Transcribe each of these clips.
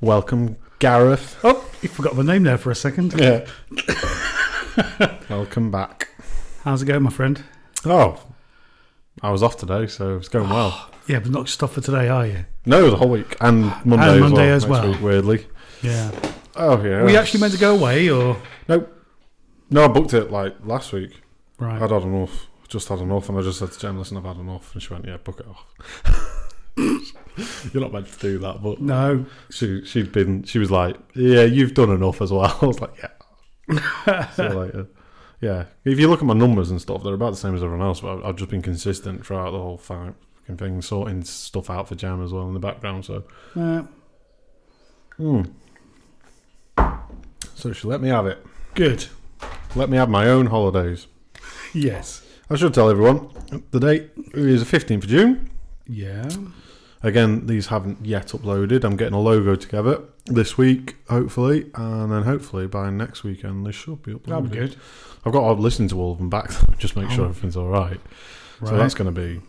Welcome, Gareth. Oh, you forgot my name there for a second. Yeah. Welcome back. How's it going, my friend? Oh, I was off today, so it's going well. Yeah, but not just off for today, are you? No, the whole week and Monday, And Monday as as well. next well. Week, weirdly. Yeah. Oh yeah. Were you actually meant to go away or? Nope. No, I booked it like last week. Right. I'd had enough. Just had enough, and I just said to Jen, "Listen, I've had enough." And she went, "Yeah, book it off." You're not meant to do that, but No. she she'd been. She was like, "Yeah, you've done enough as well." I was like, "Yeah." See you later. Yeah. If you look at my numbers and stuff, they're about the same as everyone else. But I've- I've just been consistent throughout the whole fucking thing, sorting stuff out for Jam as well in the background. So, hmm. Uh, so she let me have it. good. Let me have my own holidays. Yes. I should tell everyone the date is the 15th of June. Yeah. Again, these haven't yet uploaded. I'm getting a logo together this week, hopefully, and then hopefully by next weekend they should be uploaded. That'd be good. I've got to listen to all of them back, though, just make sure Oh. everything's all right. Right. So that's going to be.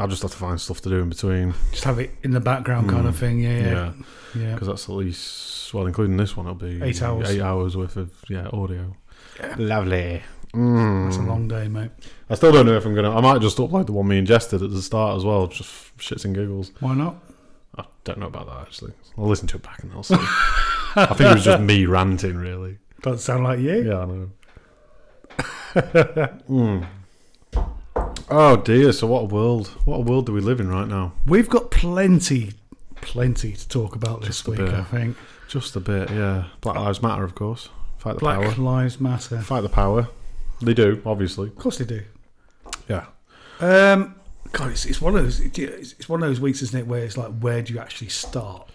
I'll just have to find stuff to do in between. just have it in the background kind of thing. Yeah. Yeah. Hmm. Yeah, yeah. because that's at least well, including this one, it'll be Eight hours. Eight hours worth of yeah audio. Lovely. Mm. That's a long day, mate. I still don't know if I'm gonna. I might just upload the one me ingested at the start as well, just shits and giggles. Why not? I don't know about that actually. I'll listen to it back and I'll see. I think it was just me ranting, really. Doesn't sound like you. Yeah, I know. Mm. Oh dear! So what a world! What a world do we live in right now? We've got plenty, plenty to talk about this a week. bit. I think Just a bit, yeah. Black Lives Matter, of course. Fight the Black power. Lives Matter. Of Fight the power. They do, obviously. course they do. Yeah. Um, God, it's, it's one of those. It's it's one of those weeks, isn't it? Where it's like, where do you actually start?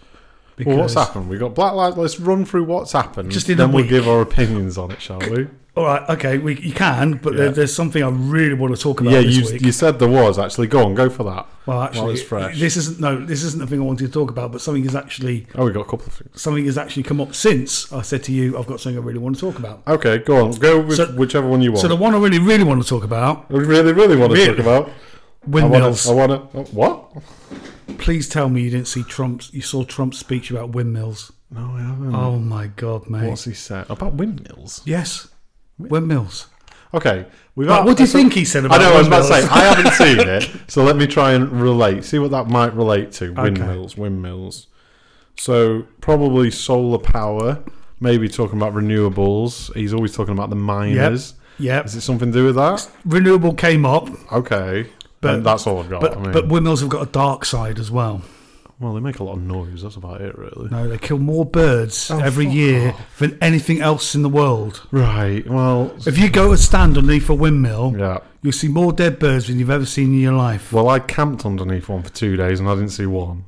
Well, what's happened? We got Black Lives. Let's run through what's happened. Just in then a we'll week. give our opinions on it, shall we? All right, okay, we, you can, but there, Yeah. there's something I really want to talk about yeah, this you week. you said there was actually. Go on, go for that. well, while actually, it's fresh. this isn't no, this isn't the thing I wanted to talk about, but something has actually oh, we got a couple of things. something has actually come up since I said to you, I've got something I really want to talk about. Okay, go on. Go with So- whichever one you want. So the one I really, really want to talk about I really, really want to Really? talk about. I want windmills. to. I want to. Oh, what? Please tell me you didn't see Trump's, you saw Trump's speech about windmills. No, I haven't. Oh my God, mate! What's he said about windmills? yes, windmills. Okay, we've. Right, had- what do you so- think he said I about? know. I was about to say windmills? I haven't seen it, so let me try and relate. See what that might relate to. Windmills, windmills. So probably solar power. Maybe talking about renewables. He's always talking about the miners. Yep. Is it something to do with that? renewable came up, Okay, But- And that's all I've got. but I mean, but windmills have got a dark side as well. well, they make a lot of noise. That's about it, really. No, they kill more birds every fuck year than anything else in the world. Right. Well. If you go to stand underneath a windmill, Yeah. you'll see more dead birds than you've ever seen in your life. Well, I camped underneath one for two days and I didn't see one.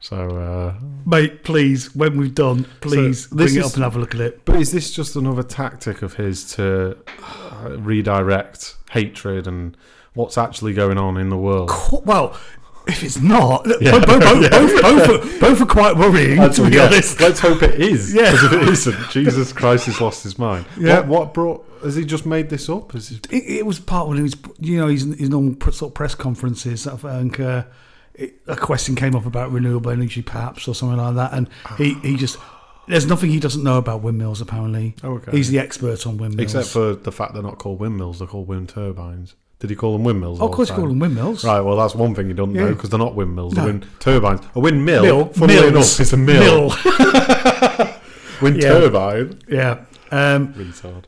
So, uh, Mate, please, when we've done, please So this bring is- it up and have a look at it. but is this just another tactic of his to uh, redirect hatred and what's actually going on in the world? Co- Well, if it's not, both, both, both, both, are, both are quite worrying, to be Yeah, honest. let's hope it is. Yeah. because if it isn't, Jesus Christ has lost his mind. Yeah. What, what brought? Has he just made this up? Has he, It, it was part when he was, you know, his, his normal pr- sort of press conferences. I think uh, it, a question came up about renewable energy, perhaps, or something like that. And he, Ah. he just, there's nothing he doesn't know about windmills, apparently. Oh, okay. He's the expert on windmills. except for the fact they're not called windmills; they're called wind turbines. Did he call them windmills? Oh, all of course, the you call time? them windmills. Right, well, that's one thing you don't know know Yeah. because they're not windmills, No. they're wind turbines. A windmill, Mill. funnily mills. enough, is a mill. Wind Yeah. turbine. yeah. Um, Retard.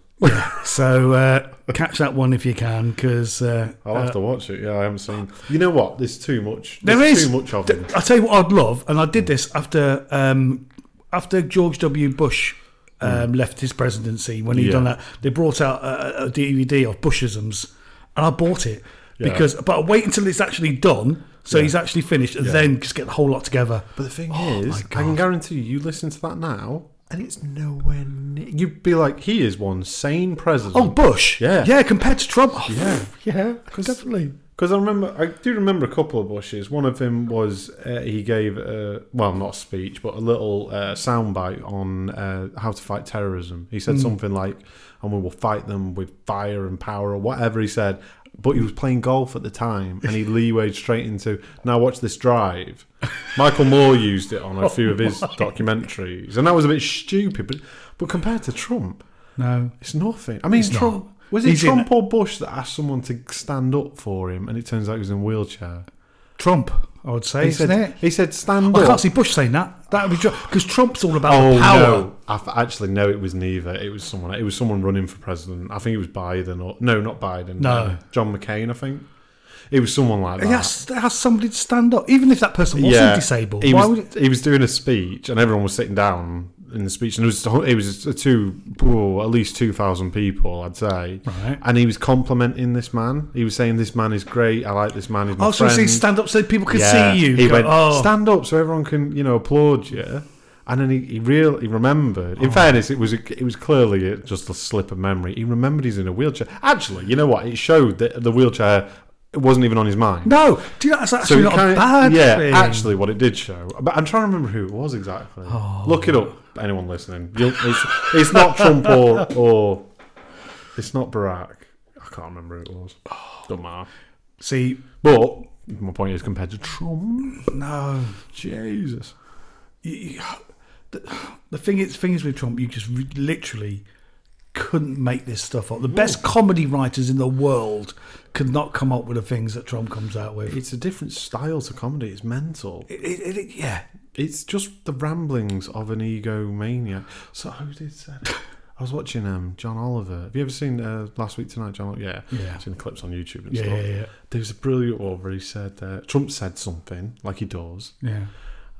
so uh, catch that one if you can, because uh, I'll have to watch it. Yeah, I haven't seen. You know what? There's too much. There There's is. too much of them. I tell you what, I'd love, and I did this after um, after George W. Bush um, left his presidency when he Hmm. Yeah. done that. They brought out a, a- a DVD of Bushisms, and I bought it Yeah. because, but I wait until it's actually done, so Yeah. he's actually finished, and then just get the whole lot together. But the thing Oh my is, I can God. guarantee you, you listen to that now, and it's nowhere near. You'd be like, he is one sane president. Oh, Bush, Yeah. yeah, compared to Trump, oh, Yeah. yeah, definitely. Because I remember, I do remember a couple of Bushes. One of them was uh, he gave, uh, well, not a speech, but a little uh, soundbite on uh, how to fight Mm. terrorism. He said something like, and we will fight them with fire and power, or whatever he said. but he was playing golf at the time and he leewayed straight into now watch this drive. Michael Moore used it Oh on a few of his documentaries, and that was a bit stupid. But but compared to Trump, No. it's nothing. I mean, It's Trump not. was it He's in Trump or Bush that asked someone to stand up for him, and it turns out he was in a wheelchair. Trump, I would say, He isn't said, it? he said, stand I up. can't see Bush saying that. That would be because Trump's all about Oh power. no! I f- actually no, it was neither. It was someone. It was someone running for president. I think it was Biden or no, not Biden. No. uh, John McCain. I think it was someone like that. He has, has somebody to stand up, even if that person wasn't disabled. Ah. He why was, would it? he was doing a speech, and everyone was sitting down in the speech, and it was it was a two, oh, at least two thousand people, I'd say. Right. And he was complimenting this man. He was saying, "This man is great. I like this man. He's my Oh, so friend." he's saying stand up so people can Yeah. see you. He Go, went, oh. stand up so everyone can, you know, applaud you. And then he, he real he remembered. Oh. In fairness, it was a, it was clearly a- just a slip of memory. He remembered he's in a wheelchair. Actually, you know what? It showed that the wheelchair wasn't even on his mind. no, do you know, that's actually it not a kinda- bad yeah, thing. actually, what it did show. But I'm trying to remember who it was exactly. Look it up, anyone listening. You'll, it's, it's not Trump or or it's not Barack. I can't remember who it was. Don't matter. See, But my point is, compared to Trump, no. Jesus. You- you- The, the thing is, thing is with Trump, you just re- literally couldn't make this stuff up. The best comedy writers in the world could not come up with the things that Trump comes out with. It's a different style to comedy. It's mental. It- it- it- yeah, It's just the ramblings of an egomaniac. So who did say that? I was watching um, John Oliver. Have you ever seen uh, Last Week Tonight, John? Oliver? Yeah, Yeah. Seen the clips on YouTube and yeah, stuff. yeah, yeah, There was a brilliant one where he said uh, Trump said something like he does, yeah.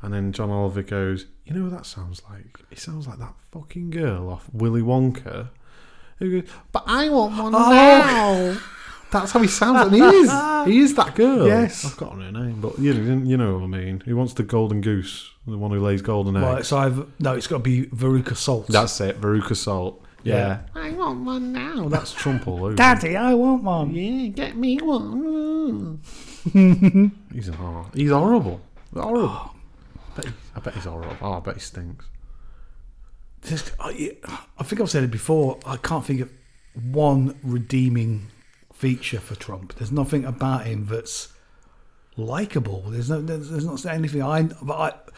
and then John Oliver goes, "You know what that sounds like? It sounds like that fucking girl off Willy Wonka." Who goes, "But I want one now." That's how he sounds, and he is. He is that girl. Yes. I've got her name, but you know, you know what I mean. He wants the golden goose, the one who lays golden eggs. Right, so I've no, it's got to be Veruca Salt. That's it, Veruca Salt. Yeah. I want one now. That's Trump all over. Daddy, I want one. Yeah, get me one. he's a hor- he's horrible. Horrible. I bet, he- I bet he's horrible. Oh, I bet he stinks. Just, I, I think I've said it before. I can't think of one redeeming feature for Trump. There's nothing about him that's likable. There's no, there's, there's not anything I, but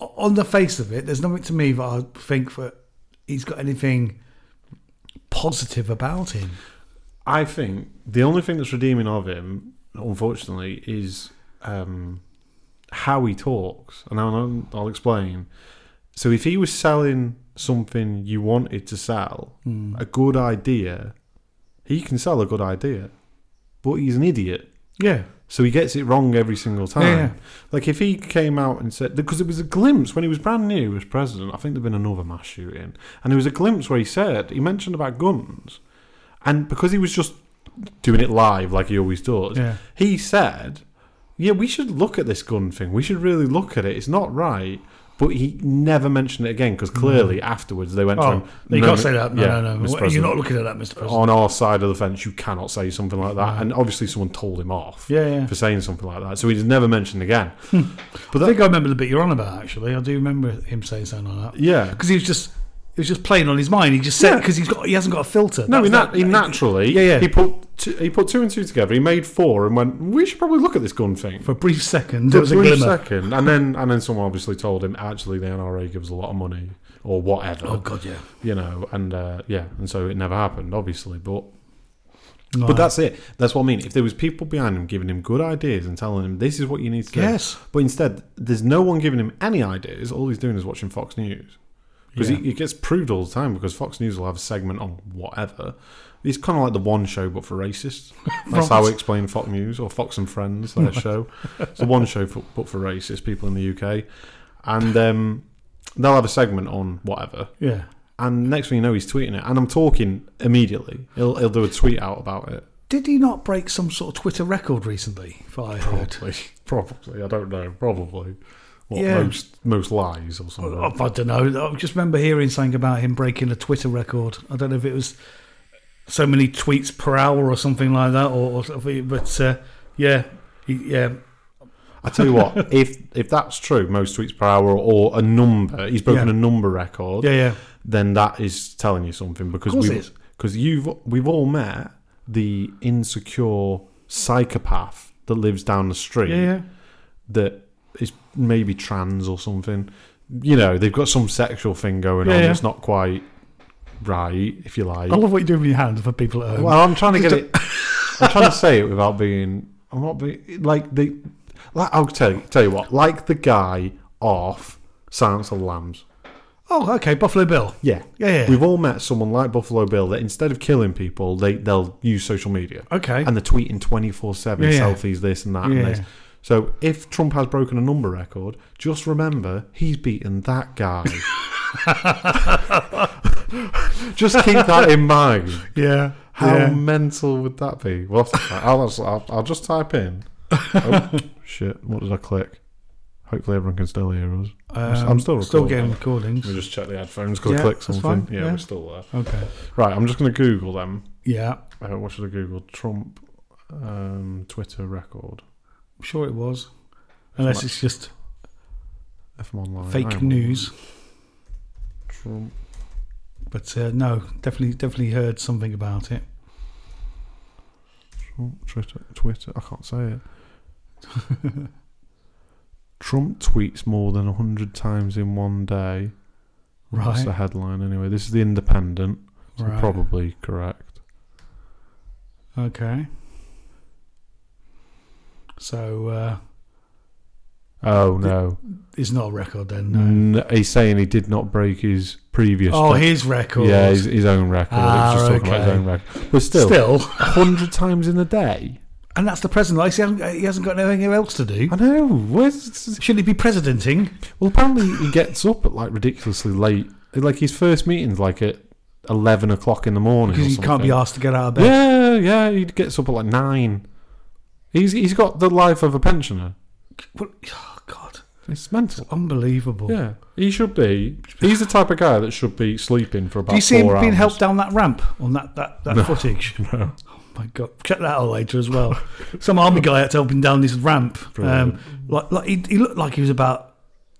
I, on the face of it, there's nothing to me that I think that he's got anything positive about him. I think the only thing that's redeeming of him, unfortunately, is um, how he talks, and I'll, I'll explain. So, if he was selling something you wanted to sell, a good idea, he can sell a good idea, but he's an idiot. Yeah. So he gets it wrong every single time. Yeah. Like if he came out and said because it was a glimpse when he was brand new as president, I think there'd been another mass shooting, and there was a glimpse where he said he mentioned about guns, and because he was just doing it live like he always does, Yeah. he said, "Yeah, we should look at this gun thing. We should really look at it. It's not right." But he never mentioned it again because clearly afterwards they went to Mm. Oh, him. you "No, can't mi- say that. No, yeah, no, Mr. no. You're President, not looking at that, Mr. President. Oh. on our side of the fence, you cannot say something like that. And obviously, someone told him off Yeah, yeah. for saying something like that. So he's never mentioned again. but I that, think I remember the bit you're on about. Actually, I do remember him saying something like that. yeah, because he was just he was just playing on his mind. He just said Yeah. because he's got he hasn't got a filter. no, he, That's nat- not- he naturally, Yeah, yeah. he put two, he put two and two together. He made four and went. We should probably look at this gun thing. for a brief second there was a brief glimmer. second, and then and then someone obviously told him actually the NRA gives a lot of money or whatever, Oh god, yeah. you know, and uh, yeah, and so it never happened, obviously, but. No. But that's it. That's what I mean. If there was people behind him giving him good ideas and telling him this is what you need to do, Yes. But instead, there's no one giving him any ideas. All he's doing is watching Fox News because Yeah. he, he gets proved all the time. Because Fox News will have a segment on whatever. It's kind of like the one show, but for racists. That's how I Right. explain Fox News or Fox and Friends, their show. It's the one show, for, but for racist people in the UK. And um, they'll have a segment on whatever. yeah. And next thing you know, he's tweeting it. And I'm talking immediately. He'll, he'll do a tweet out about it. Did he not break some sort of Twitter record recently? If I heard, Probably, probably. I don't know. Probably. What Yeah. most most lies or something. Oh, I don't know. I just remember hearing something about him breaking a Twitter record. I don't know if it was so many tweets per hour or something like that, or, or something. But uh, yeah, he, yeah, I tell you what, if if that's true, most tweets per hour or a number, he's broken Yeah. a number record. yeah, yeah. Then that is telling you something because Of course we it is. because you've we've all met the insecure psychopath that lives down the street Yeah, yeah. that is maybe trans or something. You know, they've got some sexual thing going on Yeah, yeah. that's not quite right, if you like. I love what you do with your hand for people at home. Well, I'm trying to get it. I'm trying to say it without being. I'm not being like the. Like, I'll tell you, tell you what. Like the guy off Silence of the Lambs. oh, okay, Buffalo Bill. Yeah. Yeah, yeah. We've all met someone like Buffalo Bill that instead of killing people, they they'll use social media Okay. and they're tweeting twenty four seven Yeah, yeah. selfies, this and that, Yeah. and this. So if Trump has broken a number record, just remember he's beaten that guy. just keep that in mind. yeah. How yeah. mental would that be? Well, I'll, I'll, I'll, I'll just type in. Oh, shit, what did I click? Hopefully everyone can still hear us. Um, I'm still still recording. getting recordings. Let me just check the headphones because Yeah, I clicked that's something. fine, Yeah, yeah. we're still there. Okay. Right, I'm just going to Google them. Yeah. Uh, what should I Google? Trump um, Twitter record. I'm sure it was. Unless it's just FM online. I fake am news. Trump. But uh, no, definitely definitely heard something about it. Trump Twitter. Twitter. I can't say it. Trump tweets more than 100 times in one day. That's Right. the headline anyway. This is The Independent. So Right. probably correct. Okay. So uh, Oh, no. it's not a record then. No. N- he's saying he did not break his previous. Oh, record. his record. Yeah, his, his own record. Ah, it's just talking about his okay. own record. But still, still. 100 times in a day? And that's the president. Like, he hasn't, he hasn't got anything else to do. I know. Where's, Shouldn't he be presidenting? well, apparently he gets up at like ridiculously late. Like his first meeting's like at eleven o'clock in the morning. Because or he can't be something. asked to get out of bed. Yeah, yeah. He gets up at like nine. He's he's got the life of a pensioner. Well, oh, God. It's mental. Unbelievable. Yeah, he should be. He's the type of guy that should be sleeping for about. Do you see him four being hours. helped down that ramp on that, that, that footage? No. Oh my god! Check that out later as well. Some army guy had to help him down this ramp. Um, Brilliant. like, like he, he looked like he was about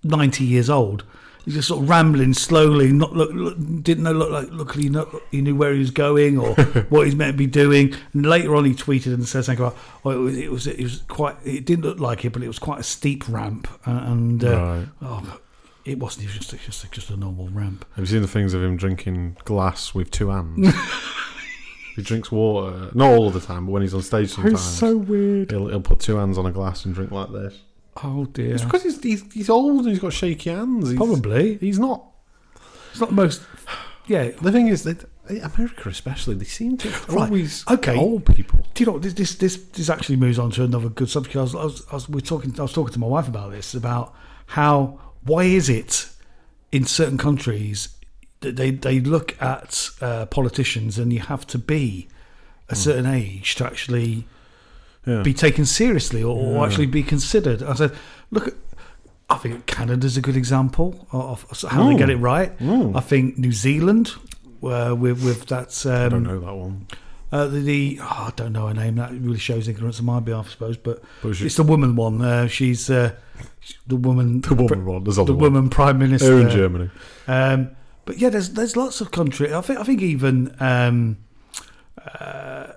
ninety years old. He's just sort of rambling slowly. Not look, look didn't know look like luckily he, not, he knew where he was going or what he's meant to be doing. And later on, he tweeted and said something about, "Oh, it was it was, it was quite. It didn't look like it, but it was quite a steep ramp, uh, and uh, Right. oh, it wasn't. It was just just just a normal ramp. Have you seen the things of him drinking glass with two hands? he drinks water, not all the time, but when he's on stage sometimes. Oh, weird. He'll, he'll put two hands on a glass and drink like this. Oh dear. It's because he's, he's, he's old and he's got shaky hands. He's, Probably. He's not. It's not the most. Yeah, The thing is that eh, America, especially, they seem to always okay. old people. Do you know this? This this, this actually moves on to another good subject. I was, I was, I was we're talking. I was talking to my wife about this about how why is it in certain countries that they they look at uh, politicians and you have to be a certain age to actually Yeah. be taken seriously or, or actually be considered. I said, look, at, I think Canada's a good example of of how they Mm. get it right. Mm. I think New Zealand. Uh, with with that um, I don't know that one. uh, the, the oh, I don't know her name. That really shows ignorance on my behalf, I suppose. But, But she- it's the woman one. Uh, she's uh, the woman. The woman one. There's only the one. woman uh, prime minister. They're in Germany. Um, but yeah, there's there's lots of country. I think I think even um, uh,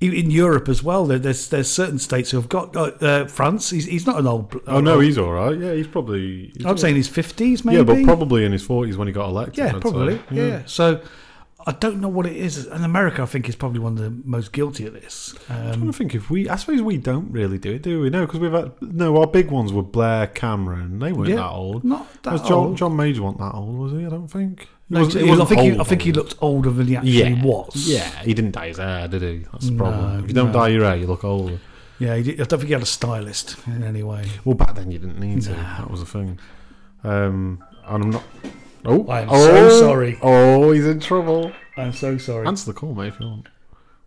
in in Europe as well. there- There's there's certain states who've got uh, uh, France. He's, he's not an old. bl- Oh, no, he's all right. Yeah, he's probably. he's I'm saying he's fifties maybe. Yeah, but probably in his 40s when he got elected. Yeah, I'd probably. say. Yeah. So I don't know what it is. And America, I think, is probably one of the most guilty of this. I'm Um, trying to think if we. I suppose we don't really do it, do we? No, because we've had no. Our big ones were Blair, Cameron. They weren't Yeah, that old. not that was John, old. John Major wasn't that old, was he? I don't think. He No, wasn't- he- he I wasn't think, he, I old, think he old. looked older than he actually was. Yeah, he didn't dye his hair, did he? That's the No, problem. if you don't no. dye your hair, you look older. yeah. He did, I don't think he had a stylist in any way. Well, back then you didn't need to. No. That was the thing. Um, and I'm not. Oh, I am oh, so sorry. Oh, he's in trouble. I'm so sorry. Answer the call, mate, if you want.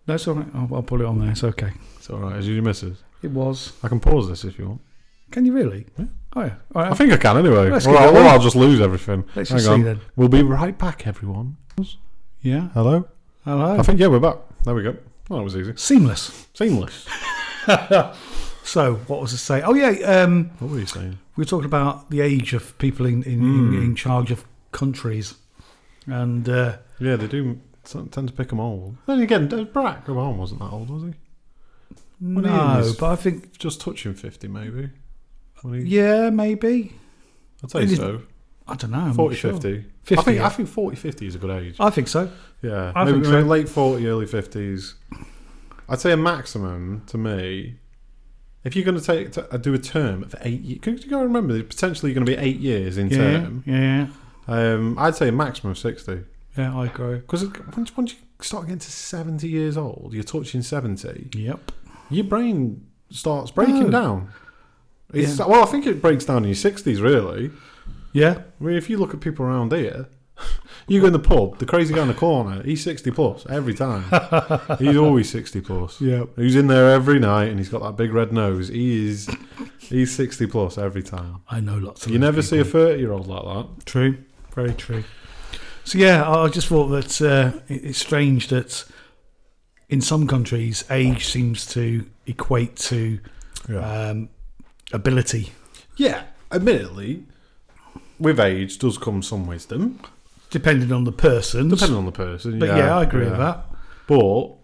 no, it's all right. I'll, I'll put it on there. It's okay. It's all right. Is you your missus? It was. I can pause this if you want. Can you really? Yeah. Oh yeah. All right. I think I can anyway. Let's Or give it a I'll, or whirl. I'll just lose everything. Let's Hang just on. see then. We'll be right back, everyone. Yeah. Hello. Hello. I think yeah, we're back. There we go. Well, that was easy. Seamless. Seamless. So what was I say? Oh yeah. Um, What were you saying? we were talking about the age Hmm. of people in in, in, in charge of countries, and uh, Yeah, they do. So- tend to pick them old. Then again, Barack Obama wasn't that old, was he? When he No, was- but I think Just touching fifty, maybe. When he, yeah, maybe. I'd say When he- so. I don't know. I'm not 40, sure. 50. I 50, think yeah. I think 40, 50 is a good age. I think so. Yeah, I maybe, think maybe so. late forty, early fifties. I'd say a maximum to me. If you're going to take to, uh, do a term of eight, years, because you got to remember there's potentially going to be eight years in Yeah, term. yeah, Um, I'd say a maximum of sixty. yeah. I agree. Because once, once you start getting to seventy years old, you're touching seventy. Yep. Your brain starts breaking No. down. It's, Well, I think it breaks down in your sixties, really. Yeah. I mean, if you look at people around here, you go in the pub, the crazy guy in the corner, he's 60 plus every time. he's always 60 plus. Yep. He's in there every night and he's got that big red nose. He is he's 60 plus every time. I know lots of. You those never see a people. 30 year old like that. True. Very true. So yeah, I I just thought that uh, it- it's strange that in some countries age seems to equate to um, ability. yeah, admittedly, with age does come some wisdom, depending on the person. depending on the person. But yeah, I agree with yeah. that. But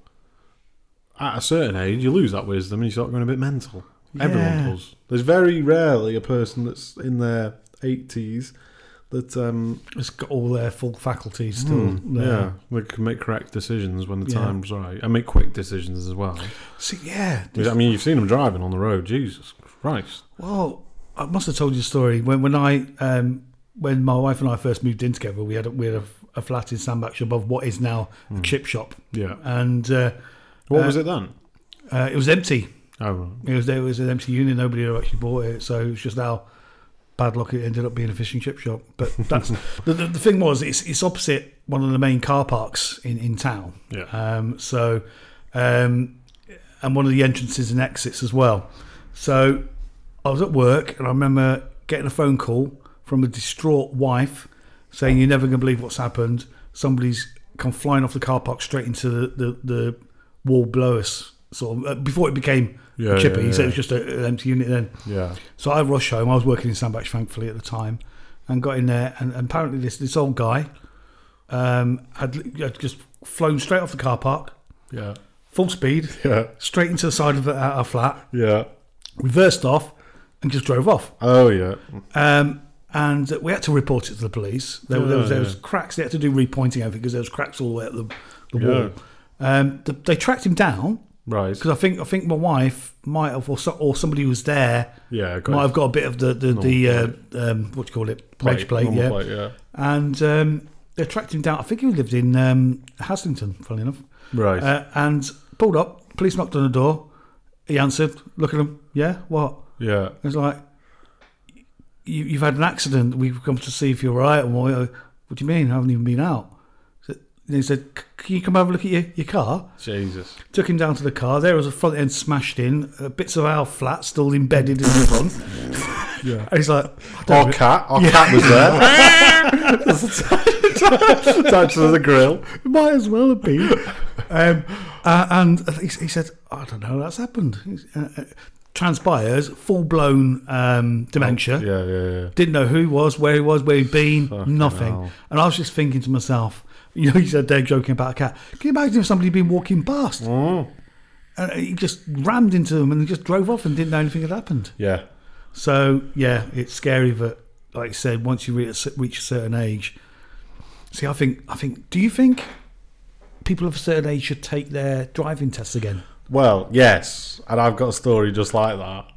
at a certain age, you lose that wisdom and you start going a bit mental. Everyone Yeah. does. There's very rarely a person that's in their 80s that um, It's got all their full faculties still hmm, there. yeah, they can make correct decisions when the Yeah. time's right and make quick decisions as well. So yeah, this- I mean, you've seen them driving on the road. Jesus Christ. well, I must have told you a story when when I um, when my wife and I first moved in together, we had a, we had a, a flat in Sandbach above what is now Hmm. a chip shop, Yeah. and uh, What Uh, was it then? uh, it was empty. Oh, right. It was there was an empty unit. Nobody had actually bought it, so it was just our bad luck. It ended up being a fish and chip shop. But that's the, the, the thing was it's it's opposite one of the main car parks in in town. Yeah. Um, so, um, and one of the entrances and exits as well. So, I was at work and I remember getting a phone call from a distraught wife saying, "You're never going to believe what's happened. Somebody's come flying off the car park straight into the the, the wall below us." Sort of uh, before it became Yeah, chippy, yeah, he said it yeah. was just a, an empty unit then. yeah. So I rushed home. I was working in Sandbach, thankfully, at the time, and got in there. And, and apparently, this this old guy um, had, had just flown straight off the car park, Yeah. full speed, Yeah. straight into the side of the, uh, our flat, Yeah. reversed off, and just drove off. Oh, yeah. Um, and we had to report it to the police. There, were there, was, there was Oh, Yeah. cracks. They had to do repointing everything because there was cracks all the way up the, the Yeah. wall. Um, th- they tracked him down Right. because I think I think my wife might have or, so, or somebody who was there Yeah. might Got it. have got a bit of the the, the uh, um, what do you call it reg plate, normal yeah. plate, yeah. And um, they tracked him down. I think he lived in um, Haslington, funnily enough. Right. Uh, and pulled up. Police knocked on the door. He answered. Look at him. Yeah. What? yeah. It's like, you, you've had an accident. We've come to see if you're all right. And what, uh, what do you mean? I haven't even been out. So, and he said, "C- can you come have a look at your, your car? Jesus. Took him down to the car. There was a front end smashed in. Uh, bits of our flat still embedded in the front. Yeah. And he's like, Our cat, our cat was there. Attached to the grill. it might as well have been. Um, uh, and he, he said, I don't know, that's happened. He's- uh, uh, Transpires, full blown um, dementia. Oh, Yeah, yeah, yeah. Didn't know who he was, where he was, where he'd been, Fucking nothing. hell. And I was just thinking to myself, you know, you said they're joking about a cat. Can you imagine if somebody had been walking past Mm. and he just rammed into them and just drove off and didn't know anything had happened? Yeah, So yeah, it's scary that, like you said, once you reach, reach a certain age, see, I think, I think, do you think people of a certain age should take their driving tests again? Well, yes, and I've got a story just like that,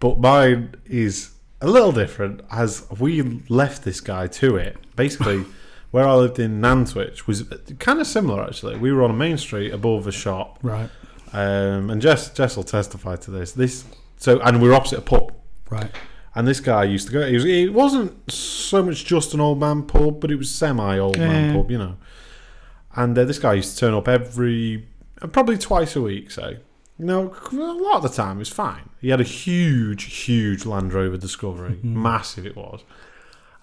but mine is a little different. As we left this guy to it, basically, where I lived in Nantwich was kind of similar. Actually, we were on a main street above a shop, Right, um, and Jess Jess will testify to this. This so, and we were opposite a pub. right, And this guy used to go. He was, it wasn't so much just an old man pub, but it was semi old man Yeah. pub, you know. And uh, this guy used to turn up every, uh, probably twice a week, say. You know, c- a lot of the time it was fine. He had a huge, huge Land Rover Discovery, Mm-hmm. massive it was.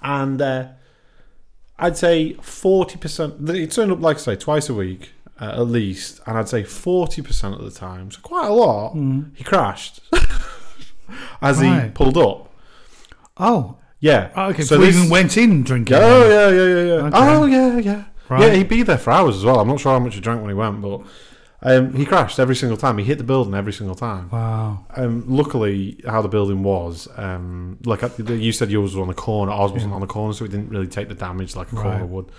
And uh, I'd say 40%, th- he turned up, like I say, twice a week uh, at least. And I'd say 40% of the time, so quite a lot, he crashed as he Mm-hmm. Right. pulled up. Oh, Yeah. okay. So, this- even went in drinking. Oh yeah, yeah, yeah, yeah. Okay. Oh yeah, yeah. Right. Yeah, he'd be there for hours as well. I'm not sure how much he drank when he went, but um, he crashed every single time. He hit the building every single time. Wow. Um, luckily, how the building was, um, like I, you said, yours was on the corner. Ours wasn't on the corner, so it didn't really take the damage like a Right. corner would.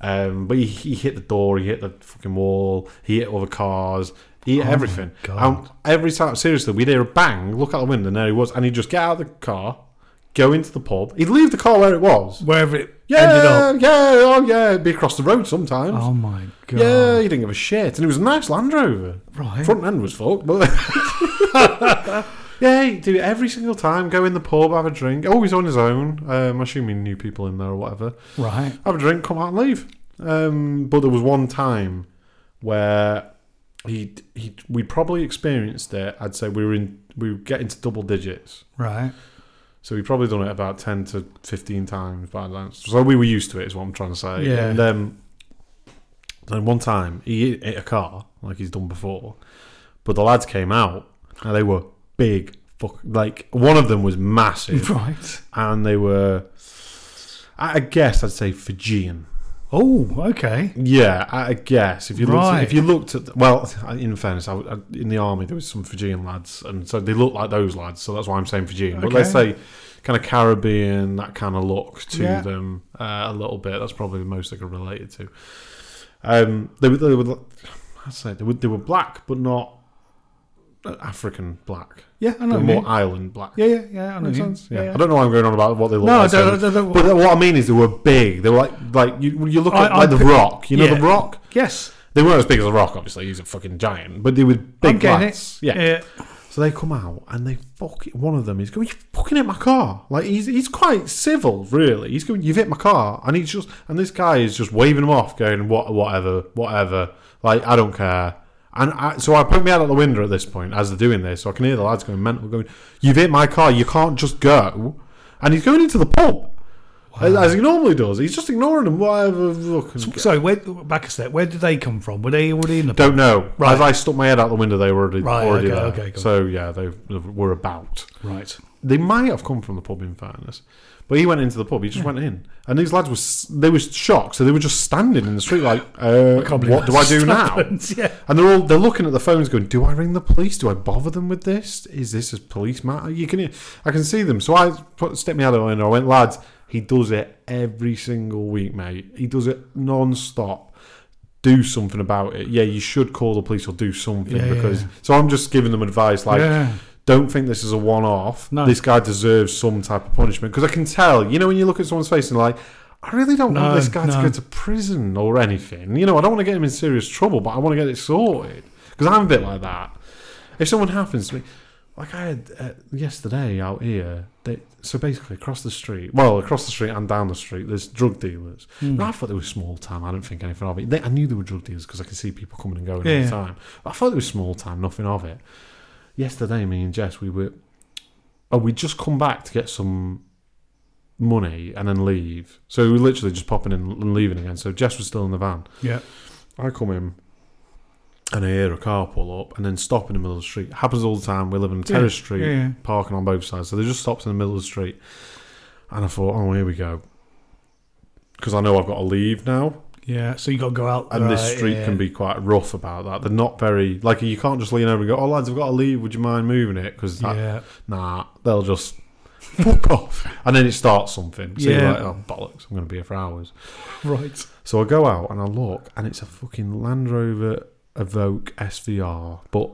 Um, but he, he hit the door, he hit the fucking wall, he hit other cars, he hit Oh my everything. God. And every time, seriously, we'd hear a bang, look out the window, and there he was. And he'd just get out of the car, go into the pub, he'd leave the car where it was. Wherever it ended Yeah, up. yeah, oh yeah, it'd be across the road sometimes. Oh my god. Yeah, he didn't give a shit, and it was a nice Land Rover. Right. Front end was fucked, but yeah, he'd do it every single time. Go in the pub, have a drink. Always on his own. Um, assuming new people in there or whatever. Right. Have a drink, come out and leave. Um, but there was one time where he he we probably experienced it. I'd say we were in we were getting to double digits. Right. So we've probably done it about ten to fifteen times by then. So we were used to it, is what I'm trying to say. Yeah. And um, then one time he hit a car like he's done before, but the lads came out and they were big. Fuck, like one of them was massive, Right. and they were, I I guess I'd say Fijian. Oh, okay. Yeah, I I guess if you looked Right. at, if you looked at well, in fairness, I, I, in the army there was some Fijian lads, and so they looked like those lads, so that's why I'm saying Fijian. But let's Okay. say kind of Caribbean, that kind of look to Yeah. them uh, a little bit. That's probably the most I can relate it to. Um, they were they were I say they were they were black, but not African black. Yeah, I They know. were what you more mean. island black. Yeah, yeah, yeah. I know. what Makes you mean. sense? Yeah. Mm-hmm. Yeah. yeah. I don't know why I'm going on about what they look No, I like. so don't. I don't, I don't but what I mean is, they were big. They were like, like you, you look I- at like I the pi- Rock. You know yeah. the Rock. yes. They weren't as big as the Rock, obviously. He's a fucking giant, but they were big I'm getting lads. it. Yeah. So they come out and they fuck. One of them is going, "You fucking hit my car!" Like he's he's quite civil, really. He's going, "You've hit my car," and he's just and this guy is just waving him off, going, "What, whatever, whatever." Like I don't care. And I, so I put me out of the window at this point as they're doing this, so I can hear the lads going mental, going, "You've hit my car. You can't just go." And he's going into the pub. As, as he normally does, he's just ignoring them. Whatever. Look, and- Sorry, where, back a step. Where did they come from? Were they already in the don't know. Right. As I stuck my head out the window, they were already, Right, already okay, there. okay, cool. so yeah, they were about. Right. They might have come from the pub, in fairness. But he went into the pub. He just went in, and these lads were they were shocked. So they were just standing in the street, like, uh, "What do I do now?" Yeah. And they're all they're looking at the phones, going, "Do I ring the police? Do I bother them with this? Is this a police matter?" You can, I can see them. So I put stepped me out of the window. I went, "Lads, he does it every single week, mate. He does it non-stop. Do something about it. Yeah, you should call the police or do something Yeah, yeah, because." yeah. So I'm just giving them advice, like. yeah. Don't think this is a one-off. No. This guy deserves some type of punishment because I can tell. You know, when you look at someone's face and like, I really don't No, want this guy no. to go to prison or anything. You know, I don't want to get him in serious trouble, but I want to get it sorted because I'm a bit like that. If someone happens to me, like I had uh, yesterday out here, they, so basically across the street, well, across the street and down the street, there's drug dealers. And I thought they were small time. I didn't think anything of it. They, I knew they were drug dealers because I could see people coming and going all Yeah, yeah. the time. But I thought they were small time, nothing of it. Yesterday, me and Jess, we were, oh, we'd just come back to get some money and then leave. So we were literally just popping in and leaving again. So Jess was still in the van. Yeah. I come in and I hear a car pull up and then stop in the middle of the street. happens all the time. We live in a terrace street, yeah, yeah. parking on both sides. So they just stopped in the middle of the street. And I thought, oh, here we go. Because I know I've got to leave now. Yeah. So you got to go out. And this right, street yeah. can be quite rough about that. They're not very, like, you can't just lean over and go, oh, lads, I've got to leave. Would you mind moving it? Because Yeah. nah, they'll just fuck off. And then it starts something. So you're Yeah. like, oh, bollocks, I'm going to be here for hours. Right. So I go out and I look, and it's a fucking Land Rover Evoque SVR, but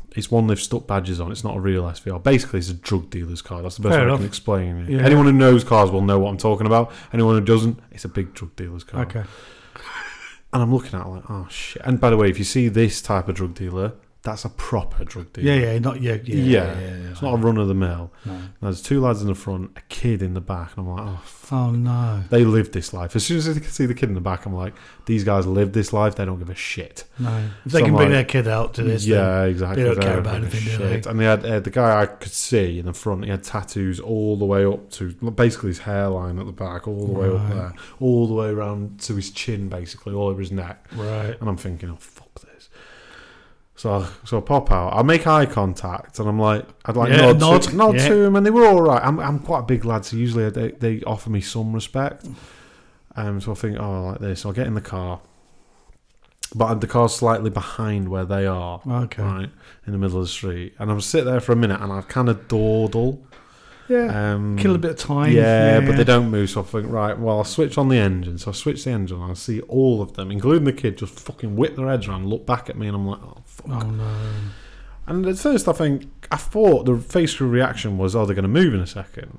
it's one they've stuck badges on. It's not a real SVR. Basically, it's a drug dealer's car. That's the best Fair way I enough. can explain it. Yeah. Anyone who knows cars will know what I'm talking about. Anyone who doesn't, it's a big drug dealer's car. Okay. And I'm looking at it like, oh shit. And by the way, if you see this type of drug dealer, that's a proper drug dealer. Yeah. Yeah. Not. Yeah. Yeah. Yeah. yeah, yeah. It's not a run of the mill. No. There's two lads in the front, a kid in the back, and I'm like, oh Oh no. they live this life. As soon as I can see the kid in the back, I'm like, these guys live this life. They don't give a shit. No. If they So can bring like- their kid out to this. then- yeah, exactly. they don't care give about a anything, do they? shit. And they had uh, the guy I could see in the front. He had tattoos all the way up to basically his hairline at the back, all the way up Right. there, all the way around to his chin, basically all over his neck. Right. And I'm thinking, oh fuck this. So I, so I pop out. I make eye contact, and I'm like, I'd like Yeah, nod, nod, to, nod yeah. to him, and they were all right. I'm I'm quite a big lad, so usually they, they offer me some respect. Um, so I think, oh, I like this. I'll get in the car. But the car's slightly behind where they are, Okay. right, in the middle of the street. And I'm sit there for a minute and I kind of dawdle. Yeah. Um, Kill a bit of time. yeah, but yeah. they don't move. So I think, right, well, I'll switch on the engine. So I switch the engine and I see all of them, including the kid, just fucking whip their heads around, look back at me, and I'm like, oh, fuck. Oh no. And at first, I think, I thought the facial reaction was, oh, they're going to move in a second.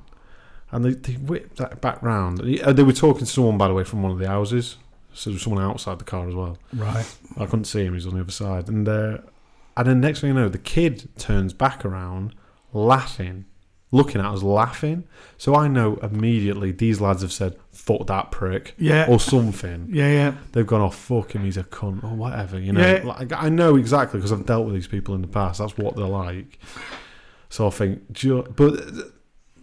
And they, they whipped that back round. Uh, They were talking to someone, by the way, from one of the houses. So there was someone outside the car as well. Right. I couldn't see him, he was on the other side. And, uh, and then next thing you know, the kid turns back around, laughing, looking at us, laughing. So I know immediately these lads have said, fuck that prick, Yeah. or something. Yeah. Yeah. They've gone, oh, fuck him, he's a cunt, or whatever, you know. Yeah. Like, I know exactly because I've dealt with these people in the past. That's what they're like. So I think, do you- but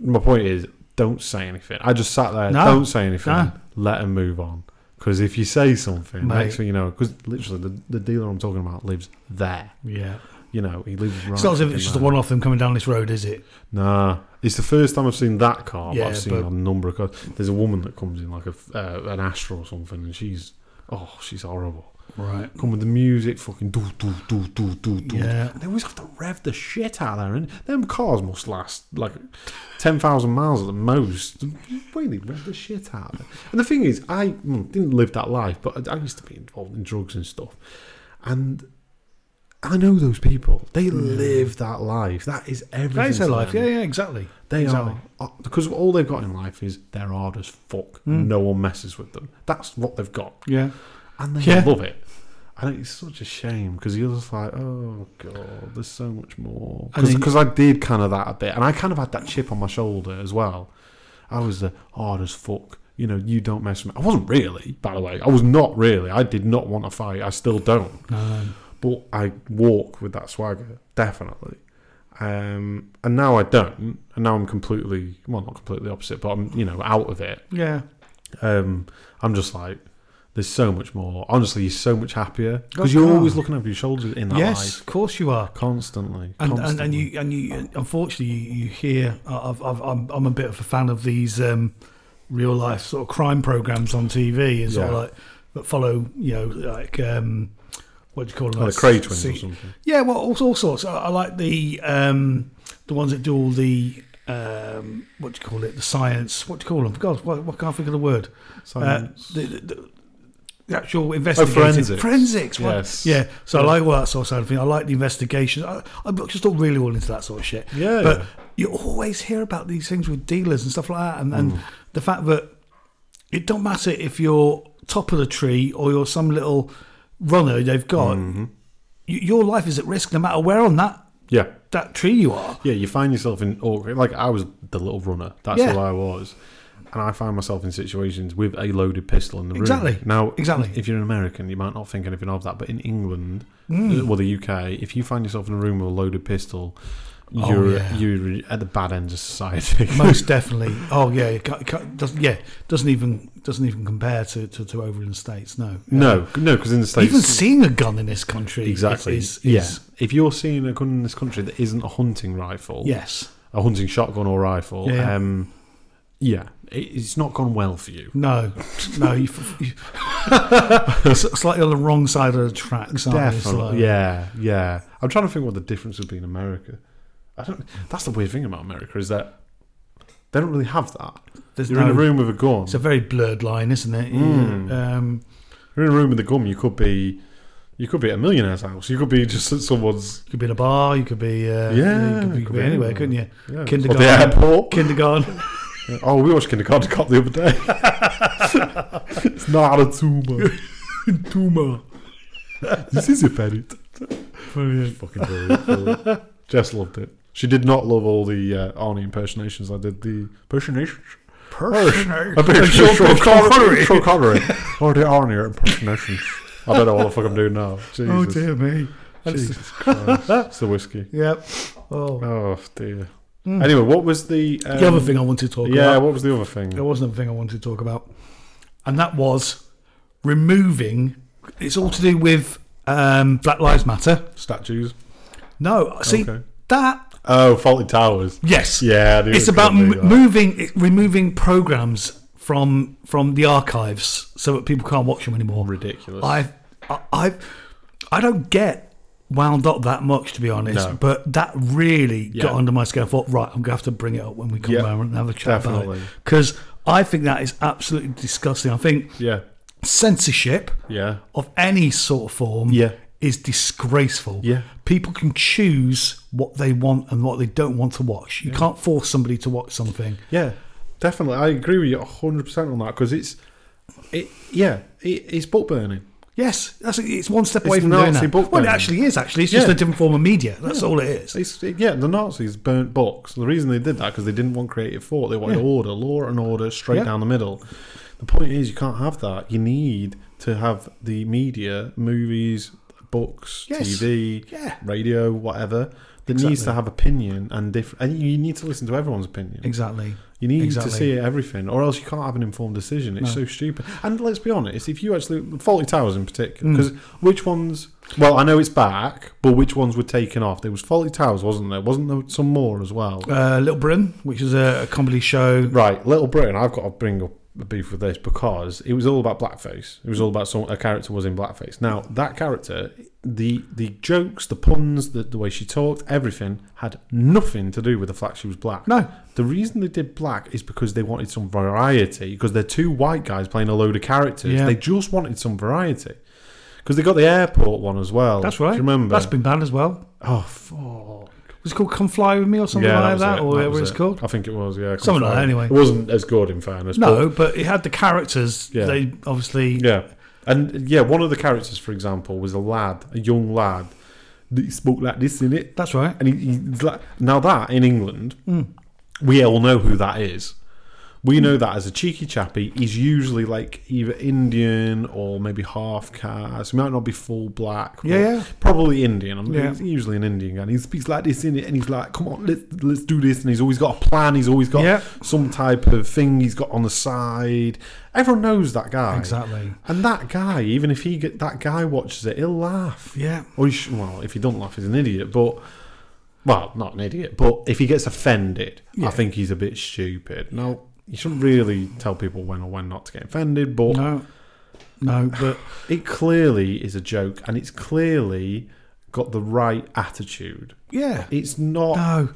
my point is, don't say anything. I just sat there, No. don't say anything, No. let him move on. Because if you say something, Mate. next thing you know, because literally the, the dealer I'm talking about lives there. Yeah. You know, he lives right. It's not as if fucking it's just there. a one off them coming down this road, is it? Nah, it's the first time I've seen that car. but Yeah, I've seen but- a number of cars. There's a woman that comes in like a f- uh, an Astra or something, and she's oh, she's horrible. Right. Come with the music, fucking do do do do do do. Yeah. They always have to rev the shit out of there, and them cars must last like ten thousand miles at the most. Really rev the shit out of it. And the thing is, I mm, didn't live that life, but I, I used to be involved in drugs and stuff, and I know those people. They live that life. That is everything. That is their to life. them. Yeah. Yeah. Exactly. They Exactly. are uh, because all they've got in life is they're hard as fuck. Hmm. No one messes with them. That's what they've got Yeah. and they Yeah. love it. And it's such a shame because you're just like, oh god, there's so much more. And then- Because I did kind of that a bit, and I kind of had that chip on my shoulder as well. I was the hard as fuck. You know, you don't mess with me. I wasn't really, by the way. I was not really. I did not want to fight. I still don't. No. But I walk with that swagger, definitely. Um, and now I don't. And now I'm completely, well, not completely opposite, but I'm, you know, out of it. Yeah. Um, I'm just like, there's so much more. Honestly, you're so much happier Of because you're always course. looking over your shoulders in that Yes. life Of course you are. constantly. and, and, constantly. and you and you unfortunately you, you hear I've, I've, I'm, I'm a bit of a fan of these um, real life sort of crime programs on TV and sort Yeah. of like that follow you know like um, what do you call them Oh, the Like, Cray twins se- or something. yeah well all, all sorts I, I like the um, the ones that do all the um, what do you call it the science what do you call them God what, what can't I think of the word uh, Science. the, the, the- the actual investigation. Oh, forensics. Forensics, right. Yes. Yeah. So Yeah. I like all that sort of side of thing. I like the investigation. I, I'm just not really all into that sort of shit. Yeah, But yeah. you always hear about these things with dealers and stuff like that. And, Mm. and the fact that it don't matter if you're top of the tree or you're some little runner they've got, Mm-hmm. y- your life is at risk no matter where on that, yeah, that tree you are. yeah. You find yourself in awkward. Like I was the little runner. That's Yeah. all I was. And I find myself in situations with a loaded pistol in the room. Exactly. Now, Exactly. If you're an American, you might not think anything of that, but in England, Mm. uh, well, the UK, if you find yourself in a room with a loaded pistol, Oh, you're yeah. you're at the bad end of society. Most definitely. Oh yeah, it ca- ca- doesn't yeah doesn't even doesn't even compare to, to, to over in the states. No, no, no, because in the states, even seeing a gun in this country Exactly. is, is, yeah. If you're seeing a gun in this country that isn't a hunting rifle, yes a hunting shotgun or rifle, Yeah, yeah. um, yeah, it, it's not gone well for you. no no you, you S- slightly on the wrong side of the tracks aren't you? It's Definitely. like- Yeah, yeah. I'm trying to think what the difference would be in America. I don't. That's the weird thing about America is that they don't really have that. there's You're in a no- room with a gun. it's a very blurred line isn't it Mm. Yeah, um, You're in a room with a gun. You could be, you could be at a millionaire's house. You could be just at someone's you could be in a bar you could be uh, Yeah, you could be, it could be be anywhere anywhere. couldn't you yeah, or Kindergarten. the airport. kindergarten Oh, we watched Kindergarten Cop the other day. it's not a tumor. tumor This is a ferret. brilliant Fucking brilliant, brilliant. Jess loved it. She did not love all the uh, Arnie impersonations. I did the impersonations. Personal. I think And it's Sean Sean Connery. Connery. Sean Connery. Or the Arnie impersonations. I don't know what the fuck I'm doing now. Jesus. oh dear me Jesus Christ. It's the whiskey. yep oh Oh dear. Mm. Anyway, what was the um, the other thing I wanted to talk about Yeah, what was the other thing? There was another thing I wanted to talk about, and that was removing. It's all to do with um, Black Lives Matter. Statues. No, see Okay. that. Oh, faulty towers. Yes, Yeah, I knew it it's was about gonna m- be that. moving, removing programs from from the archives so that people can't watch them anymore. Ridiculous. I I I, I don't get wound up that much to be honest, No. but that really Yeah. got under my skin. I thought, right, I'm gonna have to bring it up when we come Yeah, round and have a chat about definitely. it because I think that is absolutely disgusting. I think yeah. censorship Yeah. of any sort of form Yeah. is disgraceful. Yeah. People can choose what they want and what they don't want to watch. You can't force somebody to watch something. Yeah, definitely. I agree with you 100% on that because it's, it, yeah, it, it's book burning. Yes, that's it's one step away from Nazi doing that. book well, it burning. actually is. Actually, it's just Yeah. a different form of media. That's all it is. It's, it- yeah, the Nazis burnt books. The reason they did that because they didn't want creative thought. They wanted Yeah. order, law and order straight Yeah. down the middle. The point is, you can't have that. You need to have the media, movies, books, Yes. TV, Yeah. radio, whatever. That needs Exactly. to have opinion and different. And you need to listen to everyone's opinion. Exactly. You need Exactly. to see everything, or else you can't have an informed decision. It's so stupid. And let's be honest, if you actually Faulty Towers in particular, Mm. because which ones? Well, I know it's back, but which ones were taken off? There was Faulty Towers, wasn't there? Wasn't there some more as well? Uh, Little Britain, which is a, a comedy show. right, Little Britain. I've got to bring up a beef with this because it was all about blackface. It was all about some a character was in blackface. Now that character, the the jokes, the puns, the, the way she talked, everything had nothing to do with the fact she was black. No, The reason they did black is because they wanted some variety. Because they're two white guys playing a load of characters. Yeah. They just wanted some variety. Because they got the airport one as well. that's right. Do you remember? That's been banned as well. oh, fuck. Was it called "Come Fly with Me" or something like that, was it. or whatever was it's it. called? I think it was, yeah. Something like that, anyway. It wasn't as good, in fairness. No, but it had the characters. Yeah. They obviously. but- yeah. And, yeah, one of the characters, for example, was a lad, a young lad, that spoke like this in it. That's right. And he, he's like, now that in England, Hmm. we all know who that is. We know that as a cheeky chappy, he's usually like either Indian or maybe half caste. He might not be full black. but Yeah, yeah. Probably Indian. I mean, Yeah. He's usually an Indian guy. And he speaks like this in it, and he's like, "Come on, let's let's do this." And he's always got a plan. He's always got Yeah. some type of thing he's got on the side. Everyone knows that guy. Exactly. And that guy, even if he get that guy watches it, he'll laugh. Yeah. Or he sh- well, if he do not laugh, he's an idiot. But well, not an idiot. But if he gets offended, Yeah. I think he's a bit stupid. Now you shouldn't really tell people when or when not to get offended. But No. No, but it clearly is a joke, and it's clearly got the right attitude. yeah. It's not No.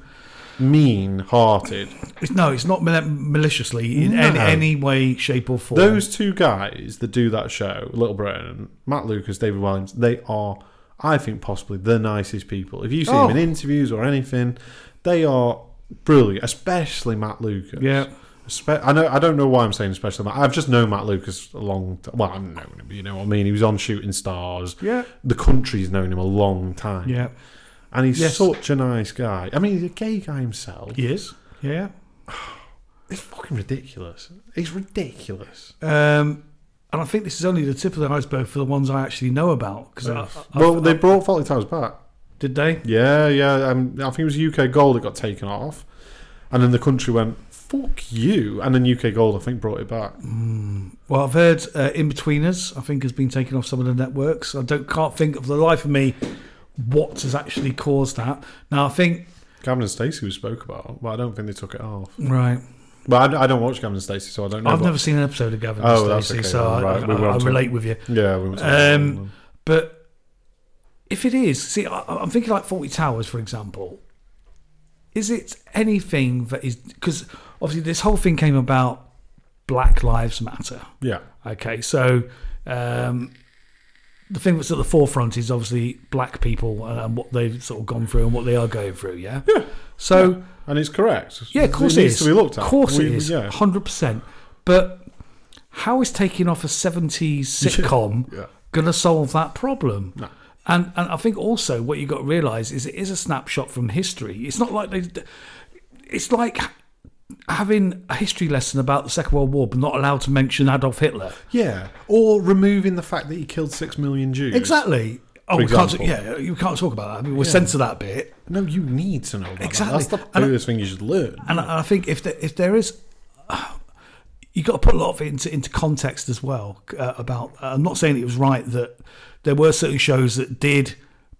mean-hearted. It's, no, it's not mal- maliciously in any, No. any way, shape, or form. Those two guys that do that show, Little Britain, Matt Lucas, David Williams, they are, I think, possibly the nicest people. If you see Oh. them in interviews or anything, they are brilliant, especially Matt Lucas. Yeah. Espe- I know. I don't know why I'm saying especially. Matt. I've just known Matt Lucas a long. time. Well, I've known him. but You know what I mean. He was on Shooting Stars. Yeah. The country's known him a long time. Yeah. And he's Yes. such a nice guy. I mean, he's a gay guy himself. He is. Yeah. It's fucking ridiculous. It's ridiculous. Um, and I think this is only the tip of the iceberg for the ones I actually know about. Because well, they brought Faulty Towers back. did they? Yeah, yeah. Um, I think it was UK Gold that got taken off, and then the country went "fuck you," and then UK Gold I think brought it back. Hmm. Well, I've heard uh, In Betweeners. I think has been taken off some of the networks. I don't can't think of the life of me what has actually caused that. Now I think Gavin and Stacey we spoke about, but I don't think they took it off. right. But I, I don't watch Gavin and Stacey, so I don't know. I've but- never seen an episode of Gavin Oh, and that's Stacey, okay, so then, I, right, I, we I won't talk. relate with you. Yeah, we won't talk about Um, them. But if it is, see, I, I'm thinking like Forty Towers, for example. Is it anything that is because obviously this whole thing came about Black Lives Matter? yeah, Okay, so um, the thing that's at the forefront is obviously black people and, and what they've sort of gone through and what they are going through. Yeah. Yeah. So. and it's correct. Yeah, of course it, it needs is. to be looked at. Of course We- it is. Yeah, Hundred percent. But how is taking off a seventies sitcom Yeah. gonna solve that problem? No. And and I think also what you got to realise is it is a snapshot from history. It's not like they. It's like having a history lesson about the Second World War, but not allowed to mention Adolf Hitler. yeah. Or removing the fact that he killed six million Jews. Exactly. Oh, For we can't. example. Yeah, you can't talk about that. I mean, we'll censor that bit. No, you need to know. About Exactly. That. That's the And I- first thing you should learn. And, I- and I think if there, if there is, you got to put a lot of it into into context as well. Uh, about I'm not saying it was right that there were certain shows that did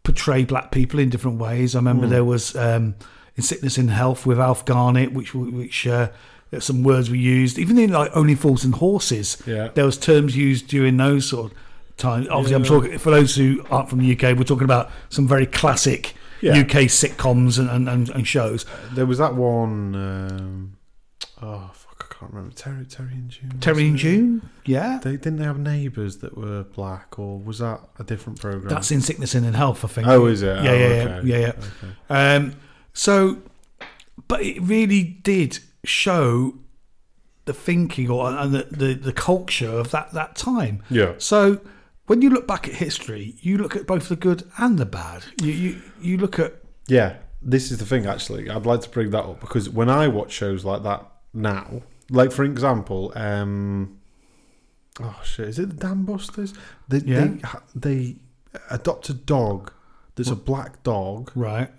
portray black people in Hmm. different ways. I remember there was um, in Sickness and Health with Alf Garnett, which w- which uh, that some words were used, even in like only fools and horses. Yeah. there was terms used during those sort of times. Obviously, I'm Yeah. talking for those who aren't from the UK. We're talking about some very classic Yeah. UK sitcoms and, and, and, and shows. There was that one. Um, oh fuck! I can't remember. Terry, Terry and June. was Terry and it? June, yeah, They didn't they have neighbours that were black, or was that a different program? that's in sickness and in health. I think. oh, is it? Yeah, Oh, yeah, yeah, okay. yeah, yeah. Okay. Um, so, but it really did show the thinking or uh, and the, the, the culture of that, that time. Yeah. So, when you look back at history, you look at both the good and the bad. You you, you look at Yeah, this is the thing. Actually, I'd like to bring that up because when I watch shows like that now, like for example, um, oh shit, is it the Dam Busters? They Yeah. they, they adopt a dog that's a black dog, right,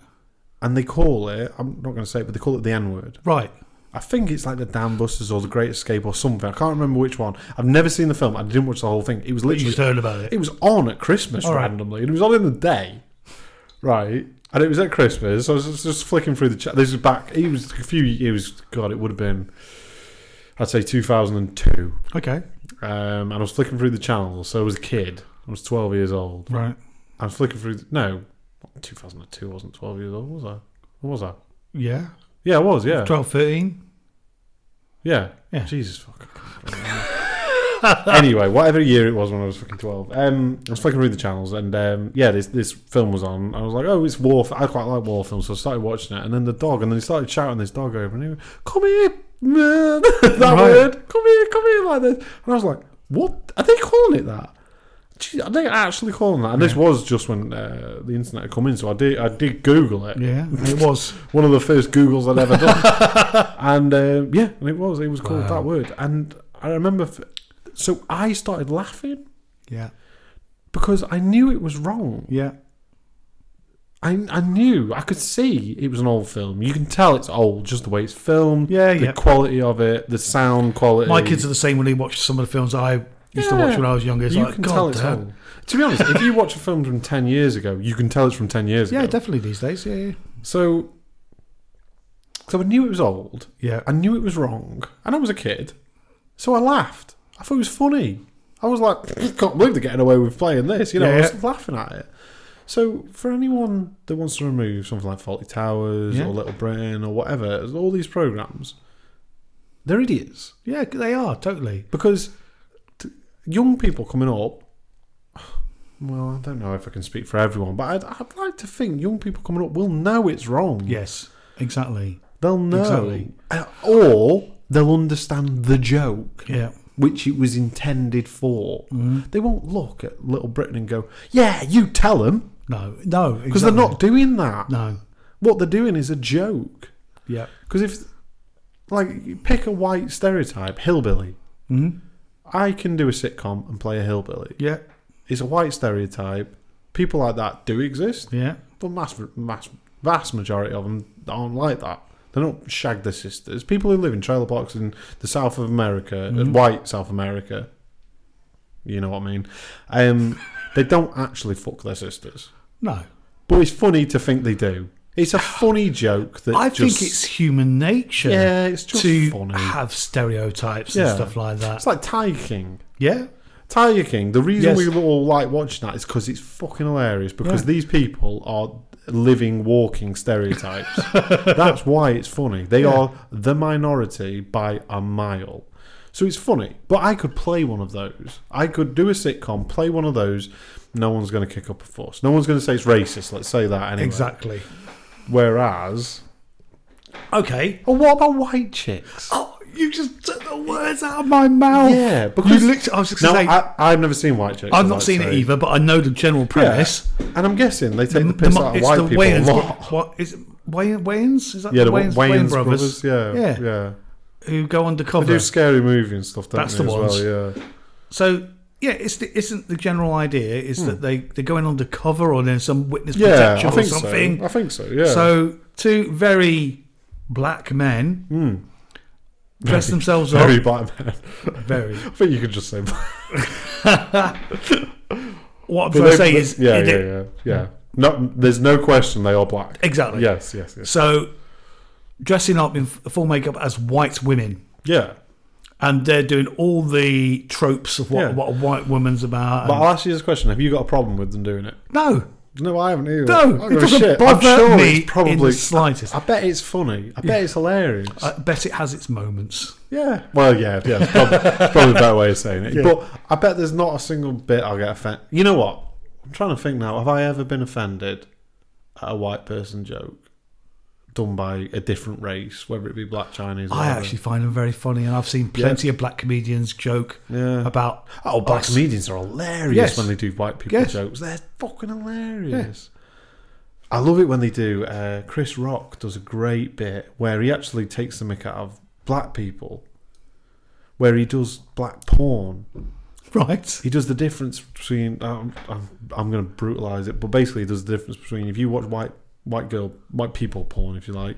and they call it. I'm not going to say it, but they call it the N word. right. I think it's like the Dam Busters or the Great Escape or something. I can't remember which one. I've never seen the film. I didn't watch the whole thing. It was You literally just heard about it. it was on at Christmas All right. randomly, and it was on in the day, right? And it was at Christmas. I was just, just flicking through the chat. This is back. It was a few. It was God. It would have been, I'd say, two thousand and two. Okay, Um, and I was flicking through the channels. So I was a kid. I was twelve years old. right. I was flicking through. The, no, two thousand and two wasn't twelve years old, was I? Or was I? Yeah, Yeah, I was. Yeah, 12, 13. yeah, Yeah. Jesus fuck. anyway, whatever year it was when I was fucking twelve, um, I was flicking through the channels, and um, yeah, this this film was on. I was like, oh, it's war. f- I quite like war films, so I started watching it. And then the dog, and then he started shouting this dog over, and he went, "Come here, man!" that Right. word, "Come here, come here," like this. And I was like, "What are they calling it that?" Gee, Are they actually calling that? And this was just when uh, the internet had come in, so I did I did Google it. Yeah, it was. One of the first Googles I'd ever done. and um, yeah, and it was. It was called Wow. that word. And I remember. F- so I started laughing Yeah, because I knew it was wrong. yeah, I, I knew. I could see it was an old film. You can tell it's old just the way it's filmed. yeah, The yeah. quality of it, the sound quality. My kids are the same when they watch some of the films I used to Yeah. watch when I was younger. It's you like, can God, tell it's Dad." old. To be honest, if you watch a film from ten years ago, you can tell it's from ten years Yeah, ago. definitely these days. Yeah, yeah. So, so I knew it was old. yeah. I knew it was wrong, and I was a kid, so I laughed. I thought it was funny. I was like, can't believe they're getting away with playing this. You know, I Yeah, was laughing at it. So for anyone that wants to remove something like Faulty Towers Yeah. or Little Britain or whatever, all these programs, they're idiots Yeah, they are totally. because t- young people coming up. Well, I don't know if I can speak for everyone, but I'd, I'd like to think young people coming up will know it's wrong. Yes, exactly. They'll know. Exactly. Uh, Or they'll understand the joke, Yeah, Mm-hmm. which it was intended for. They won't look at Little Britain and go, yeah, you tell them. no, no, Because they're not doing that. No, What they're doing is a joke. yeah, Because if, like, you pick a white stereotype, hillbilly. Mhm. I can do a sitcom and play a hillbilly. yeah, It's a white stereotype. People like that do exist. yeah, the mass, mass, vast majority of them aren't like that. They don't shag their sisters. People who live in trailer parks in the south of America, Mm-hmm. uh white South America, you know what I mean. Um, they don't actually fuck their sisters, no. but it's funny to think they do. It's a funny joke that I just, think it's human nature yeah, it's just to funny. have stereotypes Yeah. and stuff like that. It's like Tiger King. yeah, Tiger King. The reason Yes. we all like watching that is because it's fucking hilarious. Because Yeah. these people are living, walking stereotypes. That's why it's funny. They Yeah. are the minority by a mile. So it's funny. But I could play one of those. I could do a sitcom, play one of those. No one's going to kick up a fuss. No one's going to say it's racist. Let's say that anyway. exactly. Whereas, Okay. oh, what about white chicks? Oh, you just took the words out of my mouth. Yeah, because because you looked. I was just now saying. I, I, I've never seen white chicks. have I'd not like to seen it say. either, but I know the general premise. Yeah. And I'm guessing they take the, piss mo- out of white people Wayans- a lot. What is it? Way- Wayans? Is that Yeah, the the Wayans, Wayans, Wayans brothers. brothers? Yeah, yeah. Yeah. Who go They do undercover? scary movie and stuff. Don't That's they, the as ones. well? Yeah. So yeah, it's the, isn't the general idea is that they they're going undercover or there's some witness Hmm. Yeah, protection I think or something. so. I think so. Yeah. So two very black men dress themselves Hmm. very up. black man. Very. I think you could just say. Black. What I'm trying to say They- is yeah, it- yeah, yeah, yeah. No, there's no question they are black. exactly. Yes, yes, yes. So dressing up in f- full makeup as white women, Yeah. and they're doing all the tropes of what, Yeah. what a white woman's about. But and- I'll ask you this question: Have you got a problem with them doing it? no, No, I haven't either. I no, don't it give a doesn't shit. I'm bother sure me it's probably. in the slightest. I I, bet it's funny. I bet it's hilarious. bet it has its moments. yeah. Well, yeah, yeah. It's probably, it's probably a better way of saying it. But I bet there's not a single bit I'll get offended. You know what? I'm trying to think now. Have I ever been offended at a white person joke done by a different race, whether it be black, Chinese? Or I whatever? actually find them very funny, and I've seen plenty of black comedians joke Yeah. about Oh, black us. comedians are hilarious Yes. when they do white people Yes. jokes. They're fucking hilarious. I love it when they do. Uh, Chris Rock does a great bit where he actually takes the mick out of black people, where he does black porn. right. He does the difference between. Um, I'm, I'm going to brutalize it, but basically, he does the difference between if you watch white white girl white people porn, if you like.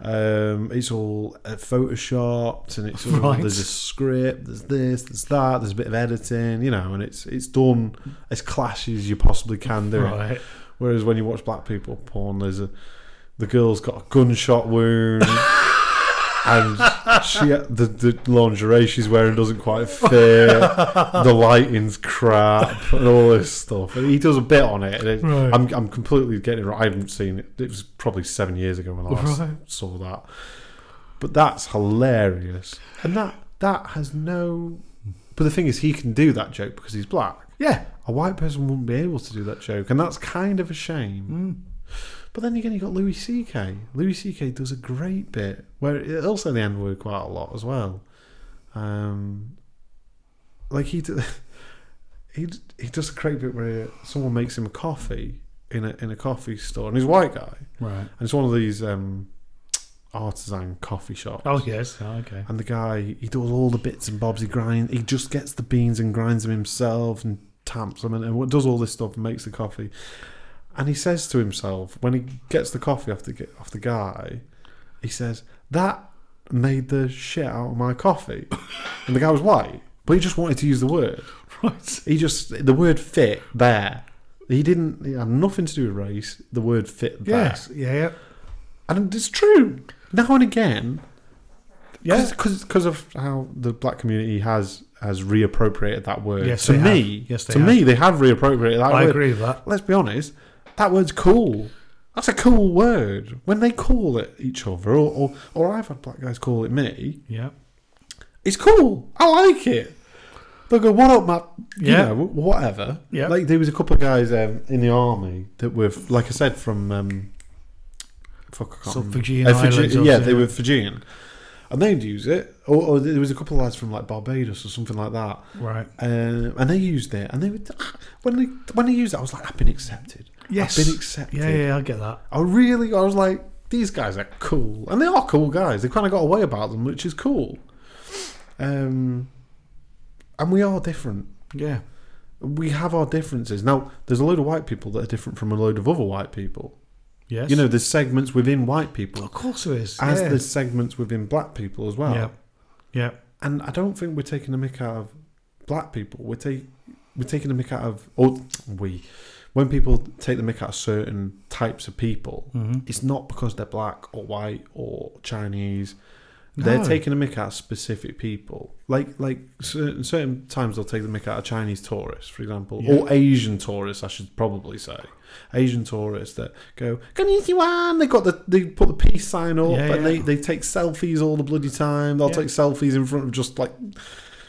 Um, it's all uh, photoshopped, and it's all, Right. there's a script, there's this, there's that, there's a bit of editing, you know, and it's it's done as clashy as you possibly can do. it. Right. Whereas when you watch black people porn, there's a the girl's got a gunshot wound, and she the, the lingerie she's wearing doesn't quite fit. the lighting's crap and all this stuff. And he does a bit on it. And it Right. I'm I'm completely getting it wrong. I haven't seen it. It was probably seven years ago when I last Right. saw that. But that's hilarious, and that that has no. But the thing is, he can do that joke because he's black Yeah. a white person wouldn't be able to do that joke, and that's kind of a Mm. shame. But then again, you got Louis C.K. Louis C.K. does a great bit where it also the N word quite a lot as well. Um, like he d- he d- he does a great bit where someone makes him a coffee in a in a coffee store, and he's a white guy, Right. and it's one of these um, artisan coffee shops. Oh yes. Oh, okay. And the guy, he does all the bits and bobs. He grind. He just gets the beans and grinds them himself and tamps them and, and does all this stuff and makes the coffee. And he says to himself when he gets the coffee off the g- off the guy, he says that made the shit out of my coffee. and the guy was white, but he just wanted to use the word. Right. He just the word fit there. He didn't. It had nothing to do with race. The word fit there. Yes. Yeah. Yeah. and it's true. Now and again, Yes. because because of how the black community has has reappropriated that word. Yes, to they me, have. Yes, they to me, they have reappropriated that I word. agree with that. Let's be honest, that word's cool. That's a cool word. When they call it each other, or or, or I've had black guys call it me, Yeah. it's cool. I like it. They'll go, what up, Matt? You Yeah. know, whatever. Yeah. Like, there was a couple of guys um, in the army that were, like I said, from. Um, fuck, I can't Some remember. Fijian Uh, Fiji- islands, yeah, obviously, they yeah. were Fijian. And they'd use it. Or, or there was a couple of lads from, like, Barbados or something like that. Right. Um, and they used it. And they would. ah, When they, when they used it, I was like, I've been accepted. Yes. I've been accepted. Yeah. Yeah. I get that. I really, I was like, these guys are cool, and they are cool guys. They kind of got away about them, which is cool. Um, and we are different. Yeah. We have our differences. Now, there's a load of white people that are different from a load of other white people. Yes. You know, there's segments within white Of people, course it is. as yeah. there's segments within black people as well. Yeah. Yeah. And I don't think we're taking a mick out of black people. We're taking we're taking a mick out of or we when people take the mick out of certain types of people, Mm-hmm. it's not because they're black or white or Chinese. They're No. taking a mick out of specific people. Like like certain, certain times they'll take the mick out of Chinese tourists, for example, or Asian tourists, I should probably say. Asian tourists that go, Konnichiwa, they got the they put the peace sign up Yeah, and yeah. they they take selfies all the bloody time. They'll Yeah. take selfies in front of just like,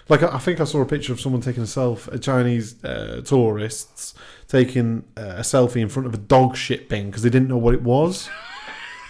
like I I think I saw a picture of someone taking a selfie, a Chinese uh, tourists taking uh, a selfie in front of a dog shit bin because they didn't know what it was.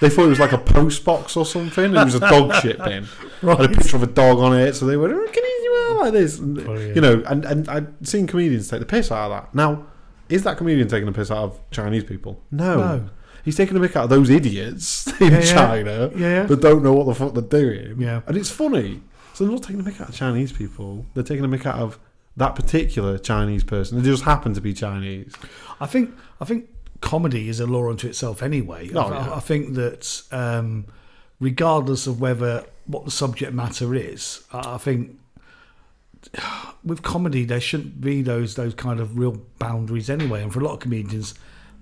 They thought it was like a post box or something. and It was a dog shit bin. Had a picture of a dog on it, so they were can you do it like this? And, Funny, You know, and and I've seen comedians take the piss out of that. Now, is that comedian taking the piss out of Chinese people? No. No. He's taking a mick out of those idiots in Yeah, yeah. China Yeah, yeah. that don't know what the fuck they're doing. Yeah. And it's funny. So they're not taking a mick out of Chinese people. They're taking a mick out of that particular Chinese person. They just happen to be Chinese. I think I think comedy is a law unto itself anyway. Oh, I, yeah. I think that um, regardless of whether what the subject matter is, I I think with comedy there shouldn't be those those kind of real boundaries anyway. And for a lot of comedians,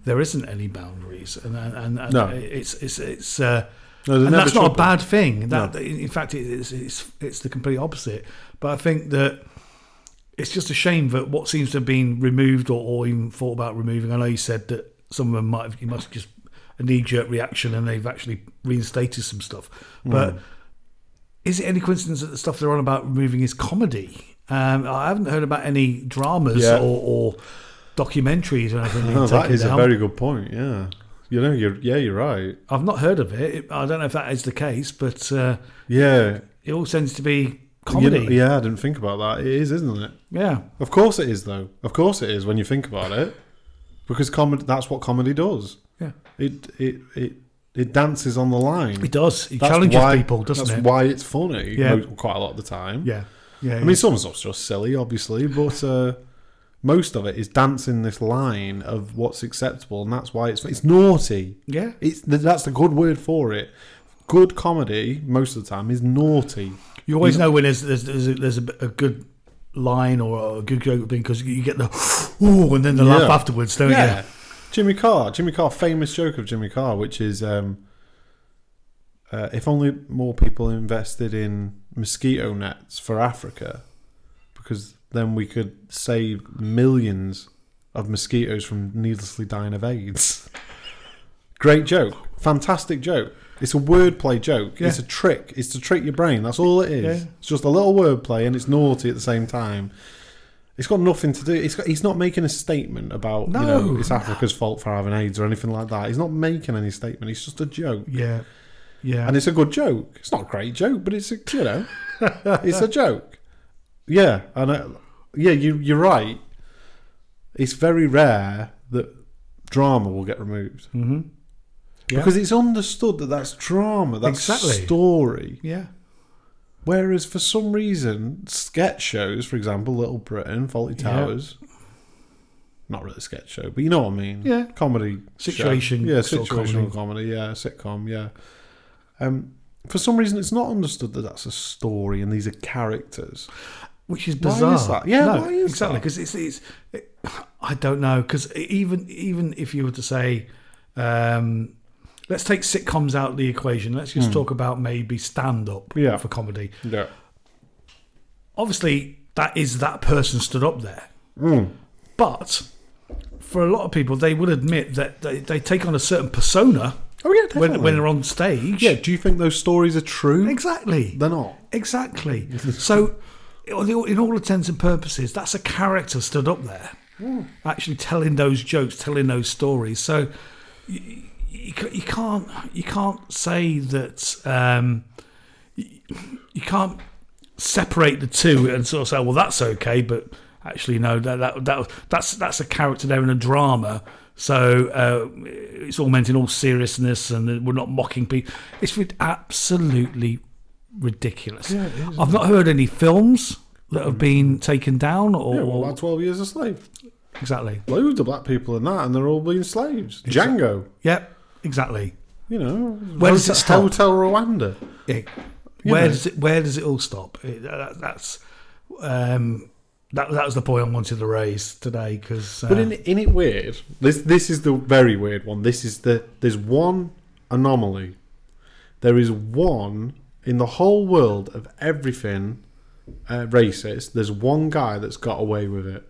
there isn't any boundaries, and and, and, and No. it's it's it's. Uh, No, they're and never that's not a Trump. bad thing. That in fact, it- it's, it's it's the complete opposite. But I think that it's just a shame that what seems to have been removed or, or even thought about removing. I know you said that some of them might have, you must just a knee jerk reaction, and they've actually reinstated some stuff. Hmm. But is it any coincidence that the stuff they're on about removing is comedy? Um, I haven't heard about any dramas Yeah. or, or documentaries or anything. being No, that taken is a down. very good point. Yeah, you know, you're yeah, you're right. I've not heard of it. It- I don't know if that is the case, but uh, Yeah, it all tends to be You comedy. know- yeah, I didn't think about that. It is, isn't it? yeah. Of course it is, though. Of course it is when you think about it, because comedy—that's what comedy does. Yeah. It it it it dances on the line. It does. It That's challenges why- people, doesn't that's it? why it's funny. Yeah. mo- quite a lot of the time. yeah. Yeah. I mean, some stuff's just silly, obviously, but uh, most of it is dancing this line of what's acceptable, and that's why it's it's naughty. yeah. It's th- that's the good word for it. Good comedy most of the time is naughty. You always know when there's there's there's a, there's a, b- a good line or a good joke thing because you get the ooh and then the Yeah. laugh afterwards, don't Yeah. you? Jimmy Carr. Jimmy Carr, famous joke of Jimmy Carr, which is um, uh, if only more people invested in mosquito nets for Africa, because then we could save millions of mosquitoes from needlessly dying of AIDS. Great joke. Fantastic joke. It's a wordplay joke. It's a Yeah. trick. It's to trick your brain. That's all it is. Yeah. It's just a little wordplay and it's naughty at the same time. It's got nothing to do. It's got, he's not making a statement about you No. know it's Africa's fault for having AIDS or anything like that. He's not making any statement. It's just a joke, Yeah. Yeah. and it's a good joke. It's not a great joke, but it's a you know, it's a joke. Yeah, and I, yeah, you you're right. It's very rare that drama will get removed mm-hmm. Yeah. because it's understood that that's drama. That's Exactly. story. Yeah. Whereas for some reason, sketch shows, for example, Little Britain, Faulty Yeah. Towers, not really a sketch show, but you know what I mean. Yeah. Comedy. Situation Show. Yeah, sort of situational comedy. Yeah, sitcom. Yeah. Um, for some reason, it's not understood that that's a story and these are characters. which is Why is bizarre. that? Yeah, No, why is exactly that? because it's it's. It, I don't know because even even if you were to say, um, let's take sitcoms out of the equation. Let's just talk about maybe stand up Hmm. Yeah. for comedy. Yeah. Obviously, that is that person stood up there, Hmm. but for a lot of people, they will admit that they, they take on a certain persona Oh yeah, definitely. when when they're on stage. yeah. Do you think those stories are true? exactly. They're not. Exactly. so, in all intents and purposes, that's a character stood up there, actually telling those jokes, telling those stories. So, you, you, ca- you can't you can't say that um, you, you can't separate the two and sort of say, well, that's okay, but actually, no, that that, that that's that's a character there in a drama. So uh, it's all meant in all seriousness, and we're not mocking people. It's rid- absolutely ridiculous. Yeah, it is, I've not heard any films that have been taken down, or Yeah, well, like Twelve Years a Slave. exactly. Loads of black people in that, and they're all being slaves. Django. Yep, exactly. You know. Where does it stop? Hotel Rwanda. it, where know. does it where does it all stop? It, that, that's um, that that was the point I wanted to raise today because uh, But in in it weird? This this is the very weird one. This is the there's one anomaly. There is one in the whole world of everything uh, racist. There's one guy that's got away with it.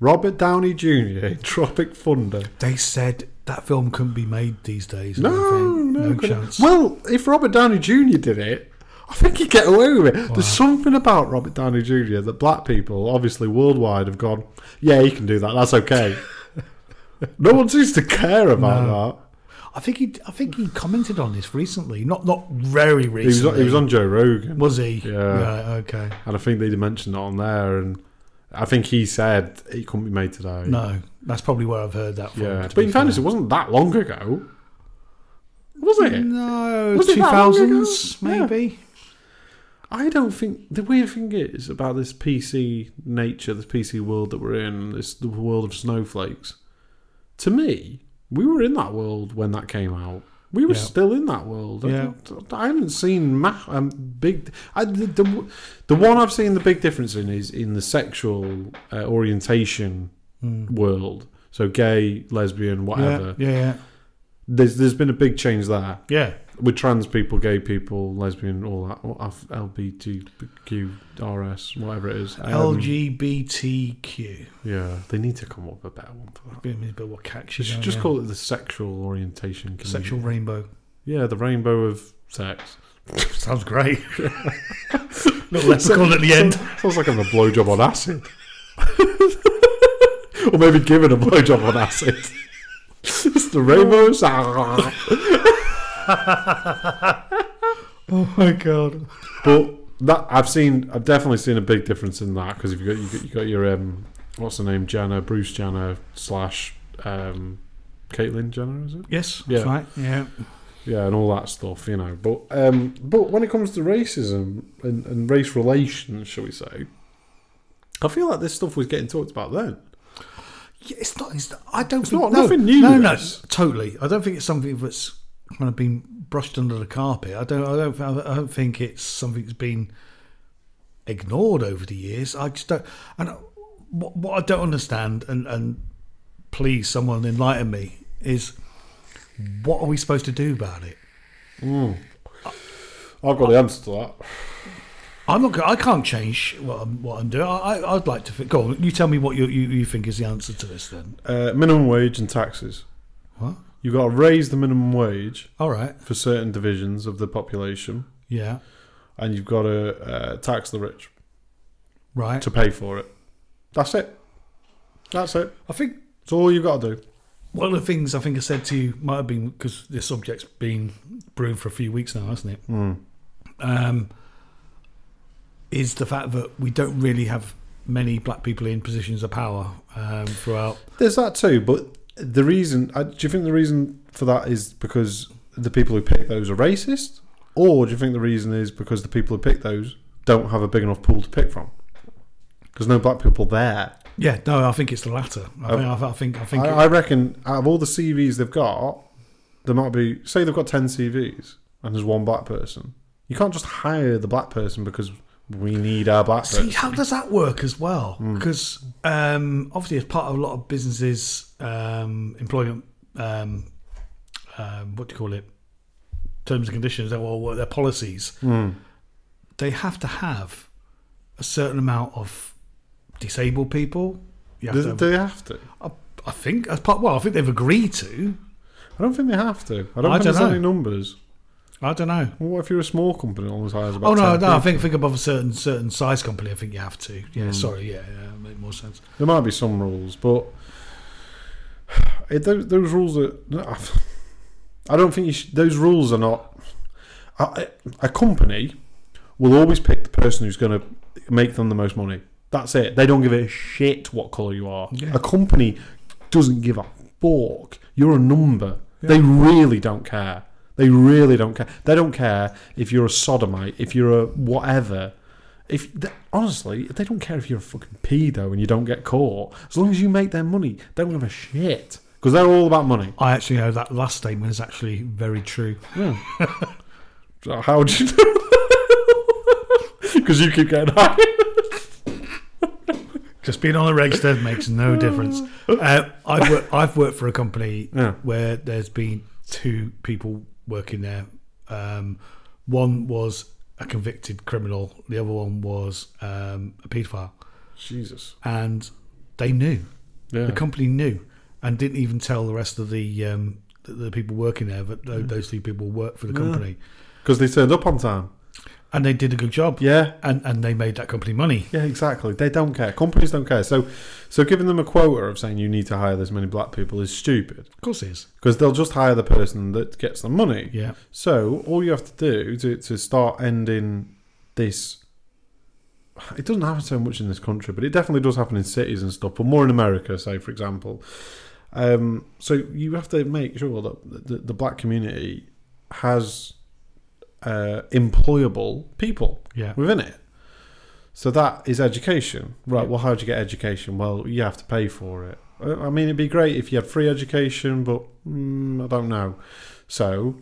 Robert Downey Jr. in Tropic Thunder. they said that film couldn't be made these days. I No, don't think. no, no couldn't- chance. Well, if Robert Downey Jr. did it, I think he'd get away with it. There's something about Robert Downey Jr. that black people, obviously worldwide, have gone, yeah, he can do that. That's okay. no one seems to care about I think he I think he commented on this recently, not not very that. He was, recently. on, he was on Joe Rogan, Was he? Yeah. Right, okay. and I think they mentioned it on there. And I think he said it couldn't be made today. No, that's probably where I've heard that from. Yeah, to but be in fairness, it fair. wasn't that long ago, was it? no, Was it two that long ago? thousands Yeah. maybe. I don't think the weird thing is about this PC nature, this PC world that we're in, this the world of snowflakes. To me, we were in that world when that came out. We were Yeah. still in that world. I Yeah. don't- I, haven't seen ma- um, big. I, the, the, the one I've seen the big difference in is in the sexual uh, orientation world. So gay, lesbian, Yeah, whatever. Hmm. yeah, yeah, There's there's been a big change there. yeah. with trans people, gay people, lesbian, all that, what- F- LGBTQRS, whatever it is. um, LGBTQ. Yeah, they need to come up with a better one for that. Bit of- bit of what catch They you should know, just yeah. call it the sexual orientation. Community. sexual rainbow. Yeah, the rainbow of sex. Sounds great. Not leprechaun at the end. Sounds like I'm a blowjob on acid. or maybe giving a blowjob on acid. it's the rainbow. of sex. Oh my god. But that I've seen, I've definitely seen a big difference in that because you've got you got, you got your um, what's her name, Jenna, Bruce Jenner slash um, Caitlyn Jenner, is it? Yes, Yeah. that's right. Yeah. Yeah, and all that stuff, you know. But um, but when it comes to racism and, and race relations, shall we say, I feel like this stuff was getting talked about then. Yeah, it's not. It's not I don't. It's think, not- no, nothing new, No, no, this. totally. I don't think it's something that's kind of been brushed under the carpet. I don't. I don't. I don't think it's something that's been ignored over the years. I just don't. And what, what I don't understand, and and please, someone enlighten me, is what are we supposed to do about it? I've got the answer to that. I'm not. go- I can't change what I'm, what I'm doing. I, I, I'd like to. Think, go on. You tell me what you, you you think is the answer to this. Then. Uh, minimum wage and taxes. What? You've got to raise the minimum wage All right. for certain divisions of the population, Yeah. and you've got to uh, tax the rich. Right. to pay for it. That's it. That's it. I think It's all you've got to do. One of the things I think I said to you might have been because this subject's been brewing for a few weeks now, hasn't it? Um, is the fact that we don't really have many black people in positions of power um, throughout. There's that too, but the reason, I- do you think the reason for that is because the people who pick those are racist? Or do you think the reason is because the people who pick those don't have a big enough pool to pick from? There's no black people there. Yeah, no, I think it's the latter. I, think, I think Oh. I think I, it- I reckon out of all the CVs they've got, there might be, say they've got 10 CVs and there's one black person. You can't just hire the black person because we need our black See, person. how does that work as well? Hmm. Because um, obviously, as part of a lot of businesses' um, employment, um, um, what do you call it, terms and conditions, or their policies, Hmm. they have to have a certain amount of disabled people. You have Do, to do have- they have to? I, I think as part. Well, I think they've agreed to. I don't think they have to. I don't I think don't there's any know. numbers. I don't know. Well, what if you're a small company that always hires about? Oh no, 10 no! I people? Hmm. think think above a certain certain size company. I think you have to. Yeah, sorry. Yeah, yeah, make more sense. there might be some rules, but it, those, those rules are. no, I don't think you should, those rules are not. A, a company will always pick the person who's going to make them the most money. That's it. They don't give a shit what color you are. Yeah. A company doesn't give a fork. You're a number. They really don't care. They really don't care. They don't care if you're a sodomite, if you're a whatever. If th honestly, they don't care if you're a fucking pedo and you don't get caught. As long as you make their money, they don't give a shit because they're all about money. I actually know that last statement is actually very true. So How would you know? Because you keep getting high. Just being on the register makes no difference. Uh, I've, worked, I've worked for a company Yeah. where there's been two people working there. Um, one was a convicted criminal, the other one was um, a paedophile. Jesus. And they knew. Yeah. The company knew and didn't even tell the rest of the um, the, the people working there that Mm. tho- those two people worked for the company. Because they turned up on time. And they did a good job. Yeah. And, and they made that company money. Yeah, exactly. They don't care. Companies don't care. So, so giving them a quota of saying you need to hire this many black people is stupid Of course it is. because they'll just hire the person that gets the money. Yeah. So all you have to do to, to start ending this, it doesn't happen so much in this country, but it definitely does happen in cities and stuff, but more in America, say for example. Um, so you have to make sure that the, the black community has uh, employable people Yeah. within it. So that is education, right? Well, how do you get education? Well, you have to pay for it. Uh, I mean, it'd be great if you had free education, but mm, I don't know. So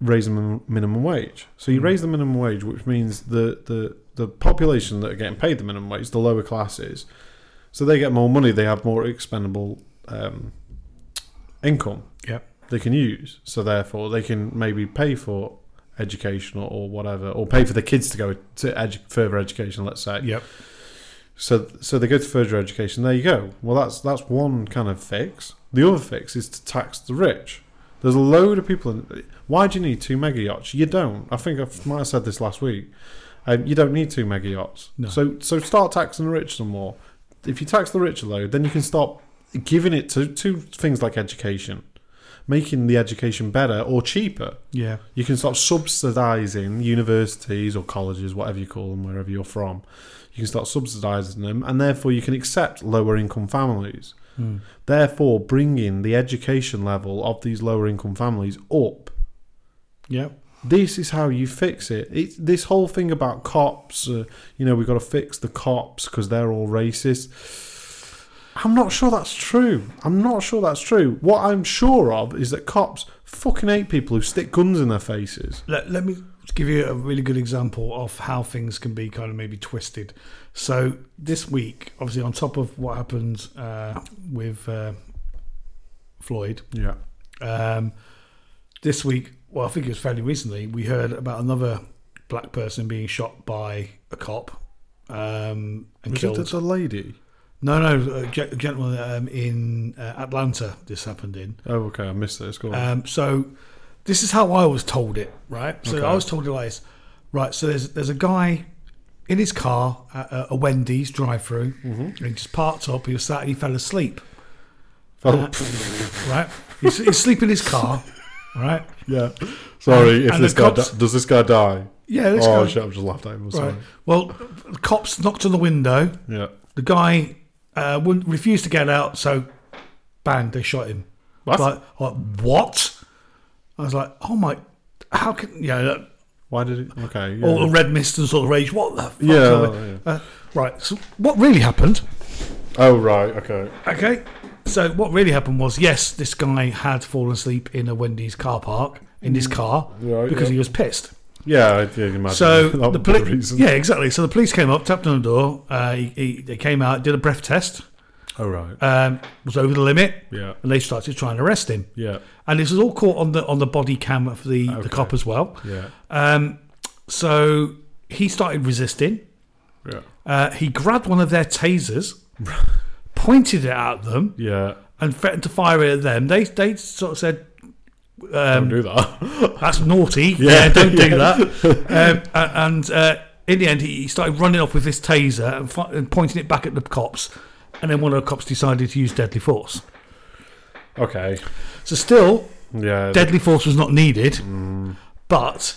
raise the min- minimum wage. So you Mm. raise the minimum wage, which means the, the the population that are getting paid the minimum wage, the lower classes, so they get more money. They have more expendable um, income. Yep. they can use. So therefore, they can maybe pay for educational or whatever, or pay for the kids to go to edu- further education. Let's say. Yep. So so they go to further education. There you go. Well, that's that's one kind of fix. The other fix is to tax the rich. There's a load of people. In, why do you need two mega yachts? You don't. I think I might have said this last week. Um, you don't need two mega yachts. No. So so start taxing the rich some more. If you tax the rich a load, then you can stop giving it to, to things like education, making the education better or cheaper. Yeah. You can start subsidising universities or colleges, whatever you call them, wherever you're from. You can start subsidising them, and therefore you can accept lower income families. Mm. Therefore, bringing the education level of these lower income families up. Yep. This is how you fix it. It's this whole thing about cops, uh, you know, we've got to fix the cops because they're all racist. I'm not sure that's true. I'm not sure that's true. What I'm sure of is that cops fucking hate people who stick guns in their faces. Let, let me give you a really good example of how things can be kind of maybe twisted. So this week, obviously, on top of what happened uh, with uh, Floyd, Yeah. um, this week, well, I think it was fairly recently, we heard about another black person being shot by a cop um, and Was killed. it the lady? No, no, a ge- gentleman um, in uh, Atlanta. This happened in. Oh, okay. I missed this. Go on. Um, so this is how I was told it, right? So Okay. I was told it like this, right? So there's there's a guy in his car at a- a Wendy's drive-through, and Mm-hmm. he just parked up. He was sat and he fell asleep, Oh, uh, right? He's, he's sleeping in his car, right? yeah. Sorry. if and this the guy cops- di- does this guy die? Yeah, this oh guy. shit! I've just laughed at him. I'm Sorry. Right. Well, the cops knocked on the window. Yeah. The guy uh, wouldn't, refused to get out, so bang, they shot him. What? Like, like what? I was like, oh my, how can you know? that- Why did he? Okay. Yeah. All the red mist and sort of rage. What the? Fuck Yeah, are we- yeah. Uh, right. So what really happened? oh right. Okay. Okay. So what really happened was yes, this guy had fallen asleep in a Wendy's car park in his car Mm. Right, because yeah. he was pissed. Yeah. I did imagine. So that the was the police, reason. yeah, exactly. So the police came up, tapped on the door. Uh, he, he, they came out, did a breath test, Oh right. um, was over the limit, yeah. and they started trying to arrest him. Yeah. And this was all caught on the on the body cam of the, Okay. the cop as well. Yeah. Um, so he started resisting. Yeah. Uh, he grabbed one of their tasers, pointed it at them, Yeah. and threatened to fire it at them. They they sort of said, Don't um, do that. "That's naughty. Yeah, Yeah, don't do yeah. that." um, a- and uh, in the end, he he started running off with this taser and, fi- and pointing it back at the cops. And then one of the cops decided to use deadly force. okay. So still, Yeah. deadly force was not needed, Mm. but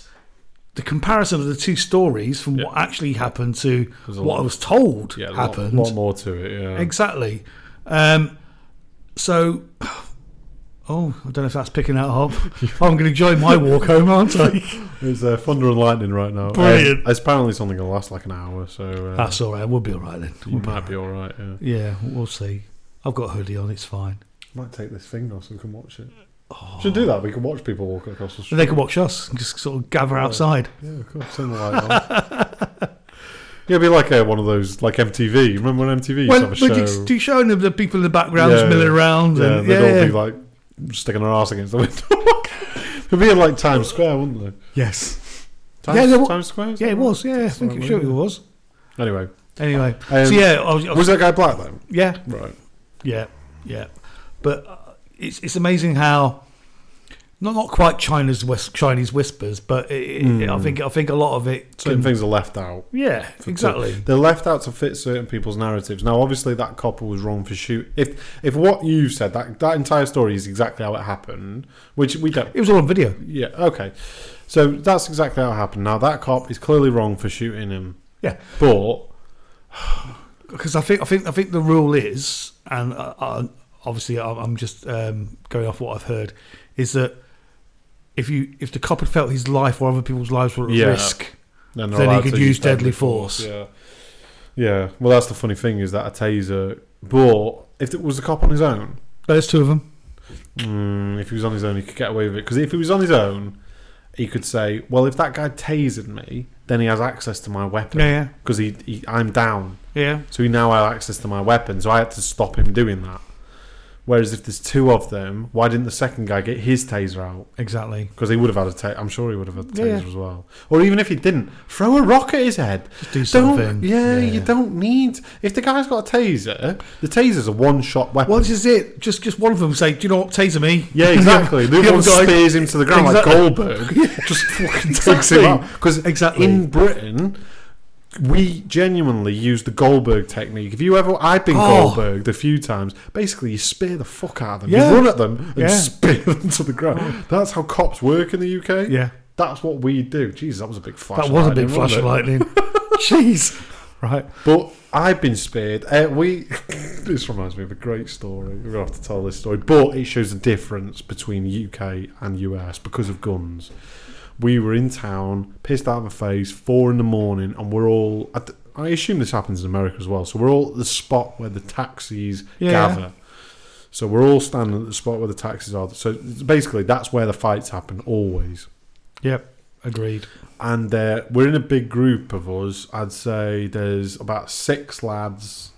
the comparison of the two stories from what actually happened to a what lot- I was told yeah. happened. A lot, lot more to it. Yeah. Exactly. Um, so, oh, I don't know if that's picking that up. I'm going to join my walk home, aren't I? It's uh, thunder and lightning right now. Brilliant. Um, it's apparently it's only going to last like an hour, so uh, That's all right. We'll be all right then. you might be all right. Yeah. Yeah, we'll see. I've got a hoodie on. It's fine. Might take this thing off so we can watch it. Should do that. We can watch people walk across the street. Oh. They can watch us and just sort of gather outside. Yeah, of course. Turn the light on. yeah, it'd be like uh, one of those, like MTV. Remember when MTV used to Well, have a we're show? just do showing them the people in the background just Yeah. milling around. yeah, and, they'd yeah, all yeah. be like sticking their arse against the window. it'd be in, like Times Square, wouldn't they? yes. Times, Yeah, they wa- Times Square. is Yeah, that it right? was. Yeah, I think what it, I sure it mean. was. Anyway, Anyway, Um, so yeah, I was, I was- was that guy black then? yeah, Right. Yeah, yeah, but uh, it's it's amazing how not not quite China's West, Chinese whispers, but it, it, I Mm. think I think a lot of it. Certain Can, things are left out. yeah, For- exactly. They're left out to fit certain people's narratives. Now, obviously, that copper was wrong for shoot. If if what you've said that that entire story is exactly how it happened, which we don't It was all on video. Yeah, okay. So that's exactly how it happened. Now that cop is clearly wrong for shooting him. Yeah. But because I think I think I think the rule is, and uh, uh, obviously I'm I'm just um, going off what I've heard, is that if you if the cop had felt his life or other people's lives were at Yeah. risk, then, Then he could use deadly force. Yeah. Yeah. Well, that's the funny thing is that a taser. But if it was the cop on his own, there's two of them. mm, if he was on his own, he could get away with it. Because if he was on his own, he could say, "Well, if that guy tasered me, then he has access to my weapon Yeah, because he, he I'm down, yeah, yeah. so he now has access to my weapon. So I had to stop him doing that." Whereas if there's two of them, why didn't the second guy get his taser out? Exactly. Because he would have had a taser. I'm sure he would have had a Yeah. taser as well. Or even if he didn't, throw a rock at his head. Just do Don't, something. yeah, you don't need. If the guy's got a taser, the taser's a one shot weapon. Well, this is it. Just just one of them say, "Do you know what? Taser me." yeah, exactly. The Yeah, other one guy- spears him to the ground Exactly. like Goldberg. Just fucking takes Exactly. him out. Because Exactly. in Britain, we genuinely use the Goldberg technique. If you ever, I've been Oh. Goldberg a few times. Basically, you spear the fuck out of them. Yeah. You run at them and Yeah. Oh. spear them to the ground. That's how cops work in the UK. Yeah. That's what we do. Jesus, that was a big flash. That of was a lightning, big flash of wasn't lightning. Jeez. Right. it? But I've been spared. Uh, we. this reminds me of a great story. We're gonna have to tell this story, but it shows the difference between UK and US because of guns. We were in town, pissed out of my face, four in the morning, and we're all. At the, I assume this happens in America as well. So we're all at the spot where the taxis Yeah. gather. So we're all standing at the spot where the taxis are. So basically, that's where the fights happen always. Yep. Agreed. and uh, we're in a big group of us. I'd say there's about six lads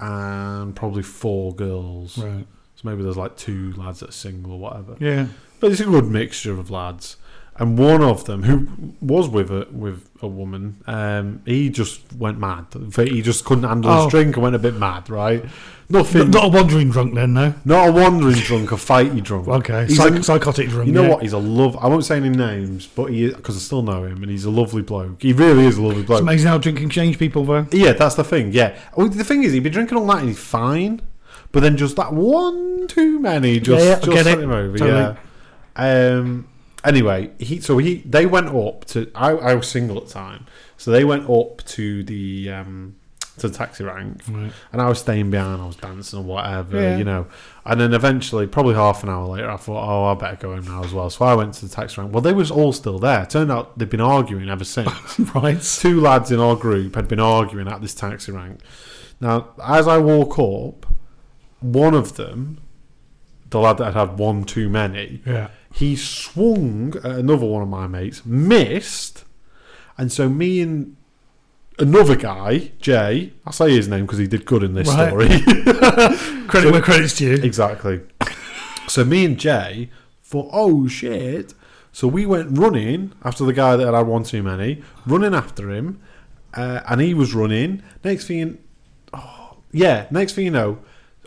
and probably four girls. Right. So maybe there's like two lads that are single or whatever. Yeah. But it's a good mixture of lads. And one of them, who was with a with a woman, um, he just went mad. In fact, He just couldn't handle Oh. his drink and went a bit mad, right? Not, Nothing, not a wandering drunk then, no. not a wandering drunk, a fighty drunk. Okay. He's Psych- a- psychotic drunk. you know yeah. what? He's a love. I won't say any names, but he because I still know him, and he's a lovely bloke. He really is a lovely It's bloke. amazing how drinking change people though. Yeah, that's the thing. Yeah, well, the thing is, he'd be drinking all night and he's fine, but then just that one too many just Yeah, yeah, I just get sent it. him over. Totally. Yeah. Um. Anyway, he so he they went up to I, I was single at the time, so they went up to the um to the taxi rank, Right. and I was staying behind. I was dancing or whatever, Yeah. you know. And then eventually, probably half an hour later, I thought, oh, I better go home now as well. So I went to the taxi rank. Well, they was all still there. Turned out they've been arguing ever since Right. two lads in our group had been arguing at this taxi rank. Now, as I walk up, one of them, the lad that had had one too many, Yeah. he swung at another one of my mates, missed, and so me and another guy, Jay, I'll say his name because he did good in this Right. story. Credit where credit's due. exactly. So me and Jay thought, oh shit. So we went running after the guy that had one too many, running after him, uh, and he was running. Next thing, you- oh, yeah, next thing you know,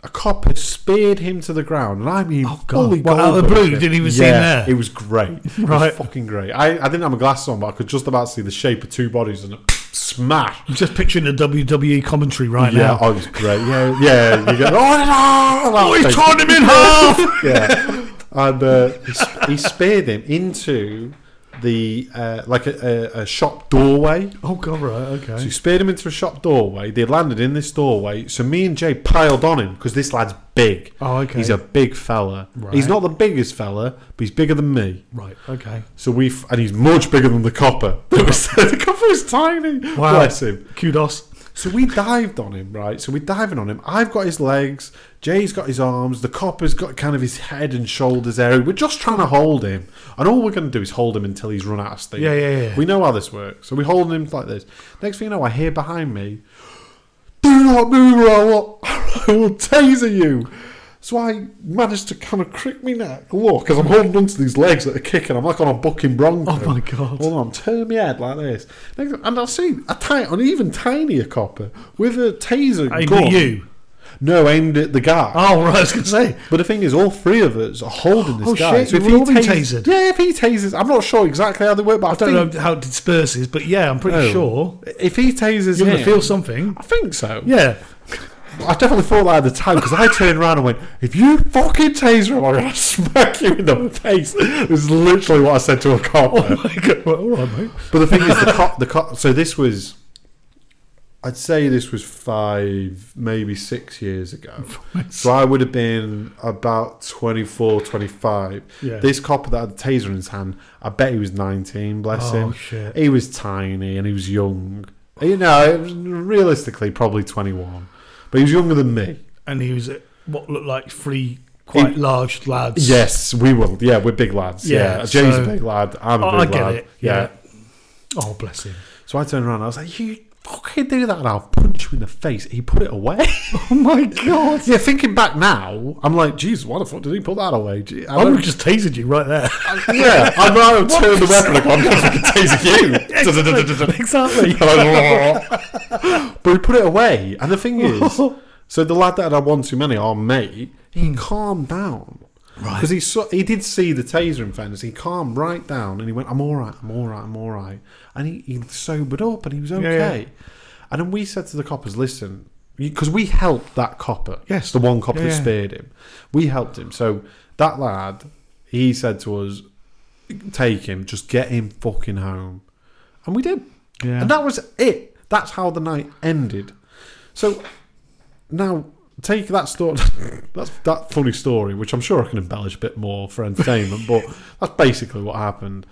a cop had speared him to the ground, and I mean, Oh, God. fully Well, out of the Goldberg blue, shit. didn't even yeah, see him there. It was great, It was Right. fucking great. I, I didn't have my glasses on, but I could just about see the shape of two bodies and a smash. I'm just picturing the WWE commentary right yeah, now. oh, it was great. Yeah, yeah, you go. Oh, no, Oh, he's Like, torn him in half. yeah. And uh, he, sp- he speared him into the uh, like a, a, a shop doorway. oh god, right, So he okay. speared him into a shop doorway. They landed in this doorway. So me and Jay piled on him because this lad's big. Oh, okay. He's a big fella. He's Right. not the biggest fella, but he's bigger than me. right, okay. So we f- and he's much bigger than the copper. the copper is tiny. Wow. Bless him. Kudos. So we dived on him, right? So we're diving on him. I've got his legs. Jay's got his arms. The copper's got kind of his head and shoulders area. We're just trying to hold him. And all we're going to do is hold him until he's run out of steam. Yeah, yeah, yeah. We know how this works. So we're holding him like this. Next thing you know, I hear behind me, Do not move or I will, I will taser you. So I managed to kind of crick me neck. Look, because I'm holding onto these legs that are kicking. I'm like on a bucking bronco. Oh my god. Hold on, I'm turning my head like this. Next- And I've seen a tiny, an even tinier copper with a taser Aimed gun. at you. No, aimed at the guy. Oh right, I was gonna say. But the thing is, all three of us are holding this Oh, guy. shit, we've all been tases- tasered. Yeah, if he tases, I'm not sure exactly how they work, but I, I don't know how it disperses, but yeah, I'm pretty No. sure. If he tases You're him, gonna feel something. I think so. Yeah. I definitely thought that at the time because I turned around and went, "If you fucking taser him, I'm gonna smack you in the face." This is literally what I said to a cop. Oh my god. Well, all right, mate. But the thing is, the cop, the cop. So this was, I'd say this was five, maybe six years ago. So I would have been about 24, 25. Yeah. This cop that had the taser in his hand, I bet he was 19, bless Oh him. shit. He was tiny and he was young. You know, it was realistically, probably 21. But he was younger than me. And he was uh, what looked like three quite He- large lads. Yes, we will. Yeah, we're big lads. Yeah, Yeah, Jay's so- a big lad. I'm a Oh, big I get lad. it. yeah. Oh bless him. So I turned around. I was like, "You fucking do that and I'll punch you in the face. He put it away. Oh my god! yeah, thinking back now, I'm like, geez, why the fuck did he put that away? Gee, I I would don't- have just tasered you right there. yeah, I'd rather turn the weapon on because I could taser you. exactly. but he put it away. And the thing is, so the lad that had one too many, our mate, he calmed down. Right. Because he saw, he did see the taser in fairness. He calmed right down and he went, I'm all right, I'm all right, I'm all right. And he, he sobered up and he was yeah. okay. And then we said to the coppers, listen, because we helped that copper. Yes. The one copper Yeah, that yeah. speared him. We helped him. So that lad, he said to us, take him, just get him fucking home. And we did. Yeah. And that was it. That's how the night ended. So now take that story that's that funny story, which I'm sure I can embellish a bit more for entertainment, but that's basically what happened.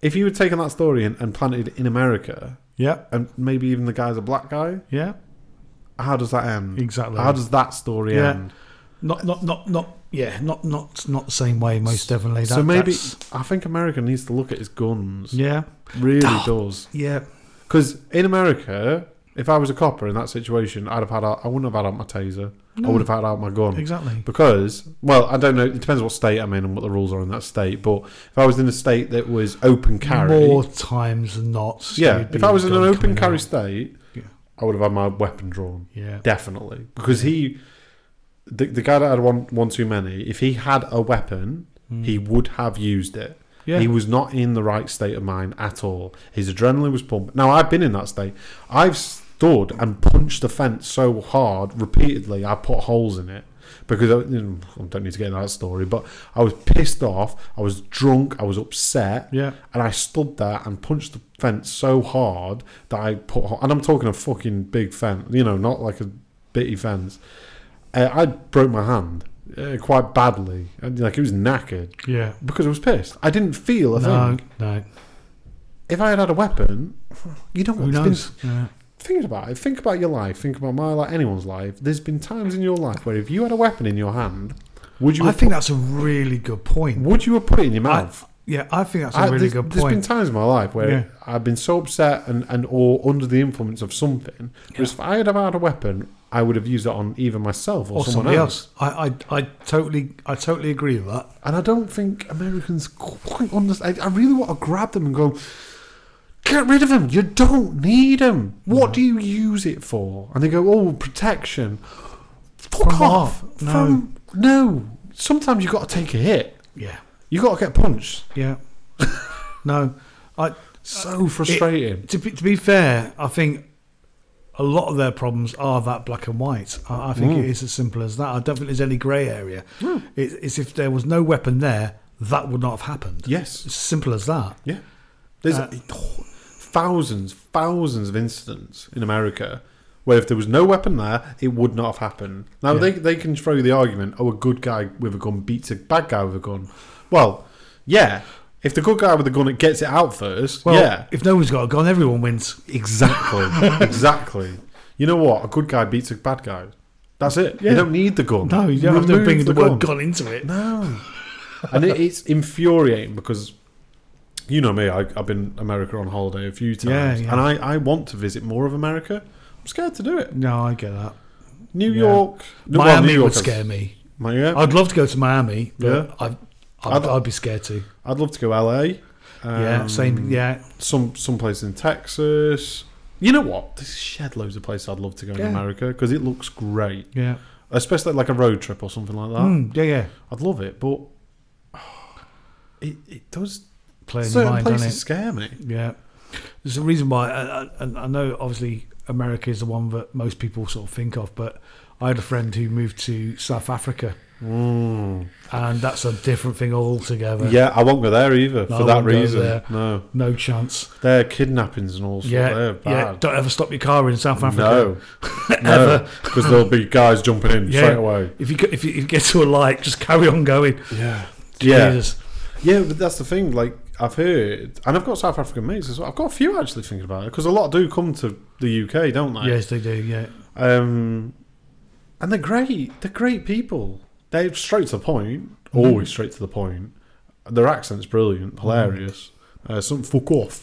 If you had taken that story and, and planted it in America, Yep. and maybe even the guy's a black guy, Yeah. how does that end? Exactly. How does that story Yeah. end? Not not not not yeah. Not not not the same way. Most definitely. That, so maybe that's- I think America needs to look at his guns. Yeah. Really Oh. does. Yeah. Because in America, if I was a copper in that situation, I'd have had out, I wouldn't have had out my taser. I No. would have had out my gun. Exactly. Because, well, I don't know. It depends what state I'm in and what the rules are in that state. But if I was in a state that was open carry, More times than not. yeah. you'd be If I was in an gun open coming carry out. state, Yeah. I would have had my weapon drawn Yeah. definitely because he, the, the guy that had one one too many. If he had a weapon, he Hmm. would have used it. Yeah. He was not in the right state of mind at all. His adrenaline was pumped. Now I've been in that state. I've stood and punched the fence so hard repeatedly. I put holes in it because I, you know, I don't need to get into that story. But I was pissed off. I was drunk. I was upset. Yeah. And I stood there and punched the fence so hard that I put, ho- and I'm talking a fucking big fence, you know, not like a bitty fence. Uh, I broke my hand uh, quite badly. And, like it was knackered Yeah. because I was pissed. I didn't feel a No. thing. No. If I had had a weapon, you know what? Who there's been- knows? Yeah. think about it. Think about your life. Think about my life, anyone's life. There's been times in your life where if you had a weapon in your hand, would you? I have think that's a really good put, point. would you have put it in your I, mouth? yeah, I think that's a I- really there's, good there's been point. times in my life where Yeah. I've been so upset and, and or under the influence of something. Whereas if I had have had a weapon, I would have used it on either myself or, or someone somebody else. else. I, I I totally I totally agree with that. And I don't think Americans quite understand. I, I really want to grab them and go, get rid of him. You don't need him. What do you use it for? And they go, oh, protection. Fuck From off. what? No. From- no. Sometimes you got to take a hit. Yeah. you got to get punched. Yeah. no. I Oh, So frustrating. to be, to be fair, I think a lot of their problems are that black and white. I, I think Mm. it is as simple as that. I don't think there's any grey area. It, it's if there was no weapon there, that would not have happened. yes. It's as simple as that. Yeah. There's Uh, thousands, thousands of incidents in America where if there was no weapon there, it would not have happened. Now, Yeah. they, they can throw you the argument, oh, a good guy with a gun beats a bad guy with a gun. Well, yeah. If the good guy with the gun it gets it out first, Well, yeah. if no one's got a gun, everyone wins. Exactly. exactly. You know what? A good guy beats a bad guy. That's it. Yeah. You don't need the gun. No, you don't have to Remove bring the, word gun into it. no. Oh. and it, it's infuriating because you know me, I, I've been America on holiday a few Yeah, times, yeah. and I, I want to visit more of America. I'm scared to do it. No, I get that. New Yeah. York, no, well, Miami New York would has- scare me. My- yeah. I'd, I'd love to go to Miami, but Yeah. I'd, I'd, I'd- I'd be scared to. love to go LA. Yeah, um, same. Yeah, Some some place in Texas. You know what? There's shed loads of places I'd love to go in Yeah. America because it looks great, yeah, especially like a road trip or something like that. mm, yeah, yeah. I'd love it, but it, it does. Play in your certain mind, doesn't places it? scare me. Yeah, there's a reason why. I, I, and I know obviously America is the one that most people sort of think of, but I had a friend who moved to South Africa, Mm. and that's a different thing altogether. Yeah, I won't go there either No, for I that won't go reason. there. No, no chance. their kidnappings and all sorts. Yeah, they're yeah. bad. Don't ever stop your car in South Africa. no, no, because there'll be guys jumping in Yeah. straight away. If you go- if you, if you get to a light, just carry on going. Yeah, yeah, Jesus. yeah. But that's the thing. Like I've heard, and I've got South African mates as well. I've got a few actually thinking about it because a lot do come to the UK, don't they? Yes, they do. Yeah. Um, and they're great. They're great people. Mm-hmm. They're straight to the point. Always straight to the point. Their accent's brilliant, hilarious. Mm-hmm. Uh, some fuck off.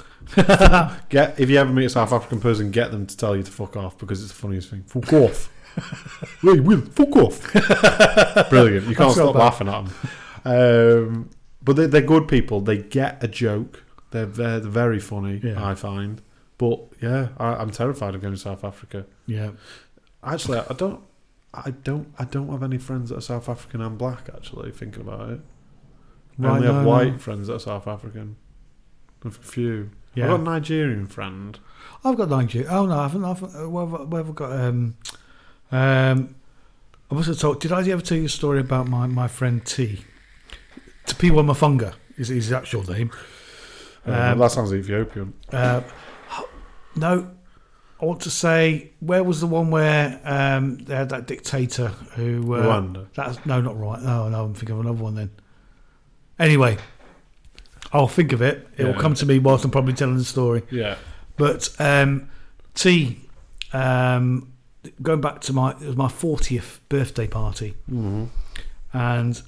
get if you ever meet a South African person, get them to tell you to fuck off because it's the funniest thing. Fuck off. Wait, Will, fuck off. Brilliant. You can't That's stop not bad. laughing at them. Um, but they, they're good people. They get a joke. They're, they're very funny. Yeah. I find. But yeah, I, I'm terrified of going to South Africa. Yeah. Actually, I don't. I don't. I don't have any friends that are South African and black. Actually, thinking about it, I Right, only no, have no. white friends that are South African. A few. Yeah. I've got a Nigerian friend. I've got Nigeria. Oh no, I haven't. I've, uh, where, have I- where have I got? Um, um, I must have told. Did I ever tell you a story about my, my friend T? Tapiwa Mafunga is his actual name. Um, Um, that sounds Ethiopian. Uh, no, I want to say where was the one where um, they had that dictator who uh, Rwanda. That's no, not right. No, no, I'm thinking of another one then. Anyway, I'll think of it. It will Yeah. come to me whilst I'm probably telling the story. Yeah. But um, T, um, going back to my it was my 40th birthday party, Mm-hmm. and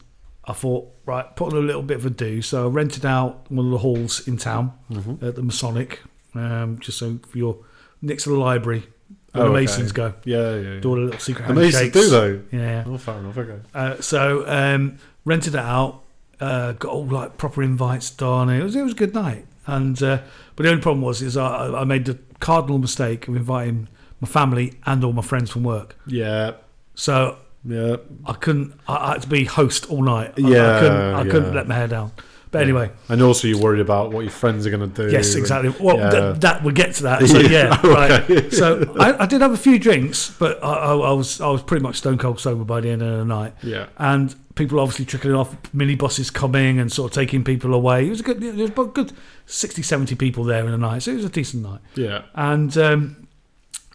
I thought right, put on a little bit of a do. So I rented out one of the halls in town Mm-hmm. at the Masonic, um, just so for your next to the library, where Oh, the okay. Masons go. Yeah, yeah. Do yeah. all the little secret And they used to handshakes. do though. Yeah. Oh, fair enough. Okay. Uh, so um, rented it out, uh, got all like proper invites done. It was it was a good night. And uh, but the only problem was is I, I made the cardinal mistake of inviting my family and all my friends from work. Yeah. So Yeah. I couldn't. I, I had to be host all night. I- I Yeah, couldn't. I couldn't yeah. let my hair down. But anyway, And also, you're worried about what your friends are going to do. yes, and- exactly. Well, yeah. th- that we'll get to that. So yeah, Yeah, right. So I, I did have a few drinks, but I, I, I was I was pretty much stone cold sober by the end of the night. yeah. and people obviously trickling off minibuses coming and sort of taking people away it was a good there was about good 60 70 people there in a night so it was a decent night Yeah. and um,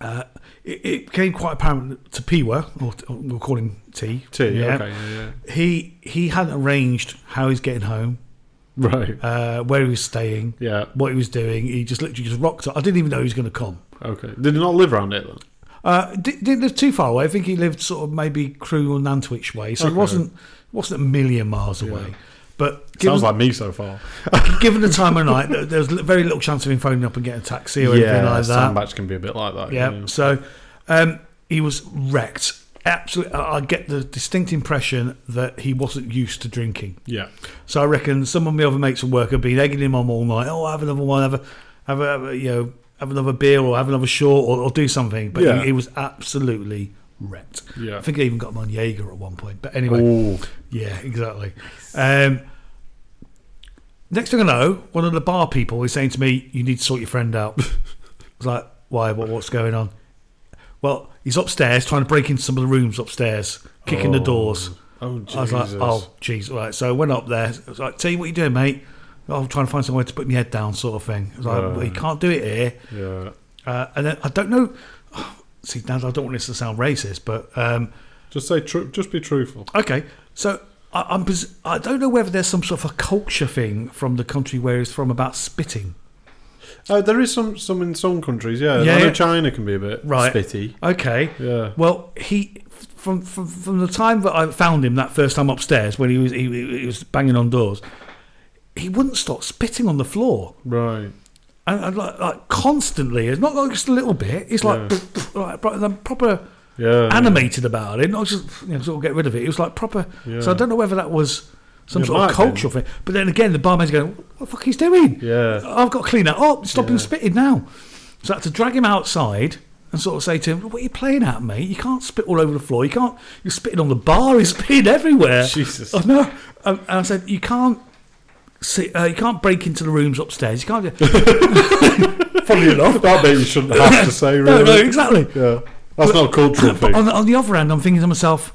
uh, it, it became quite apparent to Piwa or, or we'll call him T Tea. Okay. Yeah, yeah. he he hadn't arranged how he's getting home Right. uh, where he was staying Yeah. what he was doing he just literally just rocked up I didn't even know he was going to come Okay. Did you not live around it then? Uh, di- didn't live too far away. I think he lived sort of maybe Crewe or Nantwich way, so it Okay. wasn't wasn't a million miles away. But given, Sounds like me so far. given the time of night, there there was li- very little chance of him phoning up and getting a taxi or anything like that. sandbags can be a bit like that. Yeah. yeah. So um, he was wrecked. Absolutely, I I get the distinct impression that he wasn't used to drinking. Yeah. So I reckon some of my other mates at work have been egging him on all night. Oh, have another one, have a, have a, have a you know, have another beer or have another short or, or do something. But Yeah. he, he was absolutely wrecked. Yeah. I think I even got him on Jaeger at one point. But anyway, Oh, yeah, exactly. Um, next thing I know, one of the bar people is saying to me, "You need to sort your friend out." I was like, "Why? What, what's going on?" Well, he's upstairs trying to break into some of the rooms upstairs, kicking the Oh. doors. oh, Jesus. I was like, oh, jeez. All right. So I went up there. I was like, T, what you doing, mate? Oh, I'm trying to find somewhere to put my head down, sort of thing. I was like, well, you Right. can't do it here. yeah. Uh, and then I don't know. See, now I don't want this to sound racist, but um, Just say true. Just be truthful. okay. So I, I'm, pres- I don't know whether there's some sort of a culture thing from the country where he's from about spitting. Oh, there is some some in some countries. Yeah, Yeah, I know yeah. China can be a bit Right. spitty. Okay. Yeah, Well, he from, from from the time that I found him that first time upstairs when he was he, he was banging on doors, he wouldn't stop spitting on the floor. right. and, and like, like constantly. It's not like just a little bit. It's like Yeah. like pro- the proper Yeah, animated about it. Not just you know, sort of get rid of it. It was like proper. Yeah. So I don't know whether that was some It sort of might have cultural thing. But then again, the barman's going, "What the fuck he's doing? Yeah, I've got to clean that up. Stop him Yeah. spitting now." So I had to drag him outside. And sort of say to him, "What are you playing at, mate? You can't spit all over the floor. You can't. You're spitting on the bar. He's spitting everywhere." Jesus. Oh no! Um, and I said, "You can't. See, uh, you can't break into the rooms upstairs. You can't. do-" Funny enough, that bit you shouldn't have to say. no, Really. no, exactly. Yeah, that's not a cultural But thing. on the, on the other hand, I'm thinking to myself,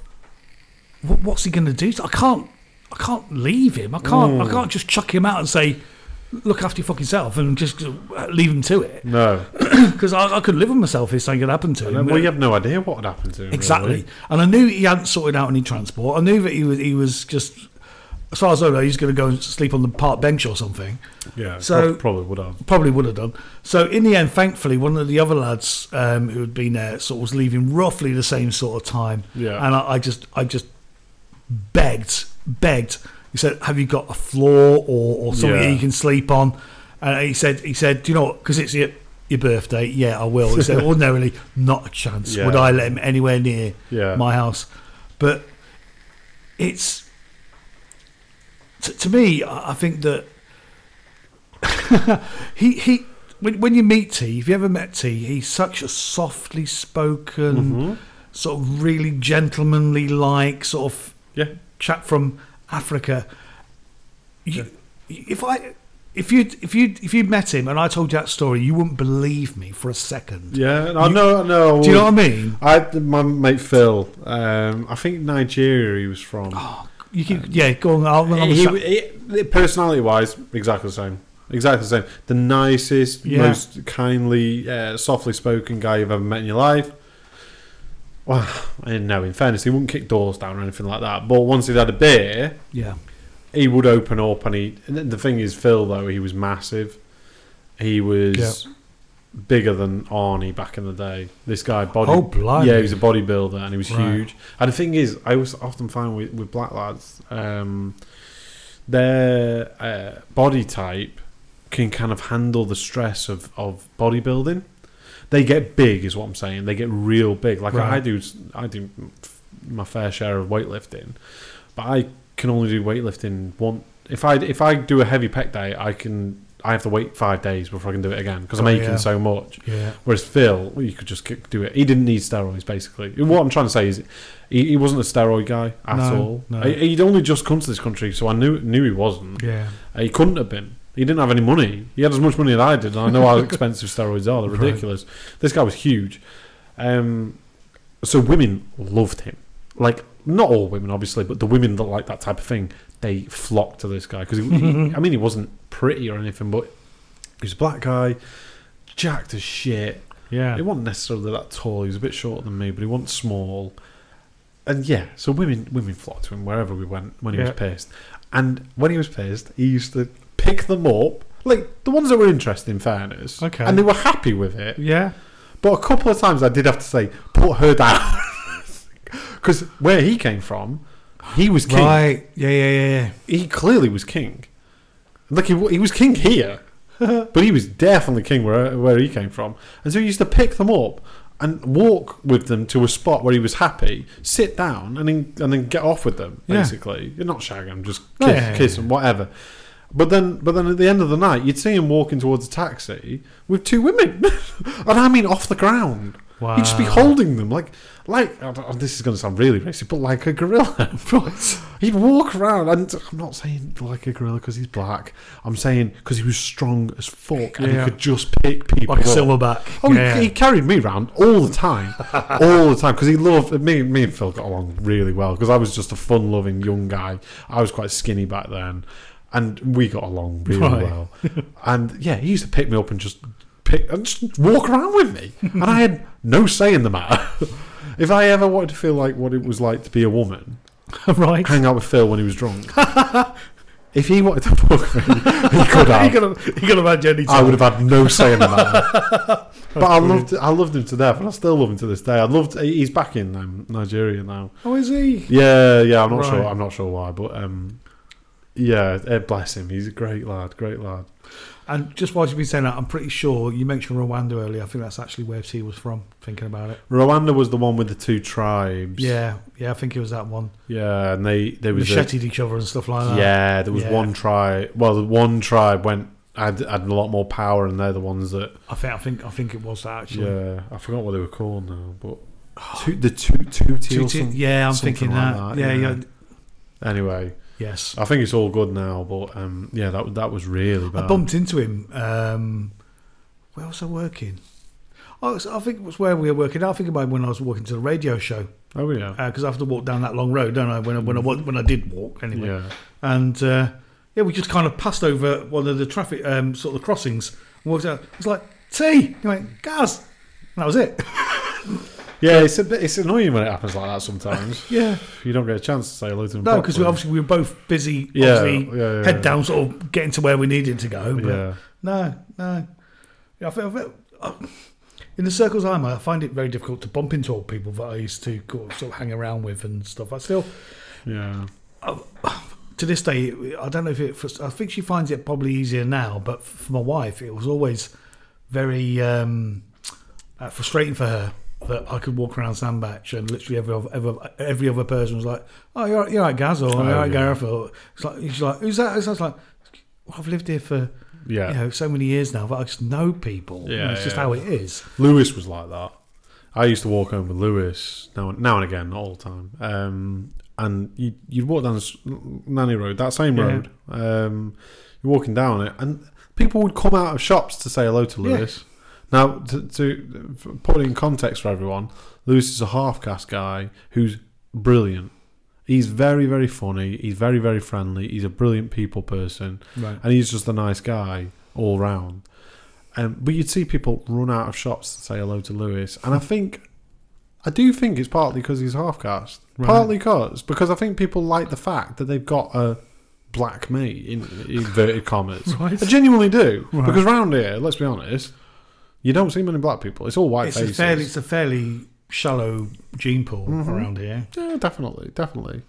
"Wh- what's he going to do? I can't, I can't leave him. I can't, Mm. I can't just chuck him out and say, look after your fucking self and just uh, leave him to it no, because I, I could live with myself if something had happened to him. well, you have no idea what would happen to him. exactly. really. And I knew he hadn't sorted out any transport. I knew that he was, he was just, as far as I know, he's going to go and sleep on the park bench or something. Yeah, So- so probably would have. Probably would have done. So in the end, thankfully, one of the other lads um, who had been there sort of was leaving roughly the same sort of time. Yeah. And I, I just, I just begged, begged. He said, "Have you got a floor or, or something Yeah. that you can sleep on?" And he said, he said, do you know Because it's your, your birthday. Yeah, I will. He said, ordinarily, not a chance Yeah. would I let him anywhere near Yeah. my house. But it's to, to me, I I think that he he when, when you meet T, if you ever met T, he's such a softly spoken, Mm-hmm. sort of really gentlemanly like sort of Yeah. chap from Africa. You, If I if you if you if you met him and I told you that story, you wouldn't believe me for a second. Yeah, I You- know, I know. Do you know what I mean? I, my mate Phil, um, I think Nigeria he was from. You keep, yeah, go on. I'll, I'll Oh, he, he- personality wise, exactly the same. Exactly the same. The nicest, Yeah. most kindly, uh, softly spoken guy you've ever met in your life. Well, I didn't know. In fairness, he wouldn't kick doors down or anything like that. But once he'd had a beer, yeah, he would open up and he. And the thing is, Phil though, he was massive. He was bigger than Arnie back in the day. This guy, body, Oh, blimey. yeah, he was a bodybuilder and he was Right. huge. And the thing is, I always often find with, with black lads, um, their uh, body type can kind of handle the stress of of bodybuilding. They get big, is what I'm saying. They get real big. Like Right. I do, I do my fair share of weightlifting, but I can only do weightlifting one. If I if I do a heavy pec day, I can I have to wait five days before I can do it again because I'm Oh, aching yeah. so much. yeah, Whereas Phil, well, you could just kick- do it. He didn't need steroids, basically. What I'm trying to say is, he, he wasn't a steroid guy at No, all. no. He, he'd only just come to this country, so I knew knew he wasn't. yeah. He couldn't have been. He didn't have any money. He had as much money as I did. And I know how expensive steroids are. They're Right. ridiculous. This guy was huge. Um, so women loved him. Like, not all women, obviously, but the women that like that type of thing, they flocked to this guy. Because, I mean, he wasn't pretty or anything, but he was a black guy, jacked as shit. He Yeah. wasn't necessarily that tall. He was a bit shorter than me, but he wasn't small. And yeah, so women women flocked to him wherever we went when he Yeah. was pissed. And when he was pissed, he used to pick them up, like the ones that were interested. In fairness, Okay. and they were happy with it. Yeah. But a couple of times, I did have to say, "Put her down," because where he came from, he was king. Right. Yeah, yeah, yeah, yeah. He clearly was king. Like he, wa- he was king here. But he was definitely king where where he came from, and so he used to pick them up and walk with them to a spot where he was happy, sit down, and then and then get off with them. Yeah. Basically, You're not shag them, just No, kiss, yeah, yeah, kiss them, whatever. But then, but then at the end of the night, you'd see him walking towards a taxi with two women, and I mean off the ground. He'd just be Wow. holding them like, like I don't- this is going to sound really racist, but like a gorilla. right. He'd walk around, and I'm not saying like a gorilla because he's black. I'm saying because he was strong as fuck and Yeah. he could just pick people Like a up. silverback. Oh, yeah. he, he carried me around all the time, all the time because he loved me. Me and Phil got along really well because I was just a fun-loving young guy. I was quite skinny back then, and we got along really Right. well. and yeah, he used to pick me up and just pick and just walk around with me, and I had no say in the matter. if I ever wanted to feel like what it was like to be a woman, right. hang out with Phil when he was drunk. if he wanted to fuck me, he could have. He could have, he could have had Jenny. I too. would have had no say in the matter. but I loved, I loved him to death, and I still love him to this day. I loved. He's back in um, Nigeria now. Oh, is he? Yeah, yeah. I'm not sure. Right. I'm not sure why, but um, yeah. eh, Bless him. He's a great lad. Great lad. And just while you've been saying that, I'm pretty sure you mentioned Rwanda earlier. I think that's actually where T was from. Thinking about it. Rwanda was the one with the two tribes. Yeah, yeah. I think it was that one. yeah, and they there was a- Macheted each other and stuff like that. Ah. yeah there was Yeah. one tribe. Well, the one tribe went had had a lot more power, and they're the ones that I think. I think. I think it was that actually. yeah. I forgot what they were called now, but. Two, the two two Two teals. t- yeah, I'm something thinking like that. that, Yeah, yeah. yeah. Anyway, Yes. I think it's all good now, but um, yeah, that that was really bad. I bumped into him. Um, where was I working? Oh, it's- I think it was where we were working. I think about when I was walking to the radio show Oh yeah, because I have to walk down that long road, don't I? When I, when I wa- when I did walk anyway. yeah, and uh, yeah, we just kind of passed over one of the traffic um, sort of crossings. And walked out. It's like T. He went Gaz. And that was it. yeah. It's a bit, it's annoying when it happens like that sometimes. Yeah. you don't get a chance to say hello to them. No, because we properly. obviously we were both busy. Yeah, obviously yeah, yeah, head yeah. down, sort of getting to where we needed to go. But yeah, no, no. Yeah, I feel, I feel, I- in the circles I'm in, I find it very difficult to bump into old people that I used to sort of sort of hang around with and stuff. I still yeah. to this day, I don't know if it. I think she finds it probably easier now, but for my wife, it was always very um, uh, frustrating for her that I could walk around Sandbach and literally every other, every, every other person was like, "Oh, you're right, you're right, Gaz, or you're right, yeah. Gareth." Or it's like she's like, "Who's that?" It's like, well, "I've lived here for Yeah. you know so many years now, but I just know people. Yeah, And it's just yeah. how it is." Lewis was like that. I used to walk home with Lewis now, now and again, not all the time. Um, and you, you'd walk down this Nanny Road, that same Yeah. road. Um, you're walking down it, and people would come out of shops to say hello to Yeah. Lewis. Now, to, to f- put it in context for everyone, Lewis is a half caste guy who's brilliant. He's very, very funny. He's very, very friendly. He's a brilliant people person Right. and he's just a nice guy all round. Um, but you'd see people run out of shops to say hello to Lewis, and I think, I do think it's partly because he's half caste, Right. partly because because I think people like the fact that they've got a black mate in inverted commas. Right. I genuinely do Right. because round here, let's be honest, you don't see many black people. It's all white It's a faces. fairly, it's a fairly shallow gene pool Mhm. around here. Yeah, definitely, definitely.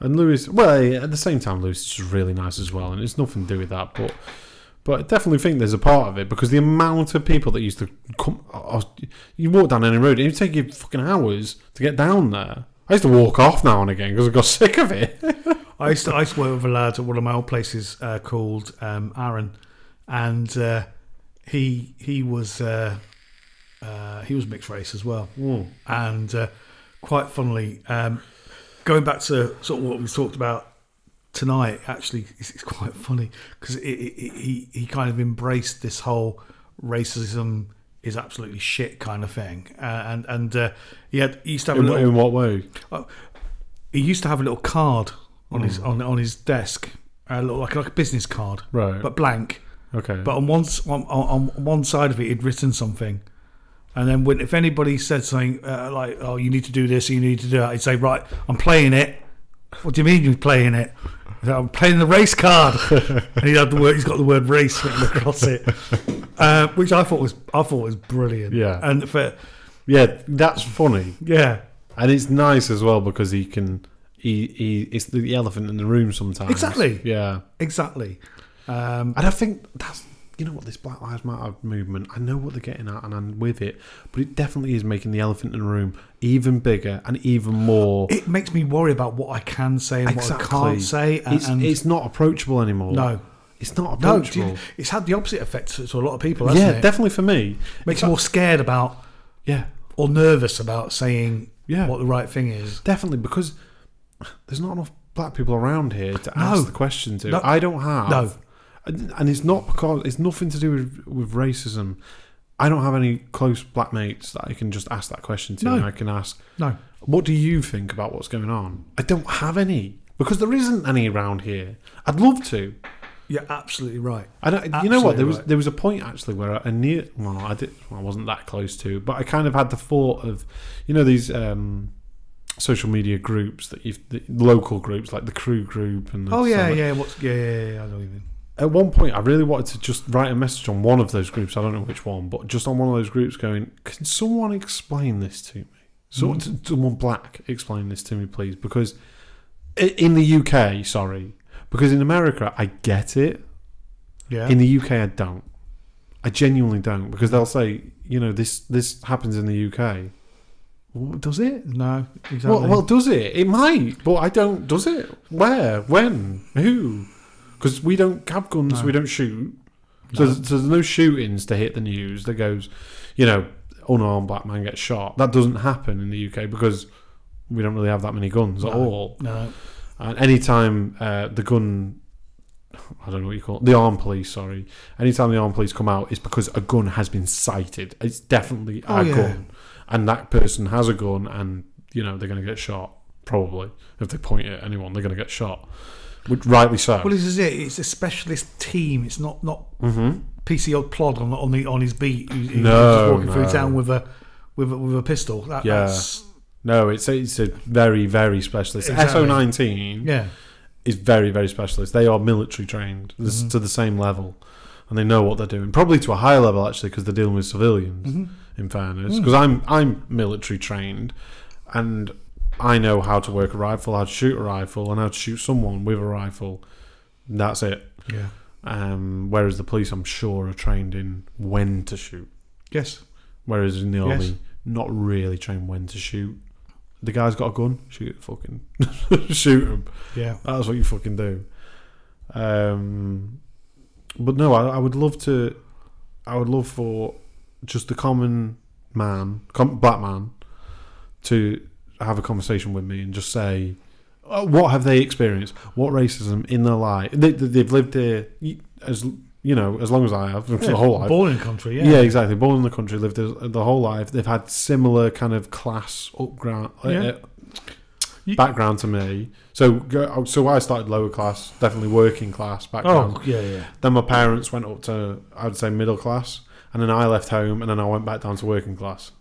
And Lewis, well, yeah, at the same time, Lewis is just really nice as well, and it's nothing to do with that. But, but I definitely think there's a part of it because the amount of people that used to come, oh, you walk down any road, it would take you fucking hours to get down there. I used to walk off now and again because I got sick of it. I used to I used to work with a lad at one of my old places uh, called um, Aaron, and uh, he he was uh, uh, he was mixed race as well, Hmm. and uh, quite funnily, um, going back to sort of what we talked about tonight, actually, it's, it's quite funny because it, it, it, he he kind of embraced this whole racism is absolutely shit kind of thing, uh, and and uh, he had he used to have In, a little in what way? he used to have a little card on his on, on his desk, a little, like like a business card, Mm. Right. but blank. okay. But on one s- on, on on one side of it, he'd written something, and then when, if anybody said something uh, like, "Oh, you need to do this, you need to do that," he'd say, "Right, I'm playing it." What do you mean you're playing it? He'd say, I'm playing the race card, and he had the word. He's got the word race written across it, uh, which I thought was I thought was brilliant. Yeah. and for yeah, that's funny, yeah, and it's nice as well because he can. He, he it's the elephant in the room sometimes. Exactly. Yeah. exactly. Um, And I think that's you know what this Black Lives Matter movement. I know what they're getting at, and I'm with it. But it definitely is making the elephant in the room even bigger and even more. it makes me worry about what I can say and Exactly. what I can't say. And, it's, and it's not approachable anymore. no, it's not no, do approachable. you- it's had the opposite effect to, to a lot of people, hasn't yeah, it? definitely for me. makes you more scared about Yeah, or nervous about saying Yeah. what the right thing is. definitely because there's not enough black people around here to No. ask the question to. No. I don't have. No. And, and it's not because it's nothing to do with, with racism. I don't have any close black mates that I can just ask that question to. No. And I can ask, No, What do you think about what's going on? I don't have any because there isn't any around here. I'd love to. you're absolutely right. I don't, you know what? Absolutely There was right. there was a point actually where I near well, I did well, I wasn't that close to, but I kind of had the thought of, you know, these um, social media groups that you've the local groups like the crew group and the Oh yeah, Summit. yeah. What's yeah, yeah, yeah, I know what you mean. At one point, I really wanted to just write a message on one of those groups. I don't know which one, but just on one of those groups, going, can someone explain this to me? Someone, Mm. someone black, explain this to me, please, because i- in the UK, sorry, because in America I get it. Yeah, In the UK, I don't. I genuinely don't because they'll say, you know, this this happens in the UK. Well, does it? no, exactly. Well, well, does it? It might, but I don't. Does it? Where? When? Who? Because we don't have guns. No. We don't shoot. So, No. there's, so there's no shootings to hit the news that goes, you know, unarmed black man gets shot. That doesn't happen in the UK because we don't really have that many guns at No. all. no, And anytime uh, the gun, I don't know what you call it, the armed police, sorry, anytime the armed police come out, it's because a gun has been sighted. It's definitely Oh, a yeah. gun. And that person has a gun and, you know, they're going to get shot, probably. If they point it at anyone, they're going to get shot. Which, rightly so. well, this is it. It's a specialist team. It's not not mm-hmm. PC old plod on on the on his beat. Who, who's No, just walking through no. town with a with a, with a pistol. That, Yeah. That's, No, it's a, it's a very, very specialist. Exactly. SO19 yeah. is very, very specialist. They are military trained It's Mm-hmm. to the same level. And they know what they're doing, probably to a higher level actually, because they're dealing with civilians. Mhm. in fairness, because I'm I'm military trained, and I know how to work a rifle, how to shoot a rifle, and how to shoot someone with a rifle. That's it. Yeah. Um, whereas the police, I'm sure, are trained in when to shoot. Yes. Whereas in the Yes. army, not really trained when to shoot. The guy's got a gun, shoot fucking shoot him. Yeah. That's what you fucking do. Um, but no, I, I would love to. I would love for just the common man, com- black man, to have a conversation with me and just say, "Oh, what have they experienced? What racism in their life? They, they- they've lived here y- as you know as long as I have, for the whole life. Born in country, yeah. Yeah. exactly. Born in the country, lived their- the whole life. They've had similar kind of class upground, Yeah. uh, You- background to me. So, go- oh, so I started lower class, definitely working class background. Oh, yeah, yeah. Then my parents went up to, I'd say, middle class, and then I left home, and then I went back down to working class.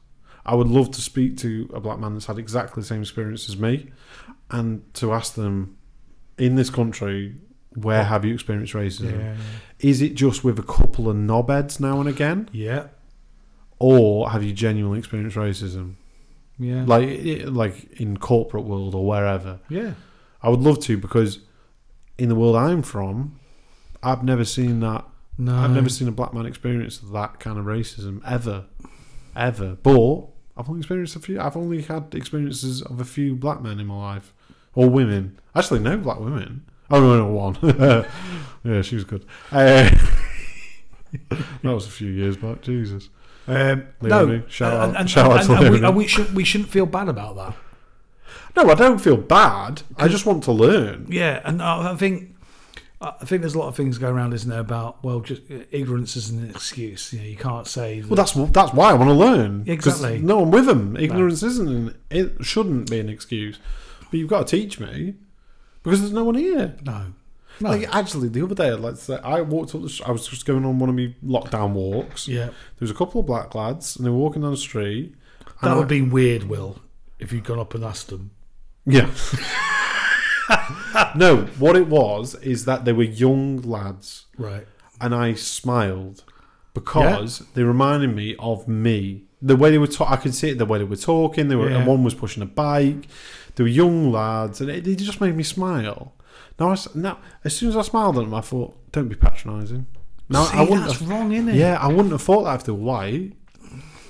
I would love to speak to a black man that's had exactly the same experience as me, and to ask them, in this country, where have you experienced Yeah. racism? Yeah. Is it just with a couple of knobheads now and again? Yeah. or have you genuinely experienced racism Yeah. like it- like in corporate world or wherever yeah. i would love to because in the world i'm from i've never seen that No. i've never seen a black man experience that kind of racism ever ever but i've only experienced a few i've only had experiences of a few black men in my life or women actually no black women oh no, no one yeah she was good uh, that was a few years back jesus Um, Leonie, no. shout and, out- and- shout out and- to and we- Leonie. and we, should, we shouldn't feel bad about that. No, I don't feel bad. I just want to learn. Yeah, and I I think I think there's a lot of things going around, isn't there? About well, just uh, ignorance is an excuse. You know, you can't say. That, Well, that's wh- that's why I want to learn. 'Cause Exactly. No, I'm with them. Ignorance isn't. An, it shouldn't be an excuse. But you've got to teach me because there's no one here. no, no. Like actually, the other day, let's say I walked up. The, st- I was just going on one of my lockdown walks. yeah, There was a couple of black lads, and they were walking down the street. that and would I- have been weird, Will, if you'd gone up and asked them. Yeah. no, what it was is that they were young lads, Right. and I smiled because they reminded me of me. The way they were, ta- I could see it. The way they were talking, they were, Yeah. and one was pushing a bike. They were young lads, and it, it just made me smile. Now, I s now, as soon as I smiled at them, I thought, "Don't be patronising." Now, See, I wouldn't. that's Have, wrong, isn't it? yeah, I wouldn't have thought that if they were white,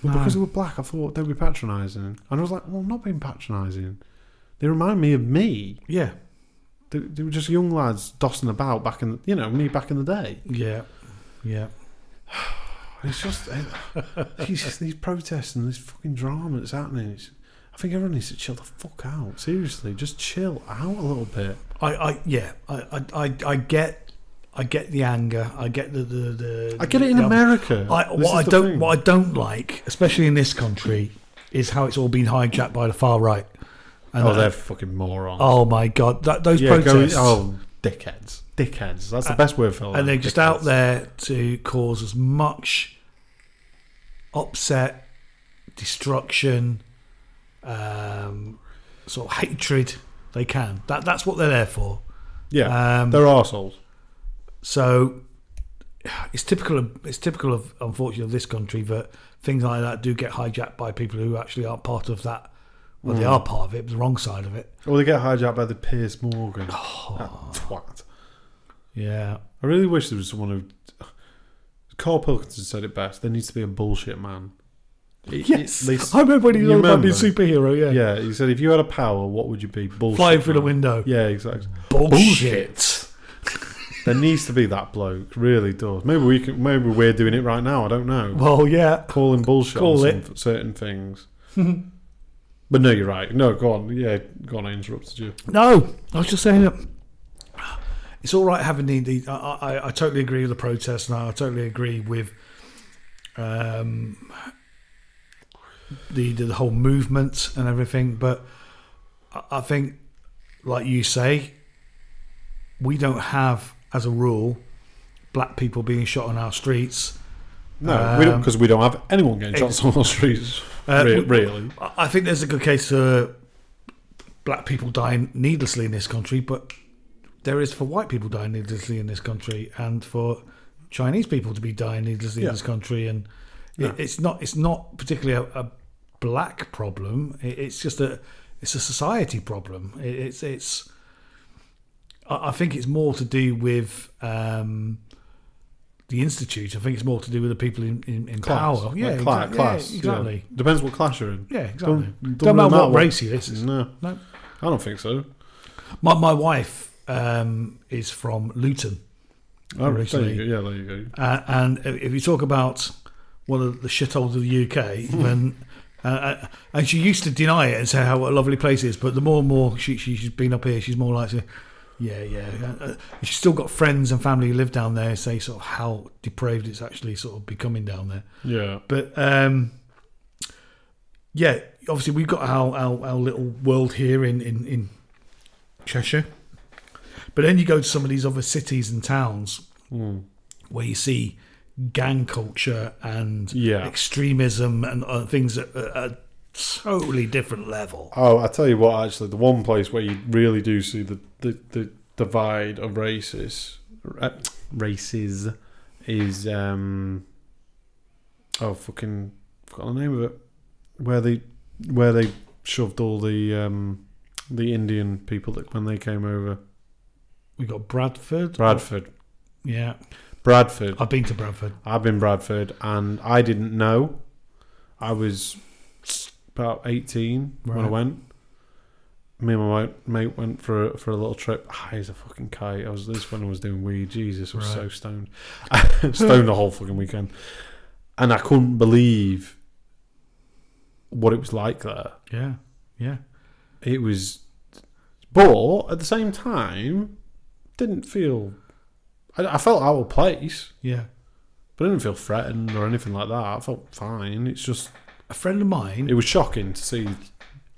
but No. because they were black, I thought, "Don't be patronising." And I was like, "Well, I'm not being patronising. They remind me of me. Yeah. They, they were just young lads dossing about back in, the, you know, me back in the day." Yeah. Yeah. It's just these, these protests and this fucking drama that's happening. It's, I think everyone needs to chill the fuck out. Seriously, just chill out a little bit. I, I yeah. I, I, I, I get. I get the anger. I get the the. the I get it in the- America. I, This what is I the don't thing. what I don't like, especially in this country, is how it's all been hijacked by the far right. And oh, that- they're fucking morons. Oh my god, that, those yeah, go, protests, oh, dickheads, dickheads. That's the best word for them. and they're just out there to cause as much upset, destruction, um, sort of hatred they can. That that's what they're there for. Yeah, um, they're arseholes. So it's typical of it's typical of unfortunately of this country that things like that do get hijacked by people who actually aren't part of that. Well, Mm. they are part of it, but the wrong side of it. Ah, Or they get hijacked by the Piers Morgan. That twat. Yeah. I really wish there was someone who. Carl Pilkington said it best. There needs to be a bullshit man. It- it- they s- I remember when he was you all about being remember? superhero. Yeah. Yeah, he said if you had a power, what would you be? Bullshit. Flying through the man. window. Yeah, exactly. Bullshit. There needs to be that bloke. Really does. Maybe we can. Maybe we're doing it right now. I don't know. Well, yeah. Calling bullshit Call on it. some, certain things. but no, you're right. No, go on. Yeah, go on. I interrupted you. No, I was just saying that it's all right having the. the I, I, I totally agree with the protests, and I totally agree with um, the the whole movement and everything. But I- I think, like you say, we don't have as a rule black people being shot on our streets. No, we don't Um, because we don't have anyone getting shots on the streets. Uh, Re- we- really. I I think there's a good case for black people dying needlessly in this country, but there is for white people dying needlessly in this country, and for Chinese people to be dying needlessly Yeah. in this country, and Yeah. it, it's not it's not particularly a, a black problem. It, it's just a it's a society problem. It, it's it's. I I think it's more to do with um, the institute. I think it's more to do with the people in, in, in Class. power. Like Yeah, cla- exactly. class. Yeah, yeah. exactly. Depends what class you're in. Yeah, exactly. Don't, don't matter really what, matter race it is. No, No. I don't think so. Oh, My my wife um, is from Luton. Oh, there Originally- you go. Yeah, there you go. Uh, and if you talk about one of the shitholes of the UK, then uh, uh, and she used to deny it and say how what a lovely place it is, but the more and more she, she she's been up here, she's more likely. to, Yeah, yeah. Uh, uh, she's still got friends and family who live down there. Say sort of how depraved it's actually sort of becoming down there. Yeah. But um, yeah, obviously we've got our, our, our little world here in, in, in Cheshire. But then you go to some of these other cities and towns Hmm. where you see gang culture and Yeah. extremism and uh, things at a a totally different level. Oh, I tell you what, actually, the one place where you really do see the, the, the divide of races, ra- races, is um, oh fucking forgot the name of it, where they where they shoved all the um, the Indian people that when they came over We've got Bradford. Bradford, Yeah. Bradford. I've been to Bradford. I've been Bradford, and I didn't know. I was about eighteen when I Right. went. Me and my mate- mate went for a, for a little trip. High as a fucking kite. I was this when I was doing weed. Jesus, I was so Right. stoned, stoned the whole fucking weekend, and I couldn't believe what it was like there. Yeah. Yeah. It was, but at the same time, didn't feel. I, I felt out of place. Yeah. But I didn't feel threatened or anything like that. I felt fine. It's just A friend of mine it was shocking to see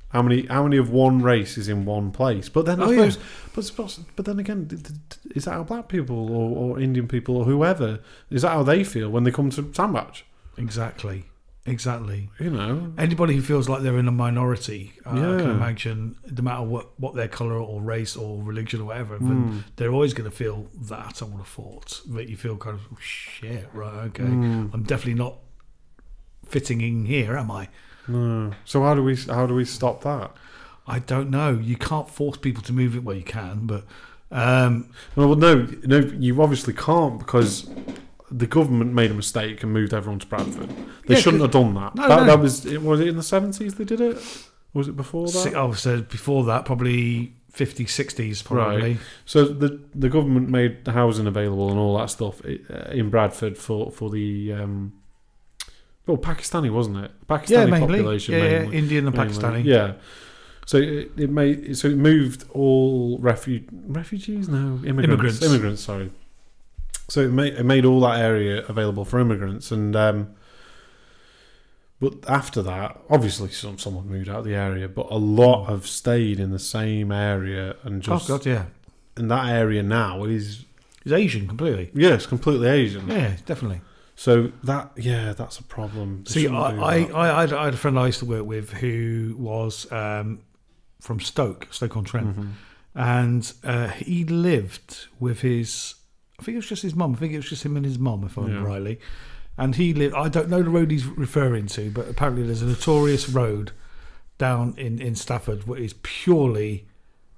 how many how many of one race is in one place. But then I Oh, yeah. suppose, but suppose, but then again, th- th- th- is that how black people or, or Indian people or whoever is that how they feel when they come to Sandbach? Exactly. Exactly. You know, Anybody who feels like they're in a minority, uh, I can Yeah. imagine, no matter what, what their colour or race or religion or whatever, Hmm. then they're always going to feel that, I would have thought. That you feel kind of, oh, shit, right, okay. Hmm. I'm definitely not fitting in here, am I? no. So how do we how do we stop that? I don't know. You can't force people to move it. Well, you can, but um, Well, no, no, you obviously can't because the government made a mistake and moved everyone to Bradford. They Yeah, shouldn't 'cause- have done that. No, that, no. that was it. Was it in the seventies they did it? Or Was it before that? si- oh, so before that, probably 50s, 60s, probably. So the the government made the housing available and all that stuff i- uh, in Bradford for for the um, well Pakistani wasn't it? Pakistani Yeah, mainly. population yeah, yeah, mainly. Indian and mainly. Pakistani. Yeah. So it, it made so it moved all refu- refugees no immigrants Immigrants. immigrants sorry. So it made it made all that area available for immigrants and. Um, but after that, obviously, some someone moved out of the area, but a lot have stayed in the same area and just Hmm. oh, God, yeah. and that area now is It's Asian completely. yeah, it's completely Asian. Yeah, definitely. So that yeah, that's a problem. They See, shouldn't I, do I, that. I, I, had, I had a friend I used to work with who was um, from Stoke, Stoke on Trent, Hmm. and uh, he lived with his. I think it was just his mum. I think it was just him and his mum, if I'm Yeah. rightly. And he lived. I don't know the road he's referring to, but apparently there's a notorious road down in in Stafford which is purely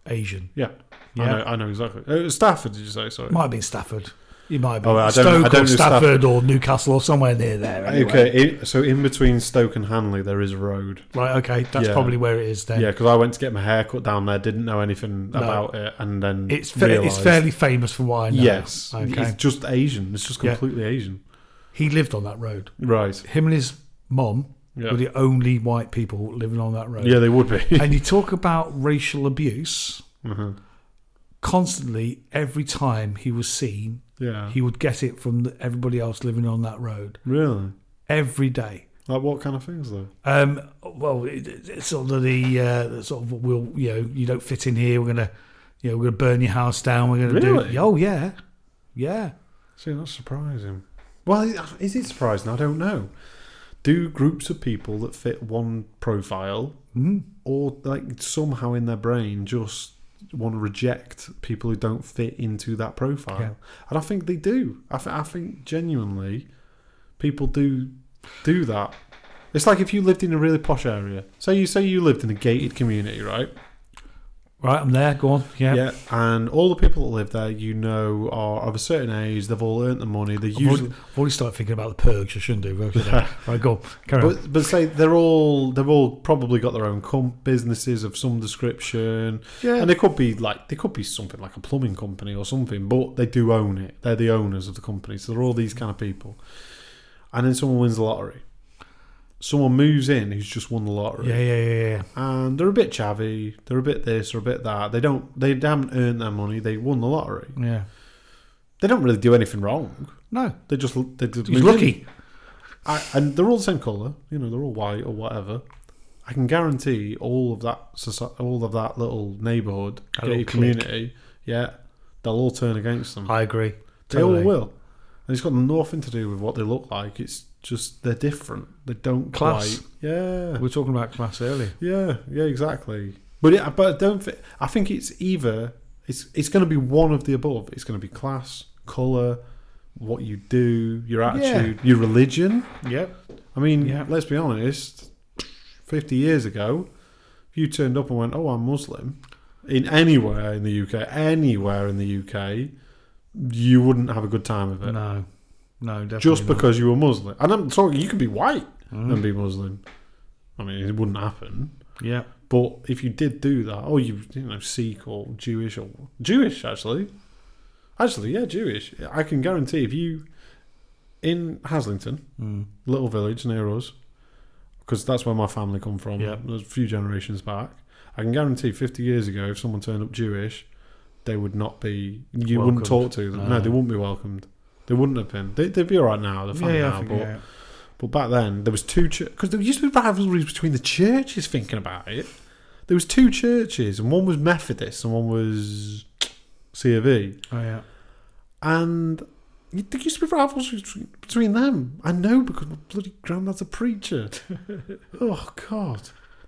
Asian. yeah, Yeah. I know, I know exactly. Uh, it was Stafford, did you say? Sorry. Might have been Stafford. It might have been Oh, I don't- I Stoke don't know or Stafford, Stafford. or Newcastle or somewhere near there. anyway. Okay, i so in between Stoke and Hanley, there is a road. Right. Okay. That's Yeah. probably where it is then. Yeah, because I went to get my hair cut down there, didn't know anything No. about it, and then It's fa- it's realised- fairly famous for why. I know. Yes, Okay. it's just Asian. It's just Yeah. completely Asian. He lived on that road. Right. Him and his mum Yeah. were the only white people living on that road. Yeah, they would be. and you talk about racial abuse. Uh-huh. Constantly, every time he was seen, Yeah. he would get it from the, everybody else living on that road Really? every day. Like what kind of things though? Um, well, it, it's sort of the uh, sort of we'll you know you don't fit in here. We're gonna you know we're gonna burn your house down. We're gonna Really? do oh yeah, yeah. See, that's surprising. Well, i- is it surprising? I don't know. Do groups of people that fit one profile, Mm-hmm. or like somehow in their brain, just want to reject people who don't fit into that profile? Yeah. And I think they do. I, th- I think genuinely, people do do that. It's like if you lived in a really posh area. Say you say you lived in a gated community, right? Right, I'm there. Go on. Yeah. Yeah. And all the people that live there, you know, are of a certain age. They've all earned the money. They I've, usually, already, I've already started thinking about the purge. I shouldn't do. but okay. right, go. Carry on. but but say they're all they've all probably got their own com- businesses of some description. Yeah. And they could be like they could be something like a plumbing company or something, but they do own it. They're the owners of the company, so they're all these kind of people. And then someone wins the lottery. Someone moves in who's just won the lottery, Yeah, yeah, yeah, yeah. and they're a bit chavvy. They're a bit this or a bit that. They don't they haven't earned their money. They won the lottery. Yeah. They don't really do anything wrong. No. They just they just He's moved in. lucky. I, and they're all the same color. You know, they're all white or whatever. I can guarantee all of that, soci- all of that little neighborhood, A little gated community. Yeah, they'll all turn against them. I agree. they all will, and it's got nothing to do with what they look like. It's just they're different. They don't Class. Quite, yeah, We were talking about class earlier. yeah, yeah, exactly. But it, but I don't. Think, I think it's either it's it's going to be one of the above. It's going to be class, color, what you do, your attitude, your religion. Yep. I mean, Yeah. let's be honest. Fifty years ago, if you turned up and went, "Oh, I'm Muslim," in anywhere in the UK, anywhere in the UK, you wouldn't have a good time of it. No. No, definitely just not. because you were Muslim, and I'm talking, you could be white Mm. and be Muslim. I mean, it wouldn't happen. Yeah. But if you did do that, or you you know Sikh or Jewish or Jewish actually, actually yeah Jewish. I can guarantee if you in Haslington, Mm. little village near us, because that's where my family come from. Yeah. a few generations back. I can guarantee fifty years ago, if someone turned up Jewish, they would not be. You Welcomed. wouldn't talk to them. No, No. they wouldn't be welcomed. They wouldn't have been. They, they'd be all right now. They're Yeah, fine yeah, now. I think, but yeah. but back then, there was two because there used to be rivalries between the churches. Thinking about it, there was two churches, and one was Methodist, and one was C of E, Oh, yeah. and y- there used to be rivalries between- between them. I know because my bloody granddad's a preacher. oh God,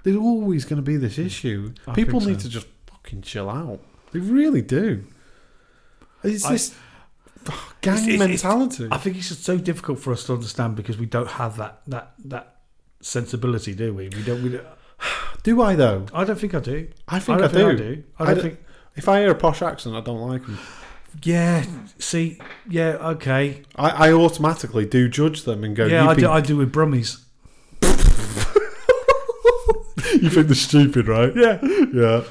there's always going to be this issue. I People think need so. to just fucking chill out. They really do. It's I- this oh, gang It's- it's- it's- mentality. I think it's just so difficult for us to understand because we don't have that that that sensibility, do we? We don't. We don't do I though? I don't think I do. I think I, don't think do. I do. I I don't d- think. If I hear a posh accent, I don't like them. Yeah. See. Yeah. Okay. I, I automatically do judge them and go, yeah. you, I think, do, I do with Brummies. you think they're stupid, right? Yeah. Yeah.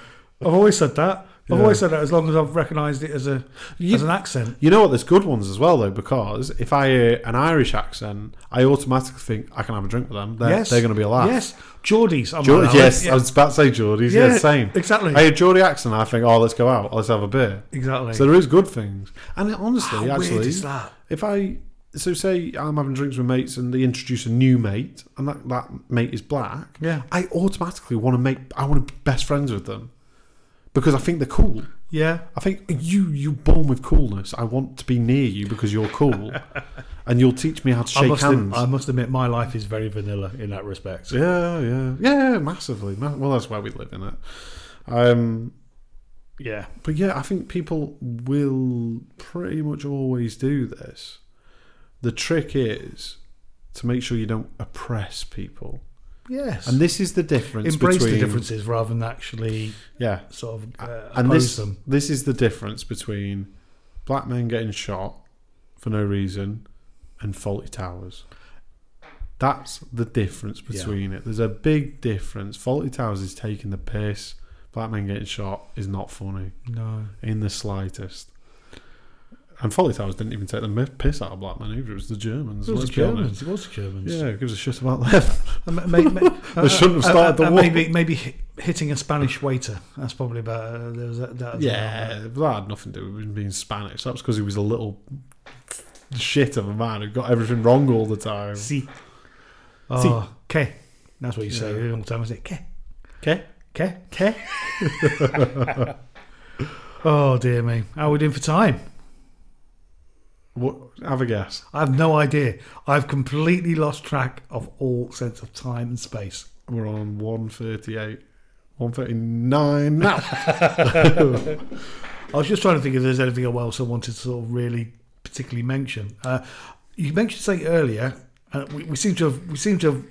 I've always said that. I've Yeah. always said that as long as I've recognised it as a You- as an accent. You know what? There's good ones as well, though, because if I hear an Irish accent, I automatically think I can have a drink with them. They're, yes. they're going to be a laugh. Yes. Geordies. I'm Geordie, like that. yes, Yeah. I was about to say Geordie's. Yeah, Yeah, same. Exactly. I hear Geordie accent, I think, oh, let's go out, let's have a beer. exactly. So there is good things. And it, honestly, How actually, weird is that? if I so say I'm having drinks with mates and they introduce a new mate and that, that mate is black, Yeah. I automatically want to make I want to be best friends with them because I think they're cool. Yeah. I think you you born with coolness. I want to be near you because you're cool, and you'll teach me how to I shake must, hands. admit, I must admit, my life is very vanilla in that respect. yeah, yeah, yeah, massively. Ma- Well, that's why we live in it. Um, Yeah. But yeah, I think people will pretty much always do this. The trick is to make sure you don't oppress people. Yes. And this is the difference embrace between the differences rather than actually Yeah. sort of uh, and oppose this them. this is the difference between black men getting shot for no reason and faulty towers. That's the difference Yeah. between it. There's a big difference. Faulty towers is taking the piss. Black men getting shot is not funny. No, in the slightest. And Folly Towers didn't even take the mi- piss out of Black Man either. It was the Germans. it was let's be the honest. Germans. It was the Germans. Yeah, who gives a shit about them? And ma- ma- ma- uh, They shouldn't have started the war. Maybe, maybe hi- hitting a Spanish waiter. That's probably about. Uh, there was that, that was yeah, but that had nothing to do with him being Spanish. That was because he was a little shit of a man who got everything wrong all the time. Si. Si. Oh, que. That's what you say Ah. Yeah. all the time. I say que, Okay. que, que. oh dear me, how are we doing for time? What, have a guess. I have no idea. I've completely lost track of all sense of time and space. We're on 138. 139 now. I was just trying to think if there's anything else I wanted to sort of really particularly mention. Uh, you mentioned something earlier, and we, we seem to have we seem to have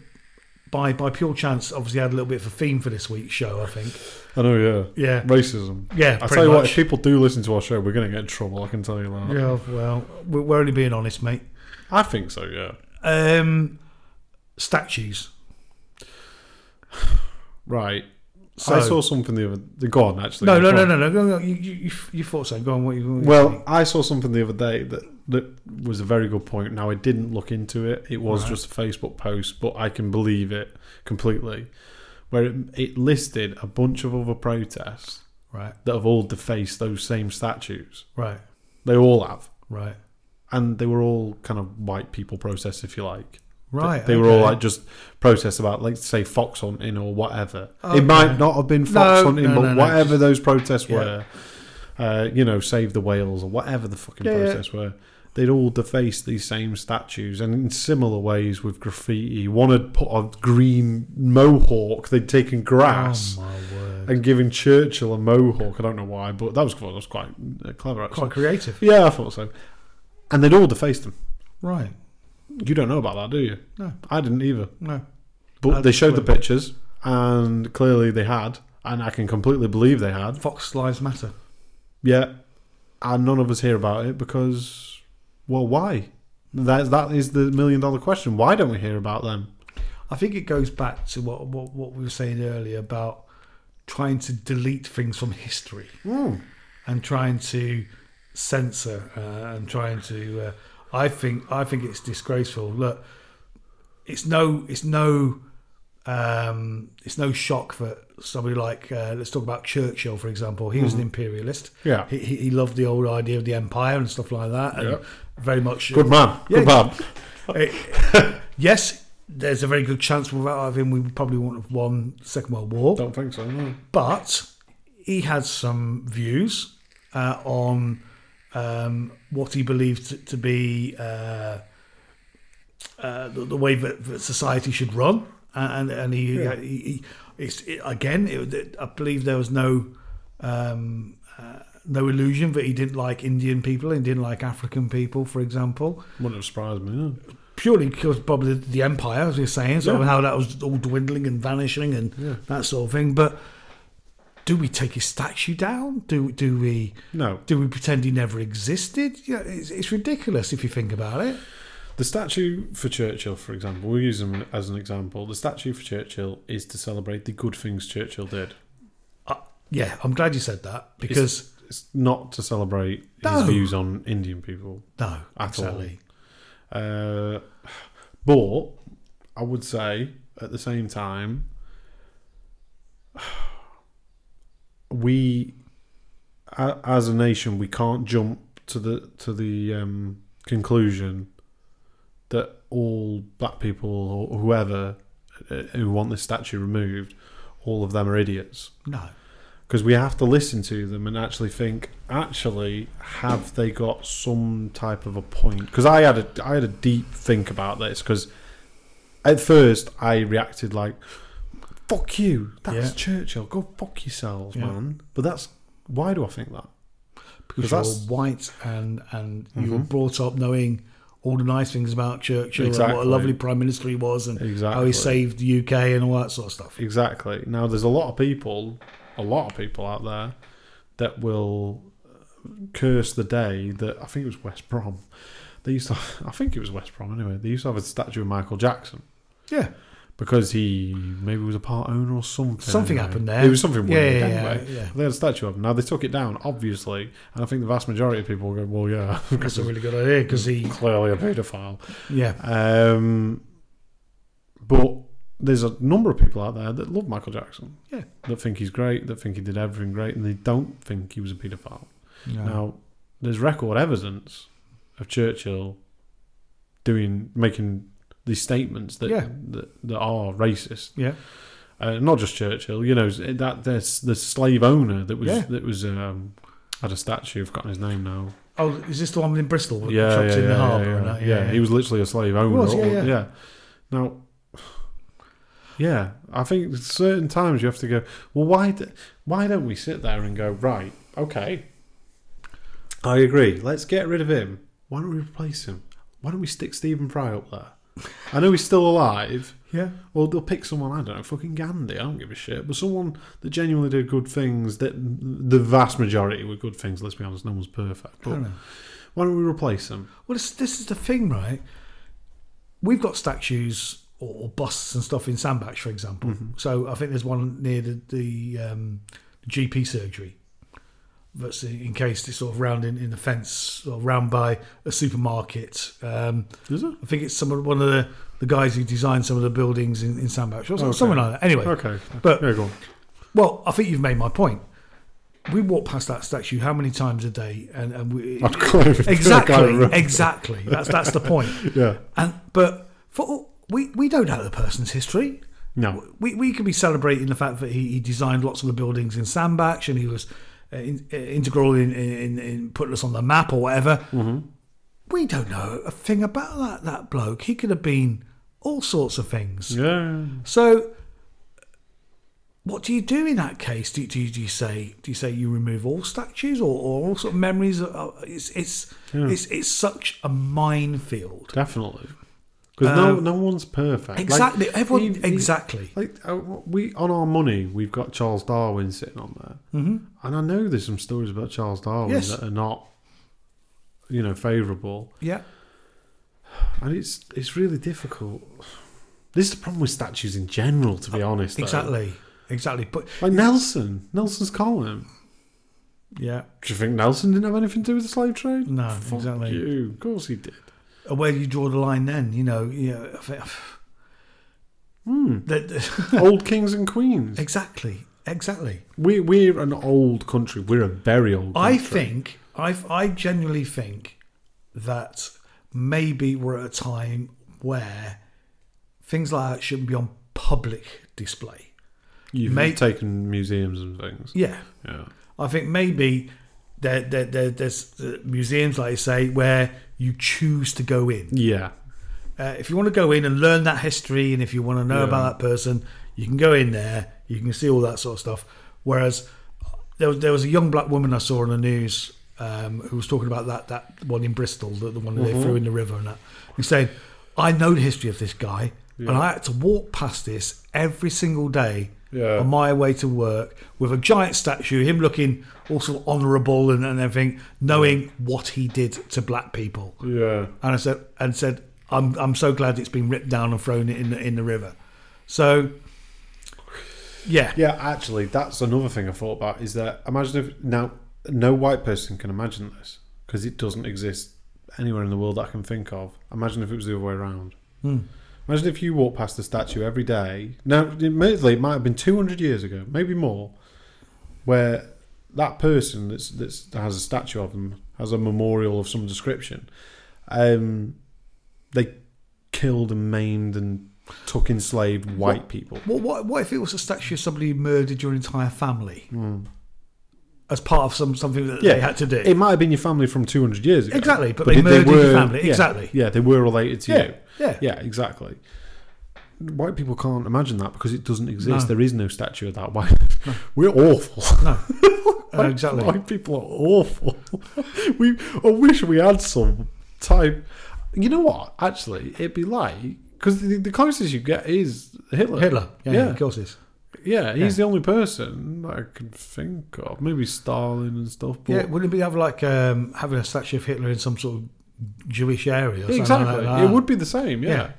by by pure chance, obviously, I had a little bit of a theme for this week's show. I think. I know, yeah. Yeah. Racism. Yeah. I pretty tell you much. what, if people do listen to our show, we're going to get in trouble. I can tell you that. Yeah. Well, we're we're only being honest, mate. I think so. Yeah. Um, statues. Right. So- I saw something the other. Go on, actually. No, Go no, no, on. no, no, no, no. You, you, you- you thought so. Go on. What you? What you Well, I saw something the other day that that was a very good point. Now I didn't look into it; it was Right. just a Facebook post, but I can believe it completely. Where it, it listed a bunch of other protests right, that have all defaced those same statues. right, They all have, right, and they were all kind of white people protests, if you like. right. They were all okay. like just protests about, like, say, fox hunting or whatever. Okay. It might not have been fox No, hunting, no, but no, no, whatever just- those protests Yeah. were, uh, you know, save the whales or whatever the fucking Yeah, yeah. protests were, they'd all deface these same statues and in similar ways with graffiti. One had put a green mohawk, they'd taken grass. Oh my word! And giving Churchill a mohawk, I don't know why, but that was that was quite uh, clever actually. Quite creative, Yeah, I thought so. And they'd all defaced them. right? You don't know about that, do you? No. I didn't either. No, But Had they showed the clue. pictures, and clearly they had, and I can completely believe they had. Fox Lives Matter. Yeah, and none of us hear about it because, well, why? That that is the million dollar question. Why don't we hear about them? I think it goes back to what what, what we were saying earlier about trying to delete things from history Hmm. and trying to censor uh, and trying to. Uh, I think I think it's disgraceful. Look, it's no it's no um, it's no shock that somebody like uh, let's talk about Churchill for example. He was an imperialist. Hmm. Yeah. he, he he loved the old idea of the empire and stuff like that. And Yeah. very much Good man. Yeah. Good man. it- yes, there's a very good chance without him we probably wouldn't have won the Second World War. Don't think so. No. But he had some views uh, on um, what he believed to, to be uh, uh, the, the way that, that society should run, and and he, uh, Yeah. he, he it's, it, again, it, was- I believe there was no. Um, uh, no illusion that he didn't like Indian people, he didn't like African people, for example Wouldn't have surprised me. no. purely because probably the empire, as we were saying, sort of Yeah. how that was all dwindling and vanishing and Yeah. that sort of thing. But do we take his statue down? Do do we No, do we pretend he never existed? Yeah, it's, it's ridiculous if you think about it. the statue for Churchill, for example, we'll use him as an example. The statue for Churchill is to celebrate the good things Churchill did. Yeah, I'm glad you said that because It's not to celebrate No. his views on Indian people. no, At all. absolutely. Uh, but I would say at the same time, we a- as a nation we can't jump to the to the um, conclusion that all black people or whoever uh, who want this statue removed, all of them are idiots No, because we have to listen to them and actually think actually have they got some type of a point because i had a i had a deep think about this because at first i reacted like fuck you that's Yeah. churchill go fuck yourselves Yeah. man but that's why do i think that because that's- Mm-hmm. you're white and and you were brought up knowing all the nice things about Churchill and what Exactly. a lovely prime minister he was and how Exactly. he saved the UK and all that sort of stuff. exactly now there's a lot of people a lot of people out there that will curse the day that i think it was west brom they used to i think it was west brom anyway they used to have a statue of michael jackson Yeah. because he maybe was a part owner or something. Something anyway. happened there. It Uh, was something Yeah, weird. yeah, anyway, yeah, yeah. they had a statue of him. Now they took it down, obviously, and I think the vast majority of people go, "Well, yeah, That's a really good idea because he, clearly a paedophile." yeah, Um, but there's a number of people out there that love Michael Jackson. Yeah. that think he's great, that think he did everything great, and they don't think he was a paedophile. no. Now, there's record evidence of Churchill doing making these statements that Yeah. that, that are racist. yeah, uh, not just Churchill. You know that there's the slave owner that was Yeah. that was um, had a statue. I've forgotten his name now. Oh, is this the one in Bristol? With Yeah, the yeah, shops yeah, in the yeah, harbour. yeah, and that? Yeah, He was literally a slave owner. was, yeah, or- yeah. Now, yeah, I think certain times you have to go. Well, why d- why don't we sit there and go right? Okay, I agree. Let's get rid of him. Why don't we replace him? Why don't we stick Stephen Fry up there? I know he's still alive. Yeah. Well, they'll pick someone, I don't know, fucking Gandhi, I don't give a shit. But someone that genuinely did good things, that the vast majority were good things, let's be honest, no one's perfect. I But don't know. why don't we replace them? Well, this, this is the thing, right? We've got statues or busts and stuff in sandbags, for example. Mm-hmm. So I think there's one near the, the um, GP surgery that's encased, it's sort of round in, in the fence or round by a supermarket. Um, Is it? I think it's some of, one of the, the guys who designed some of the buildings in, in sandbags or something, Okay. something like that. Anyway, Okay. But- yeah, go on. well, I think you've made my point. We walk past that statue how many times a day, and, and we I can't even- I can't exactly, remember. exactly. That's that's the point. Yeah. And but for all- we we don't know the person's history. No. We we could be celebrating the fact that he, he designed lots of the buildings in Sandbach and he was uh, in, uh, integral in, in in putting us on the map or whatever. We don't know a thing about that that bloke. He could have been all sorts of things. Yeah. So, what do you do in that case? Do, do, do you say do you say you remove all statues or, or all sort of memories? Of, uh, it's it's it's it's such a minefield. Definitely. Because no, no one's perfect. Like, Um, Exactly. Everyone. he- he- exactly. Like uh, we on our money, we've got Charles Darwin sitting on there, mm-hmm. and I know there's some stories about Charles Darwin Yes. that are not, you know, favourable, yeah. and it's it's really difficult. This is the problem with statues in general, to be honest. though. Exactly. Exactly. But Like Nelson, Nelson's column. yeah. Do you think Nelson didn't have anything to do with the slave trade? No, Fuck exactly. You, of course he did. Uh, Where do you draw the line then? You know. You know. I think- Hmm. That- that- Old kings and queens. exactly. Exactly. We we're an old country. We're a very old. Country. I think I I genuinely think that maybe we're at a time where things like that shouldn't be on public display. you've may- taken museums and things. Yeah, Yeah. I think maybe there, there, there there's uh, museums like you say where you choose to go in. Yeah. Uh, if you want to go in and learn that history, and if you want to know Yeah. about that person, you can go in there. You can see all that sort of stuff. Whereas there was, there was a young black woman I saw on the news um, who was talking about that that one in Bristol, the, the one that Mm-hmm. they threw in the river, and that. And saying, "I know the history of this guy, and I had to walk past this every single day." Yeah. On my way to work with a giant statue, him looking also honourable and, and everything, knowing what he did to black people Yeah. and I said and said I'm I'm so glad it's been ripped down and thrown in the, in the river. So yeah, Yeah, actually, that's another thing I thought about is that imagine if now no white person can imagine this because it doesn't exist anywhere in the world that I can think of. Imagine if it was the other way around. Imagine if you walk past the statue every day. Now, admittedly, it might have been 200 years ago, maybe more, where that person that's, that's that has a statue of them has a memorial of some description. Um, they killed and maimed and took enslaved white people. What what what if it was a statue of somebody who murdered your entire family as part of some something that they had to do? Hmm. It might have been your family from 200 years ago. Exactly, but they murdered your family. yeah, Exactly. Yeah, they were related to Yeah, you. yeah. Yeah, exactly. White people can't imagine that because it doesn't exist. No. There is no statue of that white. We're awful. no, Uh, exactly. White people are awful. we. I wish we had some type. You know what? Actually, it'd be like because the, the closest you get is Hitler. Hitler. Yeah, yeah. Yeah. of course it is. Yeah, he's the only person that I can think of. Maybe Stalin and stuff. But Yeah, wouldn't it be have like um, having a statue of Hitler in some sort of Jewish area? Or Yeah, something like exactly. that? it would be the same. Yeah.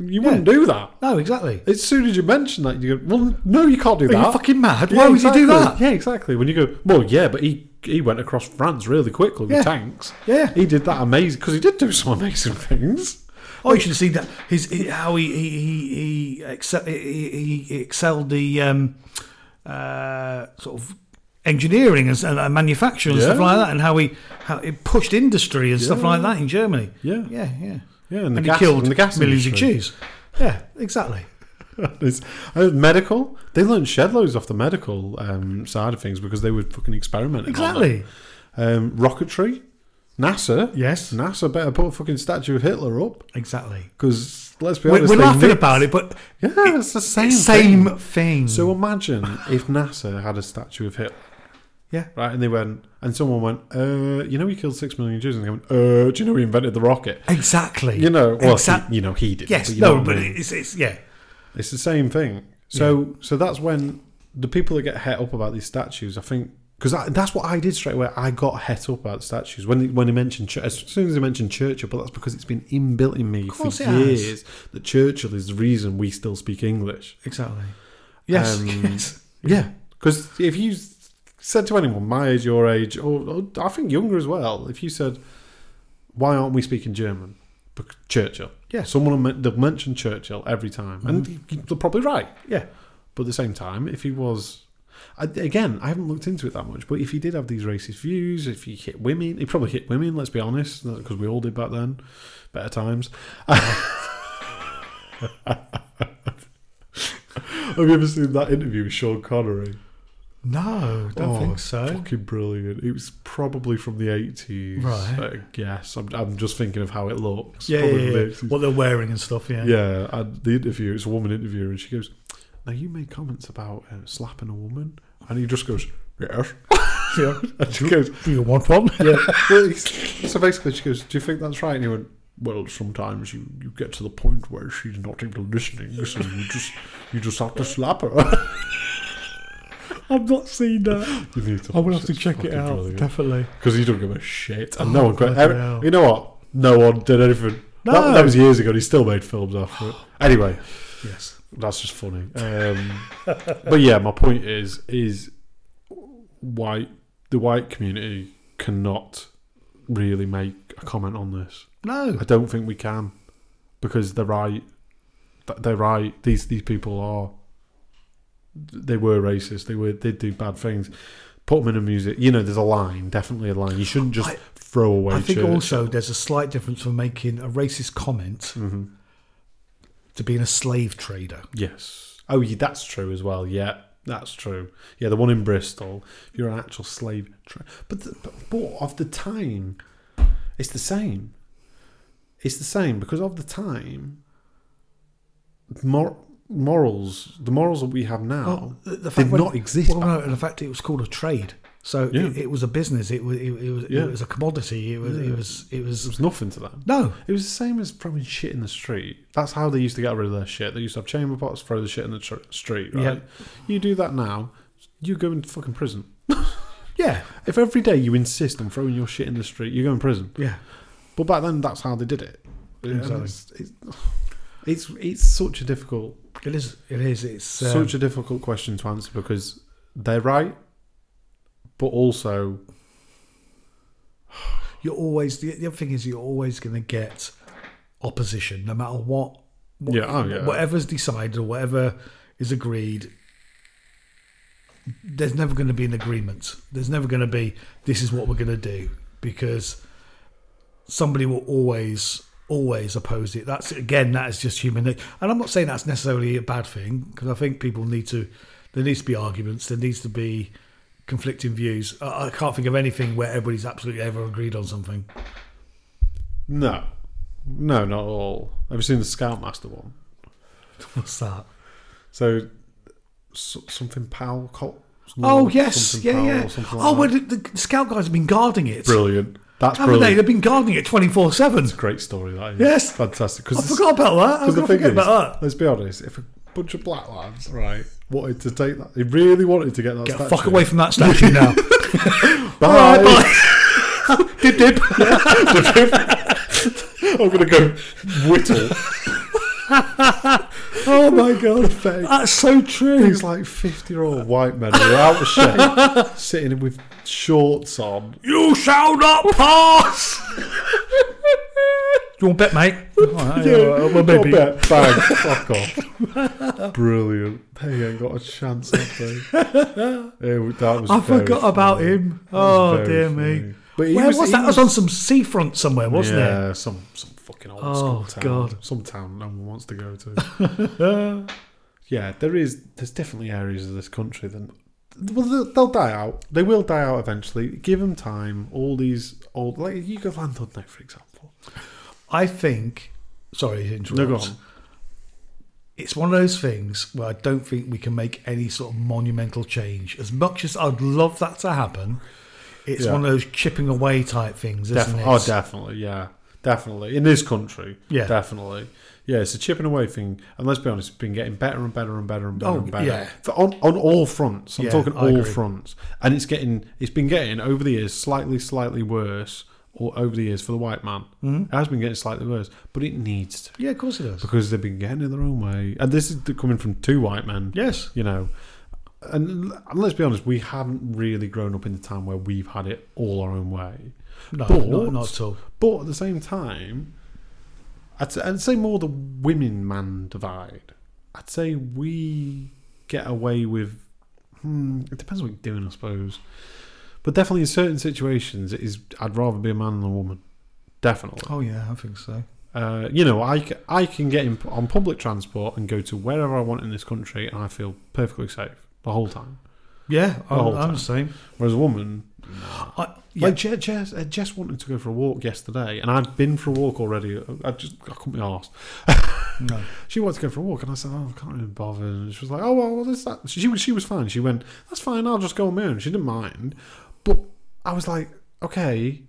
You Yeah. wouldn't do that. No, exactly. As soon as you mention that, you go, well, no, you can't do Are that. you fucking mad? Yeah, Why would you do exactly. that? Yeah, exactly. When you go, well, yeah, but he he went across France really quickly with Yeah. tanks. Yeah. He did that amazing, because he did do some amazing things. Oh, you should have seen that. His, he- how he he he he, excel, he, he excelled the um, uh, sort of engineering and, and manufacturing and stuff Yeah. like that, and how he how it pushed industry and stuff Yeah. like that in Germany. Yeah. yeah, yeah. Yeah, and, And, the he gas, killed and the gas millions industry. of Jews. Yeah, exactly. It's- uh, medical, they learned shed loads off the medical um, side of things because they were fucking experimenting. on it. Exactly. Um, rocketry, NASA. Yes. NASA better put a fucking statue of Hitler up. Exactly. Because let's be We're, honest, we're they laughing nicked- about it, but Yeah, it's the same same thing. thing. So imagine if NASA had a statue of Hitler. Yeah. Right, and they went, and someone went, uh, you know, he killed six million Jews, and they went, uh, do you know he invented the rocket? Exactly. You know, well, Exact- he, you know, he did. yes. you know no, what I but mean. it's it's yeah. It's the same thing. So so that's when the people that get het up about these statues, I think, because that's what I did straight away. I got het up about statues when they, when they mentioned Chur- as soon as they mentioned Churchill, but that's because it's been inbuilt in me for course it has. years that Churchill is the reason we still speak English. Exactly. Yes. Um, yes. Yeah, because if you s- said to anyone my age, your age, or, or I think younger as well, if you said, "Why aren't we speaking German?" Bec- Churchill. Yeah. Mm. Someone will men- they'll mention Churchill every time, and they're probably right. Yeah. But at the same time, if he was, I, again, I haven't looked into it that much. But if he did have these racist views, if he hit women, he probably hit women. Let's be honest, because we all did back then. Better times. Have you ever seen that interview with Sean Connery? No, don't Oh, think so. Fucking brilliant. It was probably from the eighties. Right. I guess. I'm, I'm just thinking of how it looks. Yeah, yeah, Probably from yeah, the yeah. 80s. What they're wearing and stuff. Yeah. Yeah, and the interview, it's a woman interview, and she goes, Now you made comments about uh, slapping a woman. And he just goes, Yes. Yeah. And she goes, Do you want one? Yeah. Well, he's- so basically, she goes, Do you think that's right? And he went, well, sometimes you, you get to the point where she's not even listening, so you just you just have to slap her. I've not seen that. you need to I will watch have to It's check it fucking out. brilliant. Definitely. because he don't give a shit, and Oh, no one. Quite, bloody every- hell. you know what? No one did anything. That, No. that was years ago. and He still made films after it. Anyway, Yes. that's just funny. Um, but yeah, my point is is white the white community cannot really make a comment on this. No. I don't think we can because they're right. Th- They're right. These these people are. They were racist. They were. They do bad things. Put them in a music. You know, there's a line. Definitely a line. You shouldn't just I- throw away. I think church. also there's a slight difference from making a racist comment Mhm. to being a slave trader. Yes. Oh, yeah, that's true as well. Yeah, that's true. Yeah, the one in Bristol. You're an actual slave. Tra- but, the, but but of the time, it's the same. It's the same because of the time. Mor- morals, the morals that we have now, the, the Oh. did Oh, when- not exist. Well, no, and the fact it was called a trade. So Yeah. it, it was a business. It was it, it was Yeah. it was a commodity. It was Yeah. it was it There was was nothing to them. no. It was the same as throwing shit in the street. That's how they used to get rid of their shit. They used to have chamber pots, throw the shit in the tr- street. Right? Yeah. You do that now, you go into fucking prison. Yeah, If every day you insist on throwing your shit in the street, you go in prison. yeah. But back then, that's how they did it. And Exactly. It's, it's, it's it's such a difficult It is. It is. It's um, such a difficult question to answer because they're right, but also you're always the, the other thing is you're always going to get opposition, no matter what. what Yeah, oh, yeah. Whatever's decided or whatever is agreed. There's never going to be an agreement. There's never going to be this is what we're going to do because somebody will always always oppose it that's again that is just human nature and i'm not saying that's necessarily a bad thing because i think people need to there needs to be arguments there needs to be conflicting views i, I can't think of anything where everybody's absolutely ever agreed on something no, no, not at all. Have you seen the Scoutmaster one? what's that So, so something Powell. Col- oh yes something yeah Powell yeah or something oh like well that. the, the scout guys have been guarding it brilliant. That's haven't they brilliant. they've been guarding it 24 7 Great story that is. Yes. fantastic. i 'Cause it's- forgot about that i Because was the going to thing forget is, about that let's be honest, if a bunch of black lads, right, wanted to take that, they really wanted to get that Get the statue. fuck away from that statue now. Bye. dip, dip. I'm going to go whittle. Oh my god. Pathetic. That's so true. These like 50 year old white men who are out of shape, sitting with shorts on. You shall not pass. you want to bet, mate? well, maybe. Bang, fuck off. Brilliant. They ain't got a chance, have they? Yeah, that was I very forgot about funny. him. That was Oh very dear me. funny. But he Where was, he that? That was on some seafront somewhere, wasn't it? yeah, some some fucking old school Oh, town. God. Some town no one wants to go to. yeah, there is. There's definitely areas of this country that. Well, they'll, they'll die out. They will die out eventually. Give them time. All these old, like you go Landud now, for example. I think. Sorry, to interrupt. No, go on. it's one of those things where I don't think we can make any sort of monumental change. As much as I'd love that to happen, it's Yeah. one of those chipping away type things, isn't Defi- it? Oh, definitely, yeah, definitely. In this country, Yeah. definitely, yeah. It's a chipping away thing, and let's be honest, it's been getting better and better and better and better Oh, and better yeah. For- on on all fronts. I'm Yeah, talking I all agree. fronts, and it's getting it's been getting over the years slightly slightly worse, or over the years for the white man, Mm-hmm. it has been getting slightly worse, but it needs to yeah, of course it does. because they've been getting in their own way, and this is coming from two white men Yes. you know. And l- let's be honest, we haven't really grown up in the time where we've had it all our own way. No, But- not, not at all. But at the same time, I'd, s- I'd say more the women man divide. I'd say we get away with. Hmm, it depends what you're doing, I suppose. But definitely in certain situations, it is. I'd rather be a man than a woman. Definitely. Oh, yeah, I think so. Uh, you know, I, c- I can get in, on public transport and go to wherever I want in this country, and I feel perfectly safe the whole time. Yeah, I'm, whole I'm time. the same. Whereas a woman, I, yeah, like Je- Jess, uh, Jess wanted to go for a walk yesterday, and I'd been for a walk already. I just I couldn't be asked. no. She wanted to go for a walk, and I said, "Oh, I can't even bother." And she was like, "Oh well, well this that." She was she was fine. She went, "That's fine. I'll just go on my own." She didn't mind, but I was like, "Okay."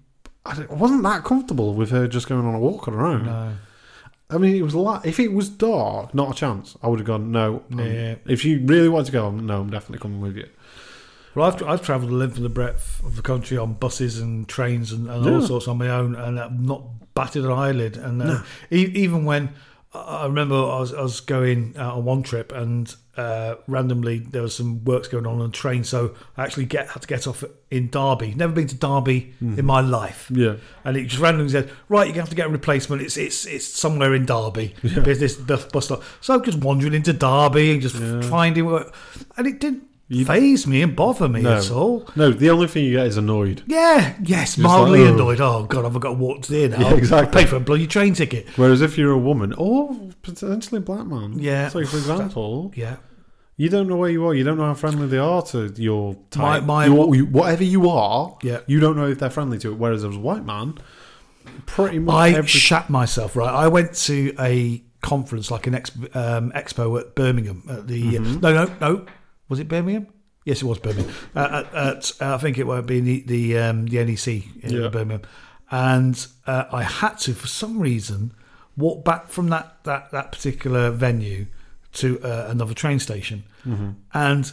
I don't- I wasn't that comfortable with her just going on a walk on her own. No. I mean, it was like if it was dark, not a chance. I would have gone no. I'm- Yeah. If she really wanted to go, I'm, no, I'm definitely coming with you. Well, I've, I've travelled the length and the breadth of the country on buses and trains and, and all Yeah. sorts on my own, and I've not batted an eyelid. And uh, e- even when I- I remember I was, I was going uh, on one trip, and uh, randomly there was some works going on on the train, so I actually get had to get off in Derby. Never been to Derby in my life. Yeah. And it just randomly said, "Right, you're gonna have to get a replacement. It's it's it's somewhere in Derby. There's this bus, bus stop." So I'm just wandering into Derby and just finding what, and it didn't You- phase me and bother me No. at all. No, the only thing you get is annoyed. Yeah, yes, like, mildly "Oh." annoyed. Oh god, I've got to walk to there now. Yeah, exactly. Pay for a bloody train ticket. Whereas if you're a woman or potentially a black man, Yeah. So for example, Yeah, you don't know where you are. You don't know how friendly they are to your type. my- Your- you- whatever you are, Yeah. You don't know if they're friendly to it. Whereas as a white man, pretty much I every shat myself. Right, I went to a conference like an ex, um, expo at Birmingham at the uh, Mm-hmm. no no no was it Birmingham? Yes, it was Birmingham. Uh, at, at, uh, I think it won't be the the, um, the NEC in Yeah. Birmingham, and uh, I had to for some reason walk back from that that that particular venue to uh, another train station, Mm-hmm. and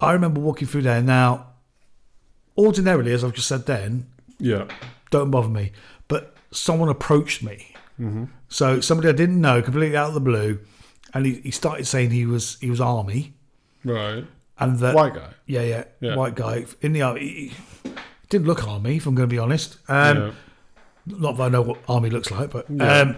I remember walking through there. Now, ordinarily, as I've just said, then yeah, don't bother me. But someone approached me. Mm-hmm. So somebody I didn't know, completely out of the blue, and he, he started saying he was he was army right, and that white guy. yeah, yeah Yeah. white guy in the army. He, he didn't look army, if I'm going to be honest. Um, Yeah. Not that I know what army looks like, but Yeah. um,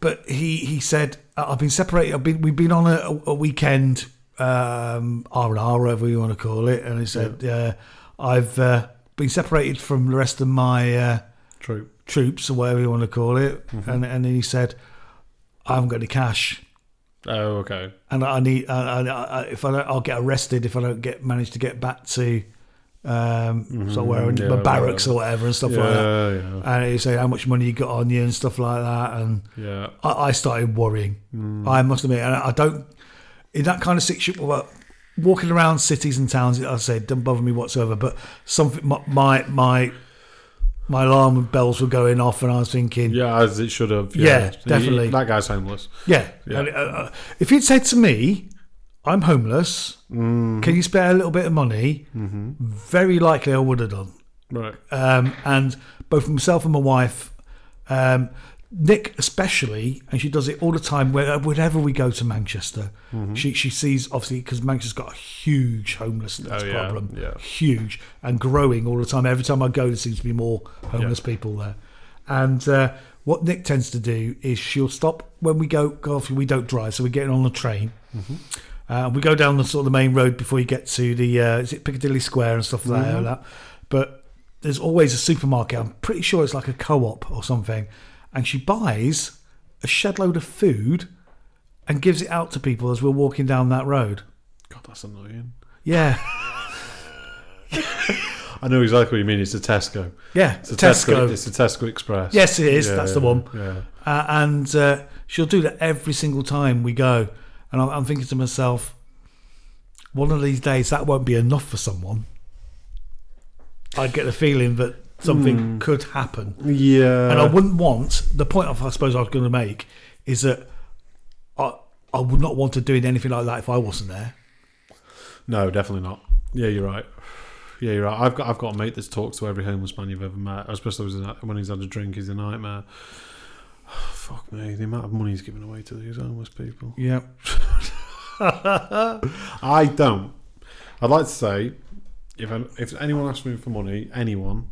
but he he said I've been separated. I've been we've been on a, a weekend um R and R, whatever you want to call it, and he said uh, I've uh, been separated from the rest of my. Uh, True. troops or whatever you want to call it, Mm-hmm. and and then he said, "I haven't got any cash, Oh, okay. and I need I, I, I, if I don't, I'll get arrested if I don't get manage to get back to um sort of where in Mm-hmm. yeah, my barracks or whatever and stuff like that." Yeah, yeah, And he said, "How much money you got on you and stuff like that," and yeah. I, I started worrying. Mm. I must admit, and I don't in that kind of situation. Well, walking around cities and towns, I say, don't bother me whatsoever. But something, my my my, my alarm bells were going off, and I was thinking, Yeah, as it should have. Yeah, definitely. That guy's homeless. Yeah. Yeah. And, uh, uh, if he'd said to me, I'm homeless, Mm. can you spare a little bit of money? Mm-hmm. Very likely I would have done. Right. Um, and both myself and my wife, um, Nick especially, and she does it all the time. Where, uh, whenever we go to Manchester, Mm-hmm. she she sees obviously because Manchester's got a huge homelessness Oh, yeah, problem, yeah. huge and growing all the time. Every time I go, there seems to be more homeless people there. And uh, what Nick tends to do is she'll stop when we go. go off, we don't drive, so we're getting on the train. Uh, we go down the sort of the main road before you get to the uh, is it Piccadilly Square and stuff like that. But there's always a supermarket. I'm pretty sure it's like a co-op or something, and she buys a shed load of food and gives it out to people as we're walking down that road. God, that's annoying. Yeah. I know exactly what you mean. It's a Tesco. Yeah, It's a Tesco. Tesco. It's a Tesco Express. Yes, it is. Yeah, That's the one. Yeah. Uh, and uh, she'll do that every single time we go. And I'm, I'm thinking to myself, one of these days that won't be enough for someone. I get the feeling that something could happen. Yeah. and I wouldn't want the point of I suppose I was going to make is that I I would not want to doing anything like that if I wasn't there. No, definitely not. Yeah, you're right. Yeah, you're right. I've got I've got a mate that's talked to every homeless man you've ever met, especially when he's- when he's had a drink. He's a nightmare. Fuck me, the amount of money he's giving away to these homeless people. Yeah, I don't. I'd like to say, if I, if anyone asks me for money, anyone,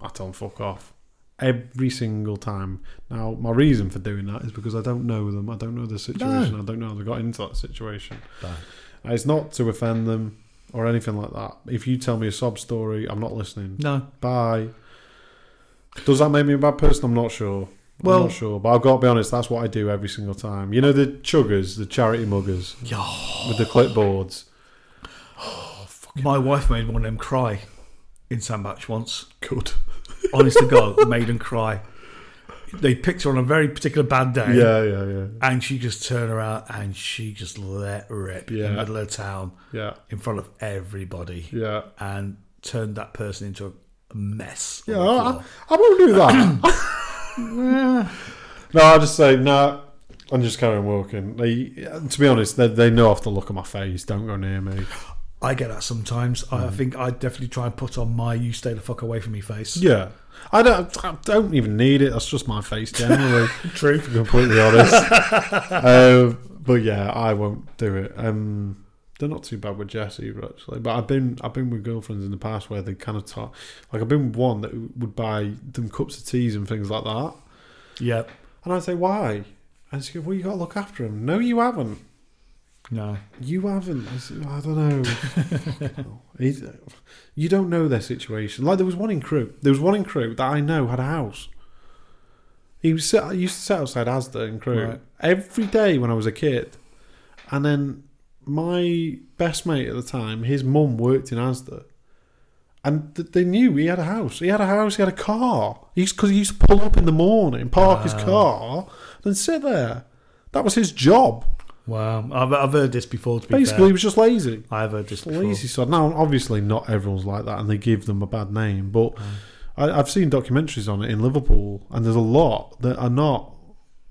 I tell them fuck off. Every single time. Now, my reason for doing that is because I don't know them. I don't know their situation. I don't know how they got into that situation. And It's not to offend them or anything like that. If you tell me a sob story, I'm not listening. no, Bye. Does that make me a bad person? I'm not sure. I'm Well- not sure. But I've got to be honest, that's what I do every single time. You know, the chuggers, the charity muggers with the clipboards. my wife made one of them cry in Sandbach once. Good. Honest to God, made them cry. They picked her on a very particular bad day. Yeah, yeah, yeah. And she just turned around and she just let rip in Yeah. the middle of town Yeah, in front of everybody yeah. and turned that person into a mess. on Yeah, the I, floor. Oh, I won't do that. no, I'll just say, no, I'm just carrying walking. They, to be honest, they, they know off the look of my face, don't go near me. I get that sometimes. Mm. I I think I definitely try and put on my "you stay the fuck away from me" face. Yeah. I don't, I don't even need it. That's just my face generally. True. to be completely honest. um, but yeah, I won't do it. Um, they're not too bad with Jess either, actually. But I've been I've been with girlfriends in the past where they kind of talk. Like I've been with one that would buy them cups of teas and things like that, Yeah. and I say why, and she goes, "Well, you got to look after them." No, you haven't. No. You haven't. I, said, I don't know. He's- you don't know their situation. Like there was one in crew. There was one in crew that I know had a house. He was sit, I used to sit outside Asda in crew Right. every day when I was a kid, and then my best mate at the time, his mum worked in Asda, and th- they knew he had a house. He had a house. He had a car. He's because he used to pull up in the morning, park Ah. his car, and sit there. That was his job. Wow. I've, I've heard this before. To be Basically, he was just lazy. fair. I've heard this before. Lazy sod. Now, obviously, not everyone's like that, and they give them a bad name. But I, I've seen documentaries on it in Liverpool, and there's a lot that are not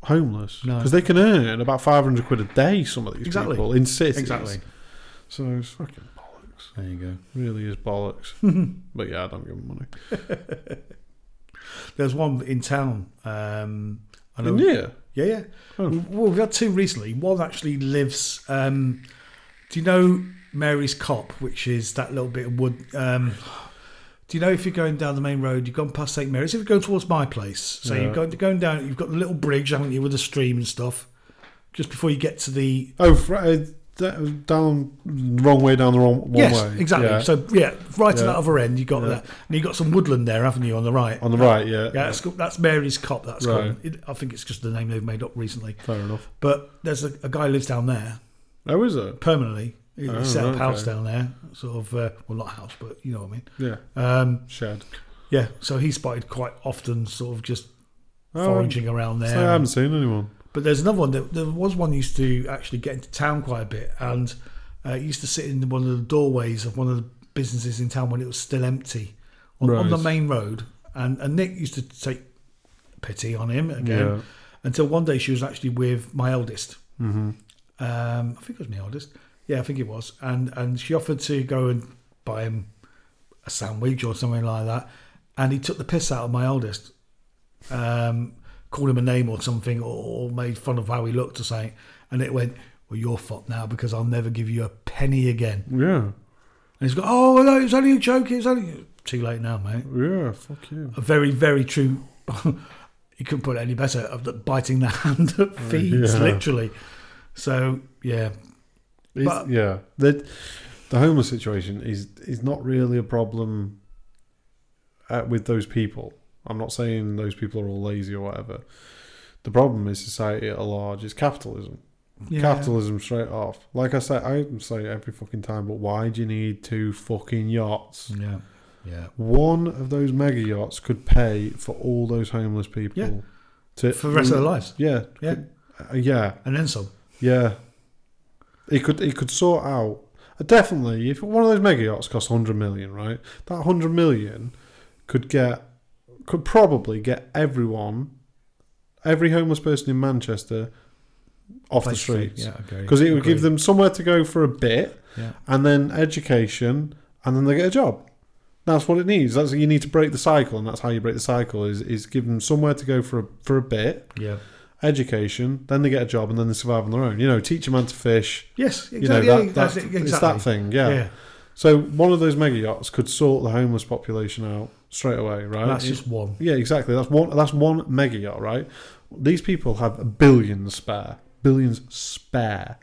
homeless No. because they can earn about 500 quid a day. Some of these Exactly. people in cities, Exactly. So it's fucking bollocks. There you go. Really is bollocks. but yeah, I don't give them money. There's one in town. Um, I know. And yeah, Yeah, yeah. Oh. Well, we've had two recently. One actually lives. Um, do you know Mary's Cop, which is that little bit of wood? Um, do you know if you're going down the main road, you've gone past St Mary's, if you're going towards my place, so Yeah. you're going, going down, you've got the little bridge, haven't you, with a stream and stuff, just before you get to the. oh, fr- uh, d- down wrong way down the wrong one yes, way. exactly. Yeah. So, yeah, right to Yeah. that other end, you've got Yeah. that. And you've got some woodland there, haven't you, on the right? on the right, yeah, yeah, that's, called- that's Mary's Cop, that's Right. called. It, I think it's just the name they've made up recently. fair enough. But there's a, a guy who lives down there. Oh, is it? permanently. He Oh, set up okay. house down there, sort of. Uh, well, not house, but you know what I mean. Yeah, Um, shed. yeah, so he's spotted quite often, sort of just Oh, foraging around I there. haven't seen anyone. But there's another one. That, there was one used to actually get into town quite a bit, and uh, it used to sit in one of the doorways of one of the businesses in town when it was still empty on, on the Right. main road. And, and Nick used to take pity on him again Yeah. until one day she was actually with my eldest. Mm-hmm. Um, I think it was my eldest. Yeah, I think it was. And and she offered to go and buy him a sandwich or something like that. And he took the piss out of my eldest um, called him a name or something, or, or made fun of how he looked or something, and it went, "Well, you're fucked now because I'll never give you a penny again." Yeah. And he's got, "Oh no, it's only a joke. It's only too late now, mate." Yeah, fuck you. A very, very true. you couldn't put it any better of the biting the hand that feeds, Yeah. literally. So yeah, It's- But- yeah, the the homeless situation is is not really a problem uh with those people. I'm not saying those people are all lazy or whatever. The problem is society at large is capitalism. yeah. Capitalism straight off. Like I say, I say it every fucking time. But why do you need two fucking yachts? Yeah, Yeah. One of those mega yachts could pay for all those homeless people. Yeah. To, For the rest of their lives. Yeah. Yeah. Uh, yeah. And then some. Yeah. It could it could sort out uh, definitely if one of those mega yachts costs hundred million, right? That hundred million could get could probably get everyone, every homeless person in Manchester, off the Place to sleep. streets. Yeah, agree. Because it would Agree. give them somewhere to go for a bit, Yeah. and then education, and then they get a job. That's what it needs. That's you need to break the cycle, and that's how you break the cycle is is give them somewhere to go for a, for a bit, Yeah. education, then they get a job, and then they survive on their own. You know, teach a man to fish. Yes, You know, exactly. that, yeah, that- that's it, exactly. it's that thing. Yeah. Yeah. So one of those mega yachts could sort the homeless population out straight away, right? That's It- just one. yeah, exactly. That's one. That's one mega yacht, right? These people have billions spare, billions spare.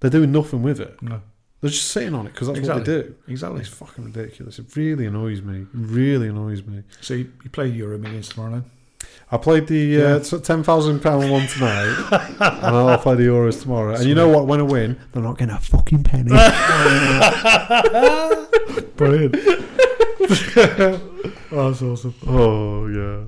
They're doing nothing with it. No. They're just sitting on it because that's what Exactly. they do. Exactly. It's fucking ridiculous. It really annoys me. It really annoys me. So you, you play Euro Millions tomorrow night? I played the Yeah. uh, t- ten thousand pound one tonight, and I'll play the Euros tomorrow. And you know what? When I win, they're not getting a fucking penny. Brilliant. oh, that's awesome. oh yeah,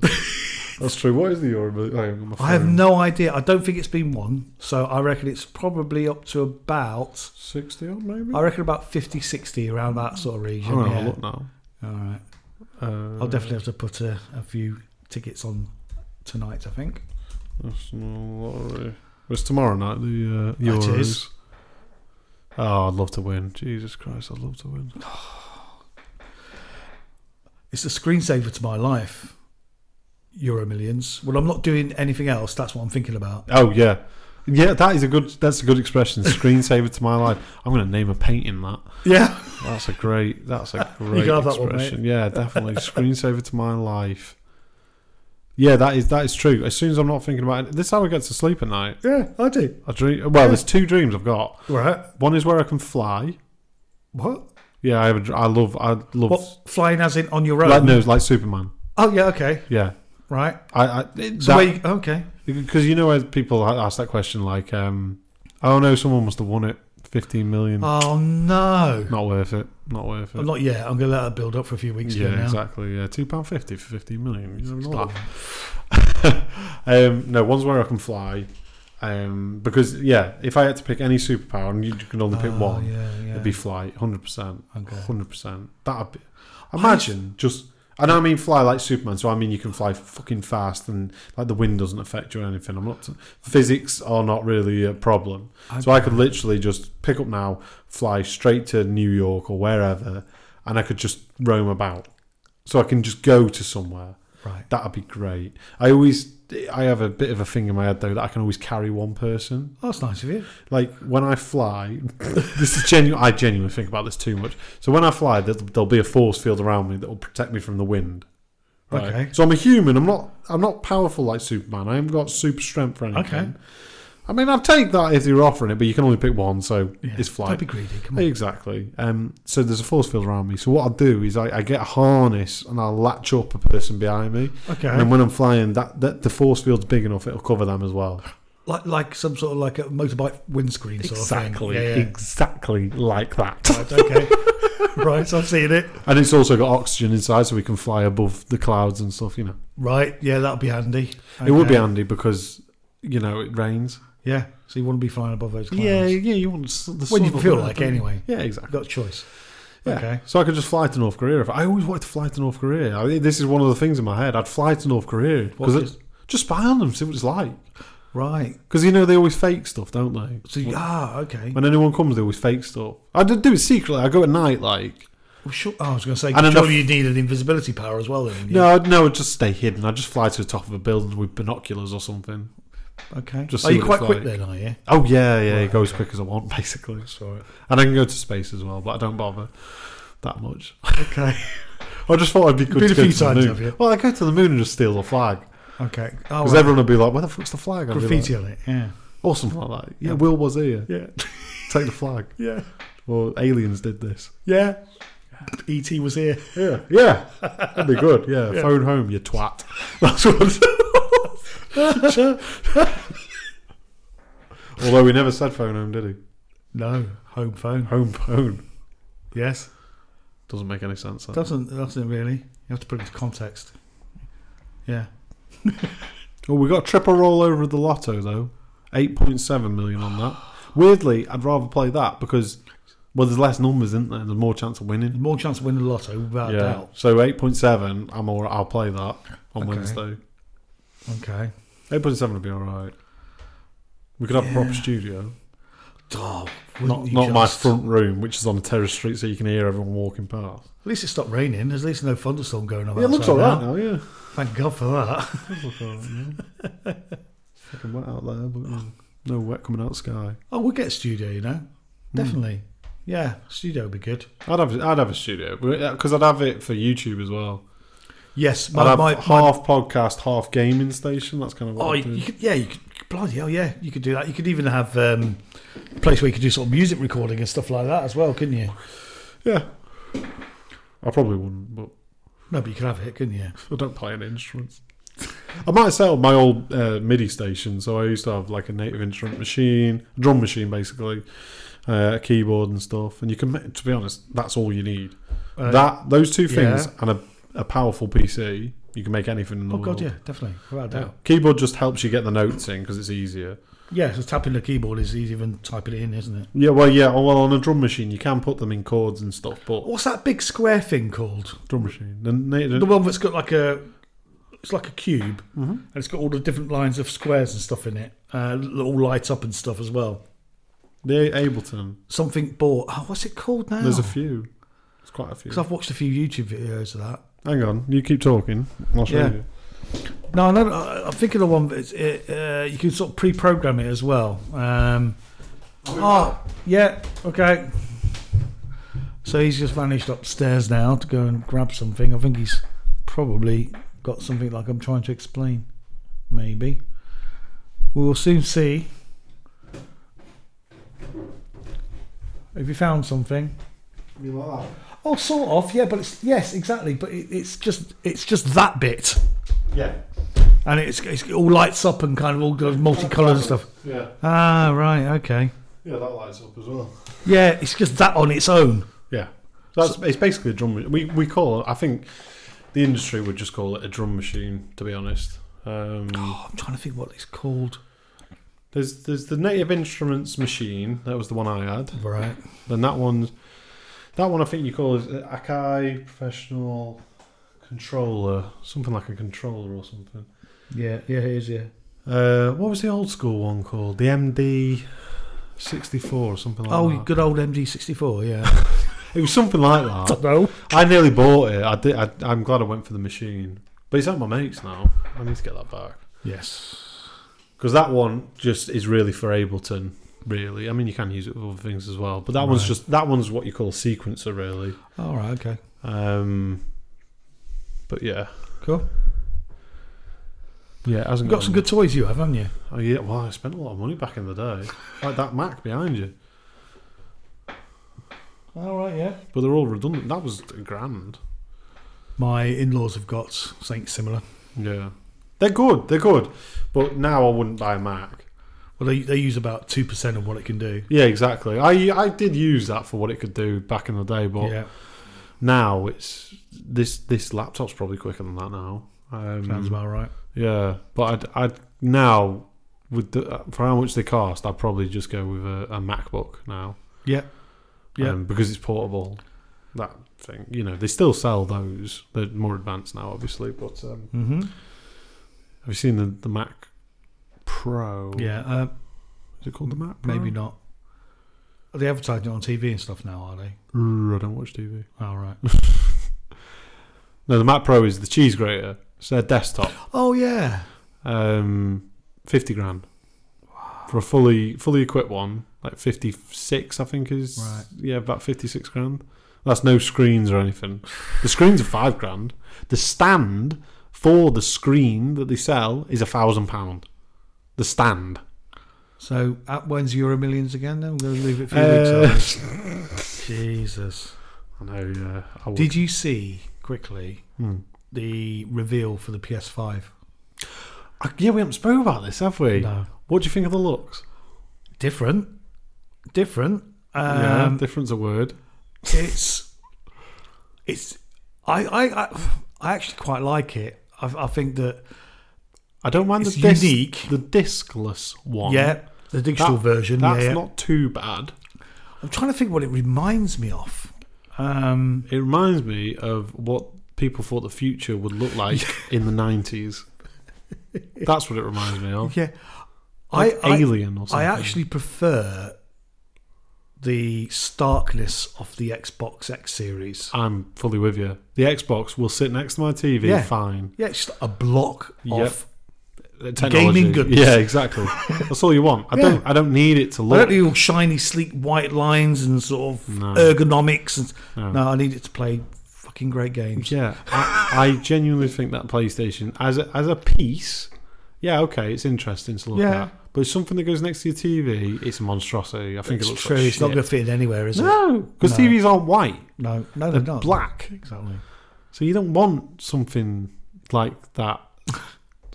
that's true. What is the Euro? Mil- I, haven't got my I have phone. no idea. I don't think it's been one. So I reckon it's probably up to about, sixty odd maybe. I reckon about 50, 60 around that sort of region. don't know. I'll yeah. look now. All right. Uh, I'll definitely have to put a, a few tickets on tonight, I think. National lottery. Well, It's tomorrow night. The uh, It Euros. is. Oh, I'd love to win. Jesus Christ, I'd love to win. It's a screensaver to my life, Euro Millions. Well, I'm not doing anything else. That's what I'm thinking about. Oh yeah, yeah. That is a good. That's a good expression. Screensaver to my life. I'm going to name a painting that. Yeah. That's a great. That's a great can have that one, expression. yeah, definitely. Screensaver to my life. Yeah, that is that is true. As soon as I'm not thinking about it, this is how I get to sleep at night. Yeah, I do. I dream. Well, there's two dreams I've got. Right. One is where I can fly. What? Yeah, I have. A, dr- I love. I love. What? um, Flying as in on your own? Like no, it's like Superman. Oh, yeah, okay. Yeah. Right. I, I it, So that- where you, oh, okay. because you know where people ha- ask that question like, um, oh no, someone must have won it, fifteen million. Oh, no. not worth it. Not worth it. I'm not yet. I'm going to let that build up for a few weeks. yeah, here now. exactly. Yeah, two pound fifty for fifteen million. You It's know, not- not- um, no, one's where I can fly. Um, because yeah, if I had to pick any superpower and you can only pick Oh, one, Yeah, yeah. it'd be flight, hundred percent, Okay. hundred percent. That'd be imagine just. And I mean fly like Superman, so I mean you can fly fucking fast and like the wind doesn't affect you or anything. I'm not physics are not really a problem, so I could literally just pick up now, fly straight to New York or wherever, and I could just roam about. So I can just go to somewhere. Right. That'd be great. I always, I have a bit of a thing in my head though that I can always carry one person. Oh, that's nice of you. Like when I fly, this is genuine. I genuinely think about this too much. So when I fly, there'll, there'll be a force field around me that will protect me from the wind. Right? Okay. So I'm a human. I'm not. I'm not powerful like Superman. I haven't got super strength or anything. Okay. I mean, I'd take that if they were offering it, but you can only pick one, so Yeah. it's Don't flight. be greedy. Come on. Exactly. Um, so there's a force field around me. So what I do is I, I get a harness and I'll latch up a person behind me. Okay. And then when I'm flying, that, that the force field's big enough; it'll cover them as well. like like some sort of like a motorbike windscreen sort of thing. Yeah, yeah. exactly like that. Right, okay. right, I've seen it. And it's also got oxygen inside, so we can fly above the clouds and stuff. You know, Right, yeah, that'll be handy. it would be Okay. handy because you know it rains. Yeah, so you want to be flying above those clouds. Yeah, yeah. You want s- the When you sun feel up like there, it don't you? anyway. Yeah, exactly. You've got a choice. Yeah. Okay. So I could just fly to North Korea. If I always wanted to fly to North Korea. I, this is one of the things in my head. I'd fly to North Korea What's because this? just spy on them, see what it's like. Right. Because you know they always fake stuff, don't they? So you, ah, okay. When anyone comes, they always fake stuff. I do do it secretly. I go at night, like Well, sure, oh, I was going to say, And surely enough- you need an invisibility power as well. Then, wouldn't you? no, I'd, no, I'd just stay hidden. I'd just fly to the top of a building with binoculars or something. Okay. Just are see you what quite it's like. quick then? Are you? Oh yeah, yeah, Right, it goes as quick as I want, basically. Sorry. And I can go to space as well, but I don't bother that much. Okay. I just thought I'd be good Been to a go few to the times, moon. have you? Well, I go to the moon and just steal the flag Okay. Oh, because right. everyone would be like, "Where the fuck's the flag?" I'd be like, graffiti on it. Yeah. or something like that. Yeah, Will was here. Yeah. Take the flag. Yeah. Or aliens did this. Yeah. E.T. was here. Yeah, yeah, that'd be good. Yeah, Yeah. phone home, you twat. That's what. Although he never said phone home, did he? No. Home phone. Home phone. Yes. Doesn't make any sense. that. Doesn't doesn't really. You have to put it into context. Yeah. Oh, we got a triple rollover of the lotto though. Eight point seven million on that. Weirdly, I'd rather play that because well, there's less numbers, isn't there? There's more chance of winning. More chance of winning the lotto without a Yeah. doubt. So eight point seven, I'm all. I'll play that on Okay. Wednesday. Okay. Eight point seven would be all right. We could have a proper Yeah. studio, Oh, not wouldn't you not my just- front room, which is on a terrace street, so you can hear everyone walking past. At least it stopped raining. There's at least no thunderstorm going on. Yeah, it looks all outside right now. now. Yeah, Thank God for that. It does look all right now. It's fucking wet out there, but um, no wet coming out sky. Oh, we'll get a studio, you know. Hmm. Definitely. Yeah, studio would be good. I'd have I'd have a studio because I'd have it for YouTube as well. Yes, I'd my, have my, my half podcast, half gaming station. That's kind of what Oh, i you, you could, yeah, you could, bloody hell, yeah, you could do that. You could even have um, a place where you could do sort of music recording and stuff like that as well, couldn't you? yeah. I probably wouldn't, but No, but you could have it, couldn't you? I don't play any instruments. I might sell my old uh, MIDI station. So I used to have like a native instrument machine, drum machine basically, uh, a keyboard and stuff. And you can, ma- to be honest, that's all you need. Uh, that those two things yeah. and a, a powerful PC, you can make anything in the Oh world. god, yeah, definitely, without a Yeah. doubt. Keyboard just helps you get the notes in because it's easier. Yeah, so tapping the keyboard is easier than typing it in, isn't it? Yeah, well, yeah. Well, on a drum machine, you can put them in chords and stuff, but What's that big square thing called? drum machine. The, Mm-hmm. na- The one that's got like a, it's like a cube, and it's got all the different lines of squares and stuff in it. Uh, that all light up and stuff as well. the Ableton. Something bought. Oh, what's it called now? There's a few. There's quite a few. Because I've watched a few YouTube videos of that. Hang on, you keep talking. I'll show Yeah. you. No, no, no, I- I'm thinking of one. But it's, it, uh, you can sort of pre-program it as well. Um, oh, yeah, okay. So he's just vanished upstairs now to go and grab something. I think he's probably got something like I'm trying to explain. Maybe we will soon see. Have you found something? Oh, sort of, yeah, but it's yes, exactly. But it, it's just it's just that bit Yeah. and it's, it's it all lights up and kind of all goes multicolored and stuff. Yeah. Ah, right, okay. Yeah, that lights up as well. Yeah, it's just that on its own. Yeah. That's it's basically a drum. ma- We we call it. I think the industry would just call it a drum machine. To be honest, um, Oh, I'm trying to think what it's called. there's there's the native instruments machine. That was the one I had. Right. Then that one's that one I think you call is uh, Akai Professional Controller, something like a controller or something. Yeah, yeah, it is. Yeah. Uh, what was the old school one called? The MD sixty four or something like Oh, that. good old MG64. Yeah. It was something like that. know. I nearly bought it. I did. I, I'm glad I went for the machine, but it's at my mate's now. I need to get that back Yes. because that one just is really for Ableton. Really, I mean, you can use it for other things as well, but that one's Right. just that one's what you call a sequencer, really. All right. Okay. Um, but yeah, Cool. Yeah, it hasn't You've got some good toys you have, haven't you? Oh yeah, well, I spent a lot of money back in the day, like that Mac behind you. All right. Yeah. But they're all redundant. That was a grand. My in-laws have got something similar. Yeah, they're good. They're good. But now I wouldn't buy a Mac. Well, they, they use about two percent of what it can do. Yeah, exactly. I I did use that for what it could do back in the day, but yeah. now it's this this laptop's probably quicker than that now. Um, Sounds about right. Yeah, but I'd, I'd now with the, for how much they cost, I'd probably just go with a, a MacBook now. Yeah. Yeah. um, because it's portable. That thing, you know, they still sell those. They're more advanced now, obviously. But um, Mm-hmm. have you seen the, the Mac Pro? Yeah. Uh, is it called the Mac? Pro? maybe not. Are they advertising it on TV and stuff now? Are they? Ooh, I don't watch TV. All right. No, the Mac Pro is the cheese grater. It's their desktop. Oh yeah. Um, fifty grand for a fully fully equipped one. Like fifty six, I think is Right. yeah, about fifty six grand. That's no screens or anything. The screens are five grand. The stand for the screen that they sell is a thousand pound. The stand. So at when's Euro Millions again? Then we're going to leave it for a Uh, few weeks. aren't we? Jesus. I know. Yeah. I would. Did you see quickly Hmm. the reveal for the PS5? Uh, yeah, we haven't spoken about this, have we? No. What do you think of the looks? Different. Different. yeah, Um, difference a word. It's it's I I I, I actually quite like it. I, I think that I don't mind It's the disc, unique. the discless one. yeah, the digital Oh. That- version. yeah, That's yeah. not too bad. I'm trying to think what it reminds me of. Um, It reminds me of what people thought the future would look like in the nineties. That's what it reminds me of. yeah, Like I, I Alien or I something. actually prefer the starkness of the Xbox X series. I'm fully with you. The Xbox will sit next to my TV. Yeah. Fine. Yeah, it's just a block Yep. of. Uh, Technology. Gaming goods. Yeah, exactly. That's all you want. I Yeah. don't. I don't need it to I look. don't need all shiny, sleek white lines and sort of No. ergonomics. And No. no. I need it to play fucking great games. Yeah, I, I genuinely think that PlayStation as a, as a piece, yeah, okay, it's interesting to look Yeah. at, but it's something that goes next to your TV, it's a monstrosity. I think It's it looks true. Like it's not shit. going to fit in anywhere, is it? No, because No. TVs aren't white; No, no, they're they're not. black. Exactly. So you don't want something like that.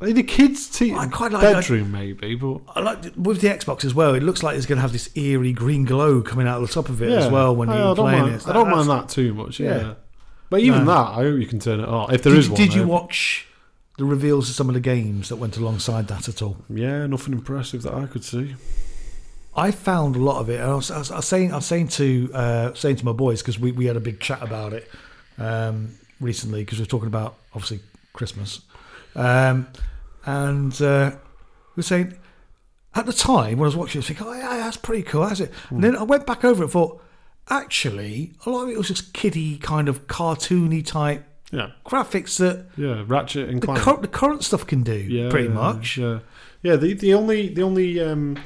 In the kids' t- I quite like- bedroom, maybe, but I like with the Xbox as well. It looks like it's going to have this eerie green glow coming out of the top of it yeah, as well when I, I you're don't playing mind, it. I don't That's- mind that too much. Yeah, Yeah. but even No. that, I hope you can turn it off if there did, is you- one. did you there. watch the reveals of some of the games that went alongside that at all? Yeah, nothing impressive that I could see. I found a lot of it. And I was, I was, I was saying, I was saying to uh, saying to my boys because we, we had a big chat about it um, recently because we were talking about obviously Christmas, um, and uh, we were saying at the time when I was watching, it, I was thinking, oh yeah, that's pretty cool, that's it. Hmm. And then I went back over it and thought, actually, a lot of it was just kiddie kind of cartoony type Yeah, graphics that yeah, Ratchet and the, Clank. current the current stuff can do pretty much. Yeah, yeah. The the only the only um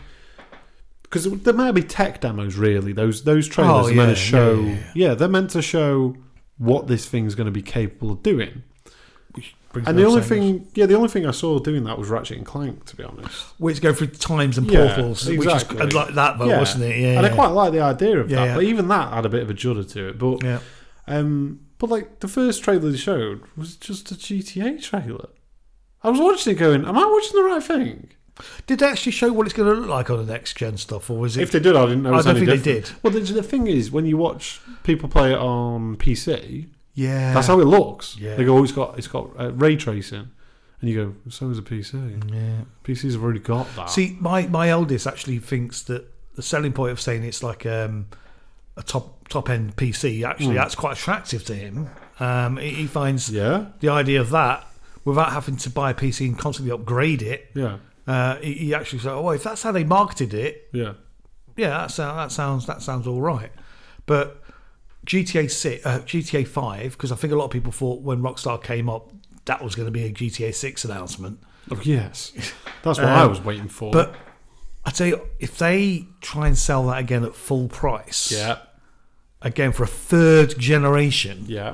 because there might be tech demos really. Those those trailers Oh, are meant to yeah, show. yeah, Yeah, yeah, they're meant to show what this thing's going to be capable of doing. Brings And me the on only saying thing, yeah, the only thing I saw doing that was Ratchet and Clank. To be honest, Which go through times and Yeah, portals, exactly. which is like that, though, yeah, Oh, wasn't it? Yeah, and I yeah. quite like the idea of Yeah, that. yeah. But even that had a bit of a judder to it. But yeah. um, but like the first trailer they showed was just a GTA trailer. I was watching it, going, "Am I watching the right thing?" Did they actually show what it's going to look like on the next gen stuff, or was it? If they did, I didn't know. I it was don't any think they different. did. Well, the, the thing is, when you watch people play it on PC, yeah, that's how it looks. Yeah. They go, oh, it's got it's got uh, ray tracing, and you go, so is a PC. Yeah. PCs have already got that. See, my my eldest actually thinks that the selling point of saying it's like um, a top top end PC actually that's quite attractive to him. Um, he, he finds Hmm. yeah, the idea of that without having to buy a PC and constantly upgrade it. yeah, Uh, he, he actually said, "Oh, if that's how they marketed it, yeah. yeah, that sounds that sounds that sounds all right. But GTA six, uh, GTA five, because I think a lot of people thought when Rockstar came up that was going to be a GTA six announcement. Oh, yes, that's what Um, I was waiting for. But I tell you, if they try and sell that again at full price, yeah, again for a third generation, yeah.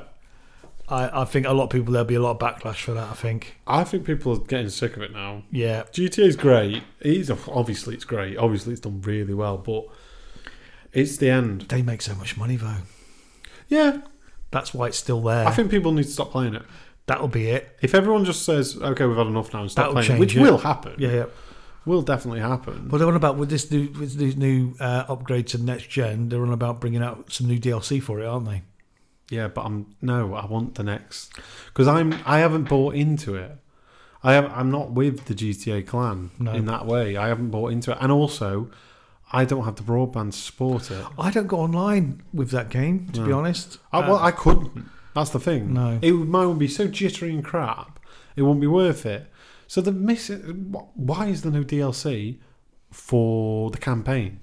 I, I think a lot of people there'll be a lot of backlash for that. I think, I think people are getting sick of it now. yeah, GTA's great. It's obviously it's great. Obviously it's done really well, but it's the end. they make so much money though. Yeah, That's why it's still there. I think people need to stop playing it. That'll be it. If everyone just says, "Okay, we've had enough now," and stop That'll playing, it, change which it. will happen, Yeah, yeah. will definitely happen. Well, they're on about with this new with this new uh, upgrade to next gen. They're on about bringing out some new DLC for it, aren't they? yeah, but I'm no, I want the next because I'm I haven't bought into it. I have I'm not with the GTA clan No. in that way. I haven't bought into it, and also I don't have the broadband to support it. I don't go online with that game, to be No. honest. I, well, Uh, I couldn't. That's the thing. No. it would, mine would be so jittery and crap. It wouldn't be worth it. So the miss. wh- Why is there no DLC for the campaign?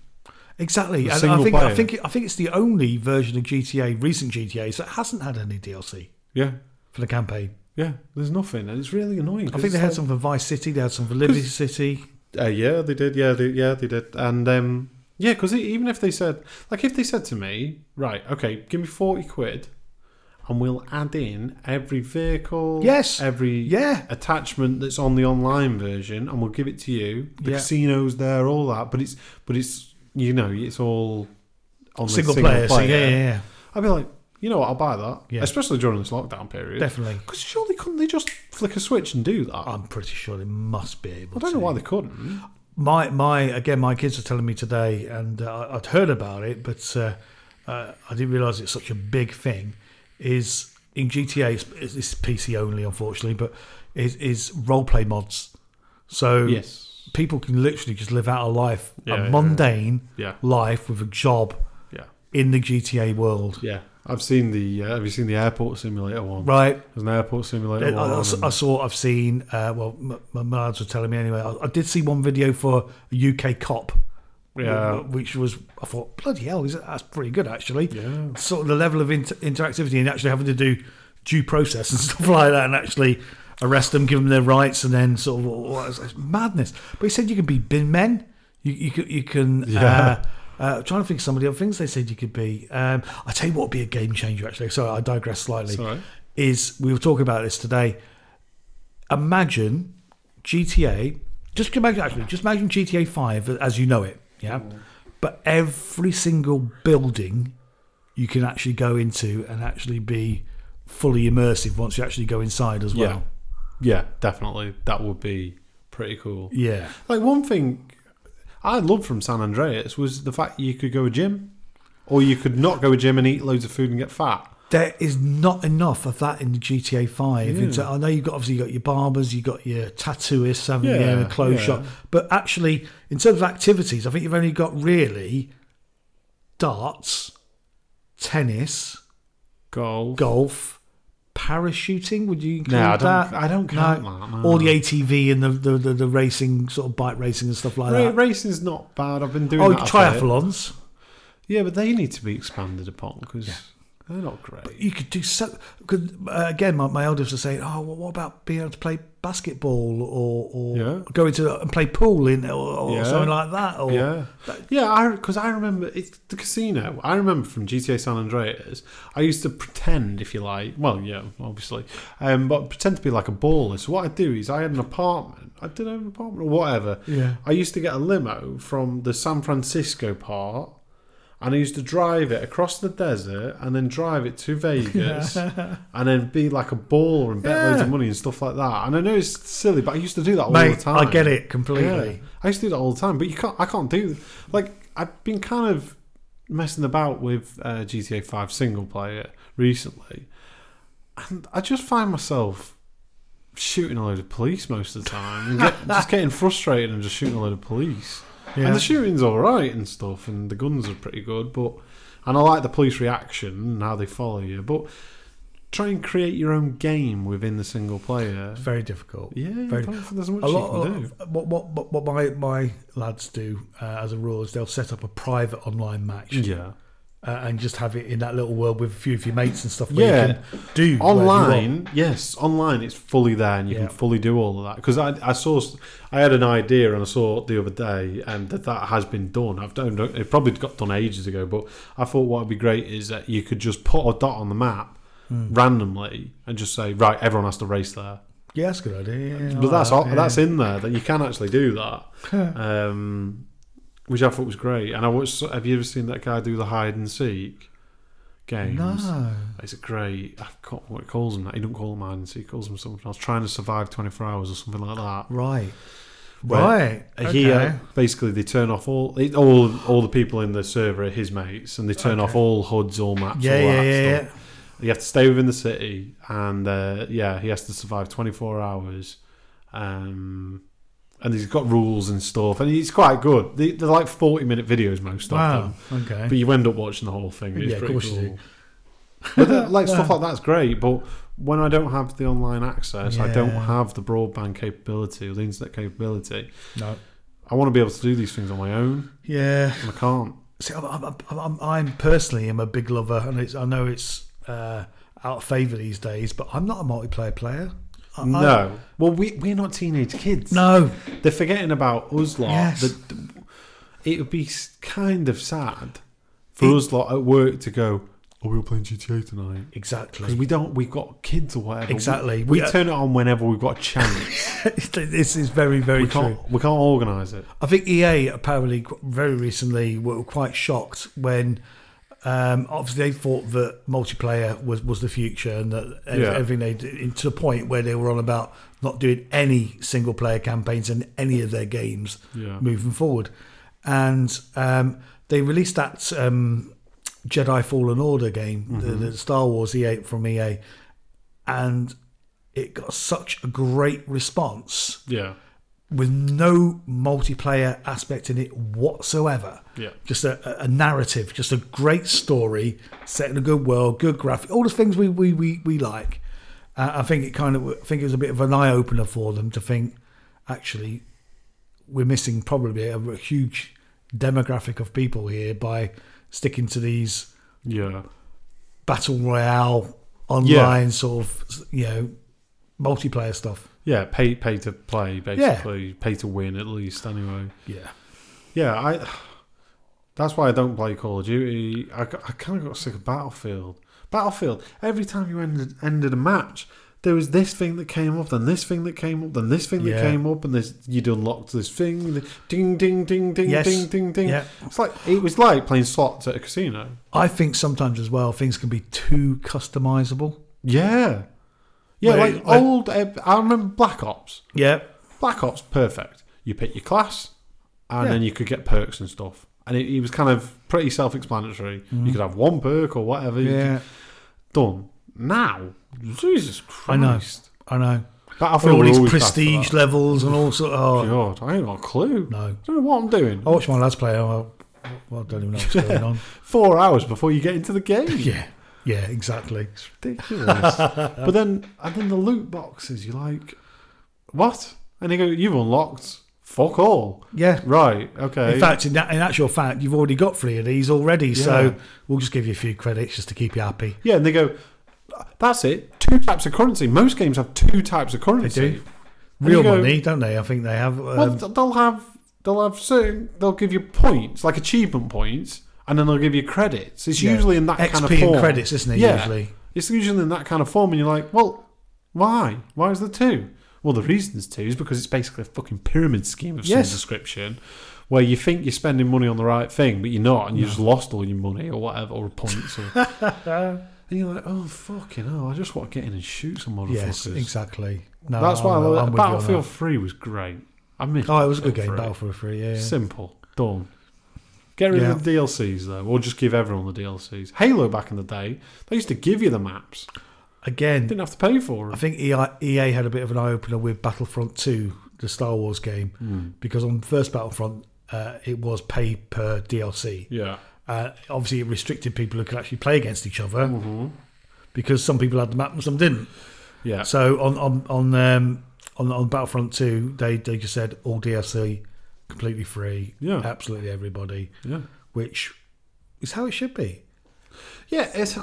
exactly. The And I single think I player. think I think it's the only version of GTA, recent GTAs, that hasn't had any DLC Yeah, for the campaign. yeah. There's nothing, and it's really annoying. I 'cause think they it's had like- some for Vice City, they had some for Liberty City. Uh, yeah, they did. Yeah, they, yeah, they did. And um, yeah, because even if they said, like, if they said to me, right, okay, give me forty quid, and we'll add in every vehicle, Yes. every Yeah. attachment that's on the online version, and we'll give it to you. The Yeah. casinos there, all that, but it's but it's you know it's all on the Single, player, so yeah, yeah, yeah. I'd be like, you know what, I'll buy that, Yeah. especially during this lockdown period. Definitely. Because surely couldn't they just flick a switch and do that? I'm pretty sure they must be able I don't to. know why they couldn't. my my again my kids are telling me today and uh, i'd heard about it but uh, uh, i didn't realize it's such a big thing is in GTA. It's, it's- it's PC only, unfortunately, but is is role play mods. So Yes. people can literally just live out a life, Yeah, a yeah, mundane Yeah. life with a job Yeah. in the GTA world. Yeah. I've seen the. Uh, have you seen the airport simulator one? Right. There's an airport simulator I, one. I- I and- saw. I've seen. Uh, well, m- my lads were telling me anyway. I, I did see one video for a UK cop. yeah. wh- Which was, I thought, bloody hell, is that, that's pretty good actually. Yeah. Sort of the level of inter- interactivity and actually having to do due process and stuff like that, and actually arrest them, give them their rights, and then sort of what is- it's madness. But he said you can be bin men. You you can. You can Yeah. uh, uh, I'm trying to think of some of the other things they said you could be. Um, I tell you what would be a game changer actually. Sorry, I digress slightly. It's all right. Is we were talking about this today. Imagine GTA. Just imagine actually. Just imagine GTA Five as you know it. Yeah. Mm. But every single building you can actually go into and actually be fully immersive once you actually go inside as Yeah. well. Yeah. Definitely. That would be pretty cool. Yeah. Like one thing I loved from San Andreas was the fact you could go a gym, or you could not go a gym and eat loads of food and get fat. There is not enough of that in the GTA Five. In Yeah. ter- I know you've got obviously you got your barbers, you got your tattooists, haven't you, Yeah, and a clothes yeah. shop. But actually, in terms of activities, I think you've only got really darts, tennis, Golf. golf, parachuting. Would you include No, I don't. that? I don't count that. No. All the ATV and the, the, the, the racing, sort of bike racing and stuff like Ra- that. racing's not bad. I've been doing. Oh, that a bit. triathlons. Yeah, but they need to be expanded upon because they're not great. You could do so. Could, uh, again, my, my elders are saying, "Oh, well, what about being able to play basketball or, or Yeah. go into uh, and play pool in or, or Yeah. something like that?" Or Yeah, Oh, yeah. Because I, remember it's the casino. I remember from GTA San Andreas. I used to pretend, if you like, well, yeah, obviously, um, but pretend to be like a baller. So what I do is I had an apartment. I did have an apartment or whatever. Yeah. I used to get a limo from the San Francisco part. And I used to drive it across the desert and then drive it to Vegas and then be like a baller and bet loads of Yeah. money and stuff like that. And I know it's silly, but I used to do that all the mate, time. I get it Yeah. completely. I used to do that all the time, but you can't. I can't do like I've been kind of messing about with uh, GTA Five single player recently, and I just find myself shooting a load of police most of the time, and get, just getting frustrated and just shooting a load of police. Yeah. And the shooting's all right and stuff, and the guns are pretty good, but and I like the police reaction and how they follow you, but. Try and create your own game within the single player. It's very difficult. Yeah, very- I don't think there's much a lot, you a can lot do. of- what, what, what, what my, my lads do uh, as a rule is they'll set up a private online match Yeah. uh, and just have it in that little world with a few of your mates and stuff. Where Yeah. you can do whatever you want. online yes online it's fully there and you Yeah. can fully do all of that because I, I saw s- i had an idea and i saw the other day and that that has been done i've done it probably got done ages ago but i thought what would be great is that you could just put a dot on the map Hmm. randomly and just say right everyone has to race there Yeah, that's a good idea. Yeah, I but like that's that, all yeah. that's in there that you can actually do that um which i thought was great and i watched have you ever seen that guy do the hide and seek games no. it's a great. I can't remember what it calls him. That he doesn't call him mine. He calls him something else. Trying to survive twenty four hours or something like that. Right. Where Right. He uh, Okay. basically they turn off all it- all all the people in the server are his mates, and they turn off all HUDs, all maps, Yeah, all yeah, that yeah, stuff. You have to stay within the city, and uh, yeah, he has to survive twenty four hours. Um, and he's got rules and stuff, and he's quite good. They, they're like forty minute videos most of them. Wow. Okay. But you end up watching the whole thing. It's Yeah, of pretty course you cool. do. But that- like stuff like that's great, but when I don't have the online access, I don't Yeah. have the broadband capability or the internet capability. no. I want to be able to do these things on my own, Yeah. and I can't. See, I'm, I'm, I'm- I'm, I'm personally am a big lover, and it's, I know it's uh, out of favour these days, but I'm not a multiplayer player. Uh, I, I- no, well, we we're not teenage kids. no. they're forgetting about us lot. Yes. That it would be s- kind of sad for It- us lot at work to go. Oh, we were playing GTA tonight because Exactly. we don't. We've got kids or whatever. we, Exactly. uh, we We- turn it on whenever we've got a chance. this is very, very we true. can't. We can't organise it. I think EA apparently qu- very recently were quite shocked when um, obviously they thought that multiplayer was, was the future and that ev- Yeah. everything they did to the point where they were on about not doing any single player campaigns in any of their games Yeah. moving forward. And um, they released that um, Jedi Fallen Order game, the, Mm-hmm. the Star Wars EA from EA, and it got such a great response Yeah. with no multiplayer aspect in it whatsoever. Yeah. Just a, a narrative, just a great story set in a good world, good graphic, all the things we we we, we like. Uh, I think it kind of I think it was a bit of an eye opener for them to think actually we're missing probably a, a huge demographic of people here by sticking to these Yeah. battle royale online sort of you know multiplayer stuff. Yeah, pay pay to play basically, pay to win at least anyway. Yeah. Yeah, I. That's why I don't play Call of Duty. I, got- I kind of got sick of Battlefield. Battlefield. Every time you ended ended a match, there was this thing that came up, then this thing that came up, then this thing Yeah. that came up, and this you'd unlocked this thing. the Ding ding ding ding Yes. ding ding ding. Yeah. It's like it was like playing slots at a casino. I think sometimes as well things can be too customizable. Yeah. Yeah, Wait, like I- old. uh, I remember Black Ops. Yeah. Black Ops, perfect. You pick your class, and Yeah. then you could get perks and stuff. And it, it was kind of pretty self-explanatory. You could have one perk or whatever. you Mm. Yeah. could- Done. Now, Jesus I know. Christ! I know. Battlefield All will these always pass for prestige that. levels and all sort of. Oh, God, I ain't got a clue. no. I don't know what I'm doing. I watch my lads play. Oh, well, I don't even know what's going on. Four hours before you get into the game. Yeah. Yeah, exactly. It's ridiculous. but then, and then the loot boxes. You're like, what? And they go, you've unlocked fuck all. Yeah. Right. Okay. In fact, in, that, in actual fact, you've already got three of these already, so Yeah. we'll just give you a few credits just to keep you happy. Yeah, and they go, that's it. Two types of currency. Most games have two types of currency. do. And you Real go, money, don't they? I think they have. Um, Well, th- they'll have they'll have certain. They'll give you points, like achievement points, and then they'll give you credits. It's yeah. usually in that XP kind of form. and credits, isn't it? Yeah. Usually. It's usually in that kind of form, and you're like, well, why? Why is there two? Well, the reason's two is because it's basically a fucking pyramid scheme of Yes. some description, where you think you're spending money on the right thing, but you're not, and you just lost all your money or whatever, or points. Or, and you're like, oh fucking hell, I just want to get in and shoot some motherfuckers. Yes, exactly. No, That's why I I'm- I'm love with you on Battlefield Three was great. I missed. that. Oh, it was a good Battlefield 3. game, Battlefield 3, yeah. yeah. Simple, done. Get rid Yeah. of the DLCs though, or just give everyone the DLCs. Halo back in the day, they used to give you the maps. Again, Didn't have to pay for I them. think EI EA had a bit of an eye opener with Battlefront 2, the Star Wars game, Hmm. because on first Battlefront, uh, it was pay per DLC. Yeah. Uh, obviously, it restricted people who could actually play against each other Mm-hmm. because some people had the map and some didn't. Yeah. So on on on um, on, on Battlefront 2, they, they just said all DLC completely free, Yeah. absolutely everybody, yeah. which is how it should be. Yeah, it's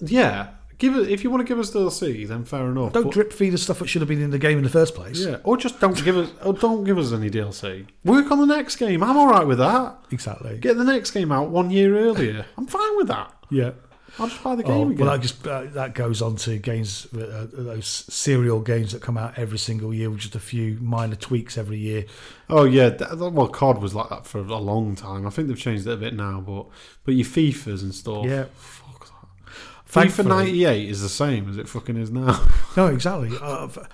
yeah. Give it if you want to give us DLC, then fair enough. Don't but- drip feed us stuff that should have been in the game in the first place. yeah, or just don't give us or don't give us any DLC. Work on the next game. I'm all right with that. Exactly. Get the next game out one year earlier. I'm fine with that. yeah. I'll just buy the game Oh, again. well, that just uh, that goes on to games, uh, uh, those serial games that come out every single year with just a few minor tweaks every year. Oh yeah, that, that- well COD was like that for a long time. I think they've changed it a bit now, but but your FIFA's and stuff. Yeah. Fuck that. Thankfully- FIFA 98 is the same as it fucking is now. No, exactly. Uh, f-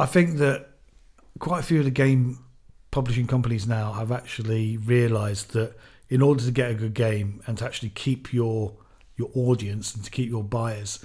I think that quite a few of the game publishing companies now have actually realised that in order to get a good game and to actually keep your your audience and to keep your buyers,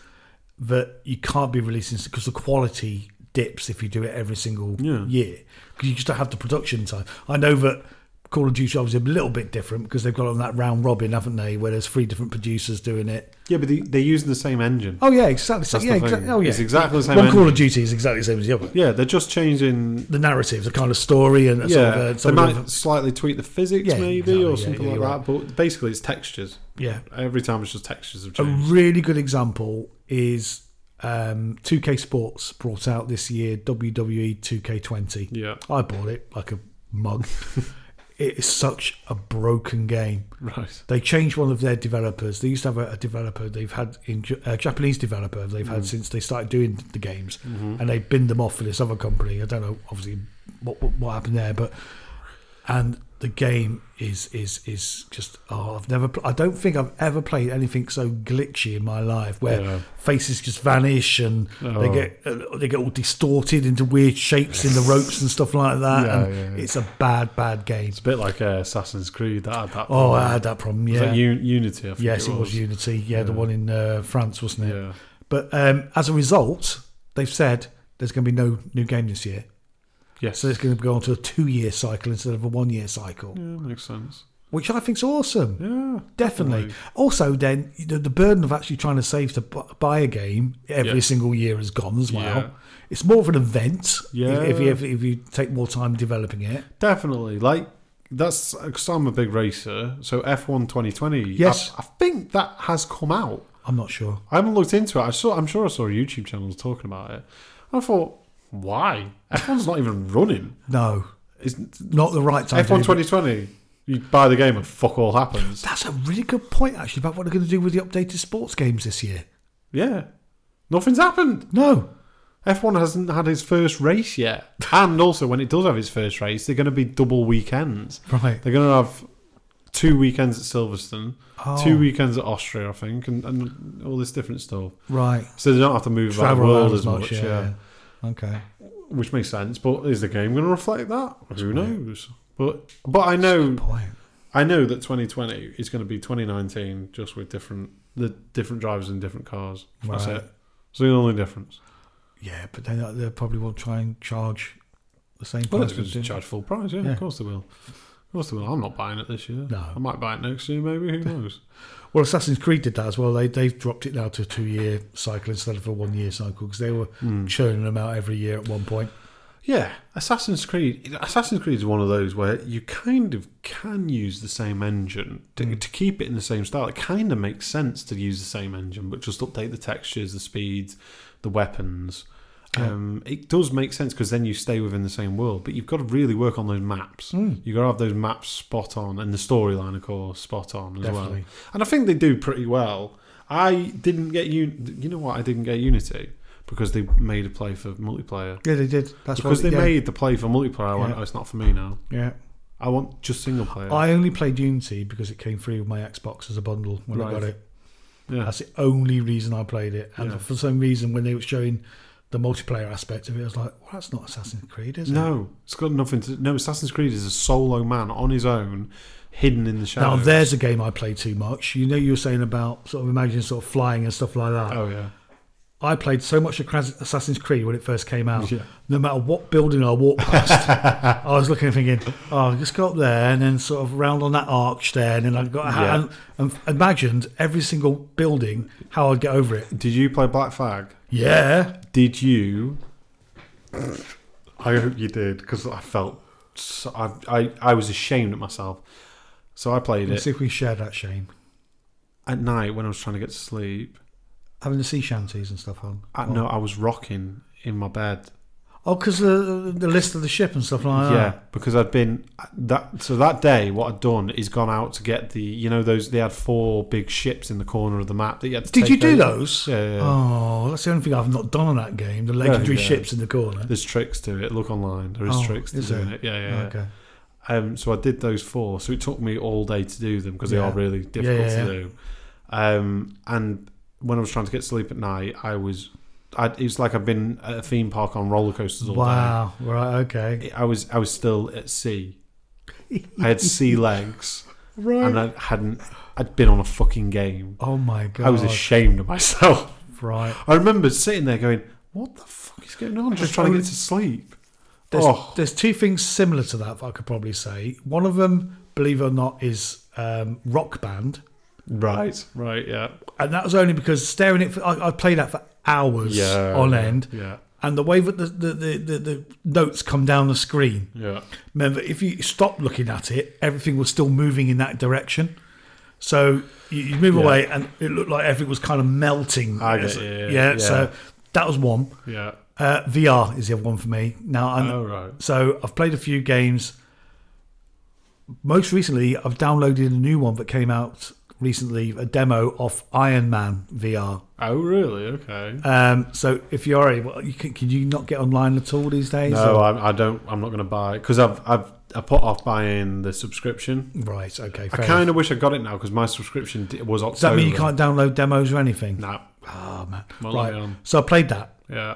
that you can't be releasing because the quality dips if you do it every single Yeah. year because you just don't have the production time. I know that. Call of Duty obviously a little bit different because they've got on that round robin, haven't they? Where there's three different producers doing it. yeah, but they, they're using the same engine. Oh yeah, exactly. So, That's yeah, the thing. exactly. Oh yeah, It's exactly the same One engine. Call of Duty is exactly the same as the other. Yeah, they're just changing. The narrative, the kind of story, and sort Yeah, of, uh, they some might of the- slightly tweak the physics Yeah, maybe exactly, yeah, or something yeah, like you're that, but basically it's textures. yeah. Every time it's just textures have A changed. really good example is um, 2K Sports brought out this year E WWE 2K20. yeah, I bought it like a mug. it is such a broken game. right. They changed one of their developers. They used to have a, a developer they've had in J- a Japanese developer they've Mm. had since they started doing the games, Mm-hmm. and they binned them off for this other company. I don't know, obviously, what what, what happened there, but and the game is is is just oh I've never pl- I don't think I've ever played anything so glitchy in my life where Yeah. faces just vanish and they Oh. get uh, they get all distorted into weird shapes in the ropes and stuff like that Yeah, and yeah, yeah. it's a bad bad game. It's a bit like uh, Assassin's Creed. That had that. Oh, problem. I had that problem. was Yeah. that Un- Unity? I think yes, it was, Unity. Yeah, the Yeah. one in uh, France, wasn't it? Yeah. But um, as a result, they've said there's going to be no new game this year. Yes. So it's going to go on to a two-year cycle instead of a one-year cycle, yeah, makes sense. which I think's awesome. Hmm. Yeah. Definitely. Like- Also, then the, the burden of actually trying to save to bu- buy a game every Yeah. single year is gone as well. Yeah. It's more of an event. if- Yeah. If, you if, if you take more time developing it, Definitely. Like that's because I'm a big racer. So F1 2020. Yes. I, I think that has come out. I'm not sure. I haven't looked into it. I saw. I'm sure I saw YouTube channels talking about it. I thought, why? F1's not even running. No, It's, not the right time. F1 to do it. 2020. You buy the game and fuck all happens. That's a really good point, actually, about what they're going to do with the updated sports games this year. Yeah. Nothing's happened. No, F1 hasn't had his first race yet. And also, when it does have its first race, they're going to be double weekends. right. They're going to have two weekends at Silverstone, Oh. two weekends at Austria, I think, and, and all this different stuff. Right. So they don't have to move around the Travel world as much, yeah. Okay. Which makes sense. But is the game going to reflect that? Who knows? But but I know Point. I know that 2020 is going to be 2019, just with different the different drivers and different cars. That's Right. it. It's the only difference. Yeah, but then they probably won't try and charge the same Well, price. it's as- just charge full price, yeah, Yeah. Of course they will. Of course they will. I'm not buying it this year. No. I might buy it next year, maybe. Who knows? Well, Assassin's Creed did that as well. They they've dropped it now to a two year cycle instead of a one year cycle because they were churning them out every year at one point. yeah, Assassin's Creed. Assassin's Creed is one of those where you kind of can use the same engine to, to keep it in the same style. It kind of makes sense to use the same engine, but just update the textures, the speeds, the weapons. Um, it does make sense because then you stay within the same world, but you've got to really work on those Hmm. maps. You've got to have those maps spot on, and the storyline, of course, spot on as well. Definitely. And I think they do pretty well. I didn't get you. You know what? I didn't get Unity because they made a play for multiplayer. Yeah, they did. That's Because what, they yeah, made the play for multiplayer, I went, Yeah. oh, it's not for me now. Yeah. I want just single player. I only played Unity because it came free with my Xbox as a bundle when I Right. got it. yeah. That's the only reason I played it. And Yeah. for some reason, when they were showing the multiplayer aspect of it, I was like, well, that's not Assassin's Creed, is it? No, it's got nothing to. No, Assassin's Creed is a solo man on his own, hidden in the Now, shadows. there's a game I play too much. You know, you were saying about sort of imagining sort of flying and stuff like that. Oh yeah, I played so much of Assassin's Creed when it first came out. Yeah. No matter what building I walked past, I was looking and thinking, oh, just go up there and then sort of round on that arch there. And then I got Yeah. and, and imagined every single building, how I'd get over it. did you play Black Flag? Yeah. Did you? I hope you did because I felt so, I, I I was ashamed at myself. So I played Let's it see if we share that shame. at night when I was trying to get to sleep. Having the sea shanties and stuff on. I, No, I was rocking in my bed. Oh, because the, the list of the ship and stuff like yeah, that. because I'd been that. So that day, what I'd done is gone out to get the. You know those they had four big ships in the corner of the map that you had. To Did take you do over. those? Yeah, yeah, yeah. Oh, that's the only thing I've not done on that game. The legendary yeah. ships in the corner. There's tricks to it. Look online. There is Oh, tricks to is doing there? it. Yeah, yeah. yeah. Okay. Um, so I did those four. So it took me all day to do them because they Yeah. are really difficult yeah, yeah. to do. Um, and when I was trying to get to sleep at night, I was. I, it was like I've been at a theme park on roller coasters all day. Wow. Right. Okay. I was I was still at sea. I had sea legs. Right. and I hadn't. I'd been on a fucking game. oh my god. I was ashamed of myself. Right. I remember sitting there going, "What the fuck is going on?" Just trying to get to sleep. There's, oh, there's two things similar to that, that I could probably say. One of them, believe it or not, is um, Rock Band, right, right, yeah, and that was only because staring at. For, I, I played that for hours yeah, on yeah, end, Yeah, and the way that the the, the, the the notes come down the screen. yeah. Remember, if you stop looking at it, everything was still moving in that direction. So you, you move Yeah. away, and it looked like everything was kind of melting. I get So- you, yeah, yeah. So that was one. Yeah. Uh, VR is the other one for me. Now, I'm, Oh right. so I've played a few games. Most recently, I've downloaded a new one that came out recently, a demo of Iron Man VR. Oh really? Okay. Um, so if you're, able- you can, can you not get online at all these days? No, Or- I, I don't. I'm not going to buy because I've I've I put off buying the subscription. Right. Okay. I Fair kind of wish I got it now because my subscription di- was October. Does that mean you can't download demos or anything? No. Oh man. Well, um, yeah. right. So I played that. Yeah.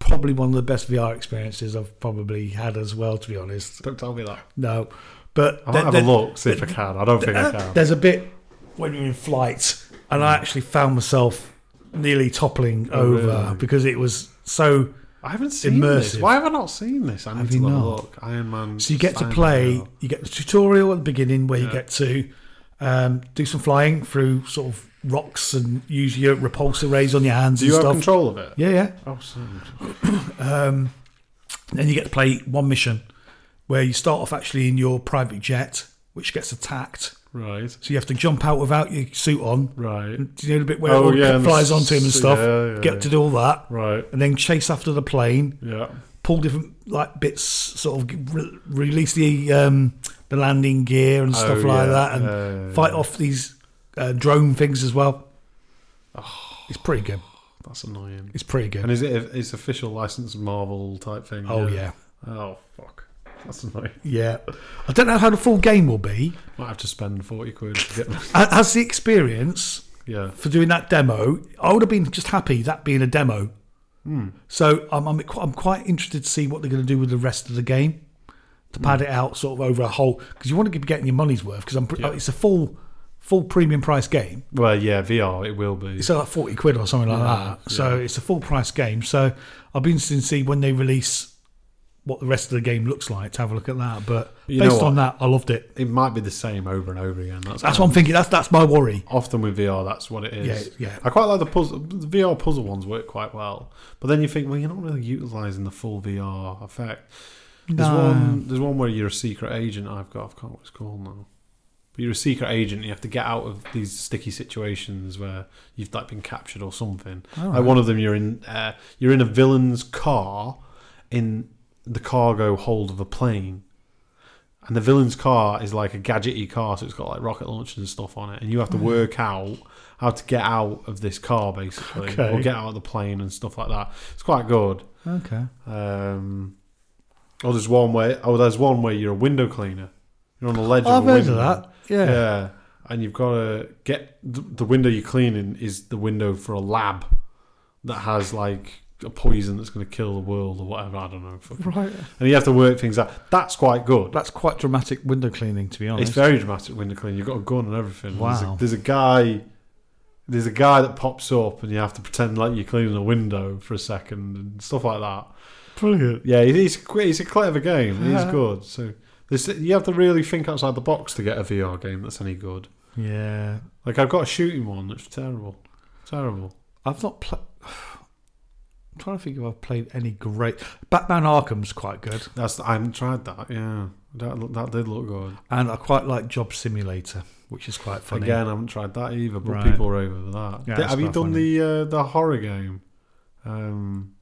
Probably one of the best VR experiences I've probably had as well. To be honest, Don't tell me that. no. But I might there- have there- a look, see if I can. I don't think I Uh, can. There's a bit when you're in flight, and Hmm. I actually found myself nearly toppling Oh, over really? because it was so. I haven't seen this. Immersive. Why have I not seen this? I need Have to you have a not? look. Iron Man. So you get to Simon play. Bell. You get the tutorial at the beginning where you Yeah. get to um, do some flying through sort of rocks and use your repulsor rays on your hands Do you and have stuff. control of it? Yeah, yeah. Oh, sound. Um, then you get to play one mission where you start off actually in your private jet, which gets attacked. Right. So you have to jump out without your suit on. Right. Do you know the bit where Oh, it all yeah, and flies the onto him and s- stuff? yeah, yeah, get yeah. to do all that, Right. and then chase after the plane, Yeah. pull different like bits, sort of g- re- release the um, the landing gear and stuff Oh, like yeah. that, and Yeah, yeah, fight yeah. off these uh, drone things as well. It's pretty good. That's annoying. It's pretty good. Oh. And is it it's official licensed Marvel type thing? oh yeah. Oh fuck. That's annoying. yeah, I don't know how the full game will be. Might have to spend forty quid to get that. A- As the experience Yeah. for doing that demo, I would have been just happy that being a demo. Hmm. So I'm, I'm qu- I'm quite interested to see what they're going to do with the rest of the game to pad it out sort of over a whole because you want to be getting your money's worth because I'm pr- Yeah. it's a full full premium price game. Well, yeah, VR it will be. It's like forty quid or something like that. So it's a full price game. So I'll be interested to see when they release what the rest of the game looks like to have a look at that. But You know based what? on that, I loved it. it might be the same over and over again. That's, That's what I'm thinking. That's that's my worry. often with VR. That's what it is. Yeah, yeah. I quite like the puzzle. The VR puzzle ones work quite well, but then you think, well, you're not really utilizing the full VR effect. There's No. one. There's one where you're a secret agent. I've got. I can't what it's called now. But you're a secret agent. You have to get out of these sticky situations where you've like been captured or something. Like one of them, you're in. Uh, you're in a villain's car, in the cargo hold of a plane. And the villain's car is like a gadgety car, so it's got like rocket launchers and stuff on it. And you Mm. have to work out how to get out of this car, basically, Okay. or get out of the plane and stuff like that. It's quite good. Okay. Um, oh, there's one where oh, there's one where you're a window cleaner. You're on the ledge. Oh, I've of a heard of window. that. Yeah. yeah. And you've got to get the, the window you're cleaning is the window for a lab that has like a poison that's going to kill the world or whatever. I don't know. Fucking- Right. And you have to work things out. That's quite good. That's quite dramatic window cleaning, to be honest. It's very dramatic window clean. You've got a gun and everything. There's a, Wow. there's a guy. There's a guy that pops up, and you have to pretend like you're cleaning a window for a second and stuff like that. brilliant. Yeah, it is. qu- It's a clever game. It is Yeah. good. So this, you have to really think outside the box to get a VR game that's any good. Yeah, Like I've got a shooting one that's terrible, terrible. I've not played. I'm trying to think if I've played any great. Batman Arkham's quite good, That's I haven't tried that. Yeah, that lo- that did look good. and I quite like Job Simulator, which is quite funny. Again, I haven't tried that either. But Right. people are over that. Yeah, Th- it's have you quite done funny. the uh, the horror game? Um,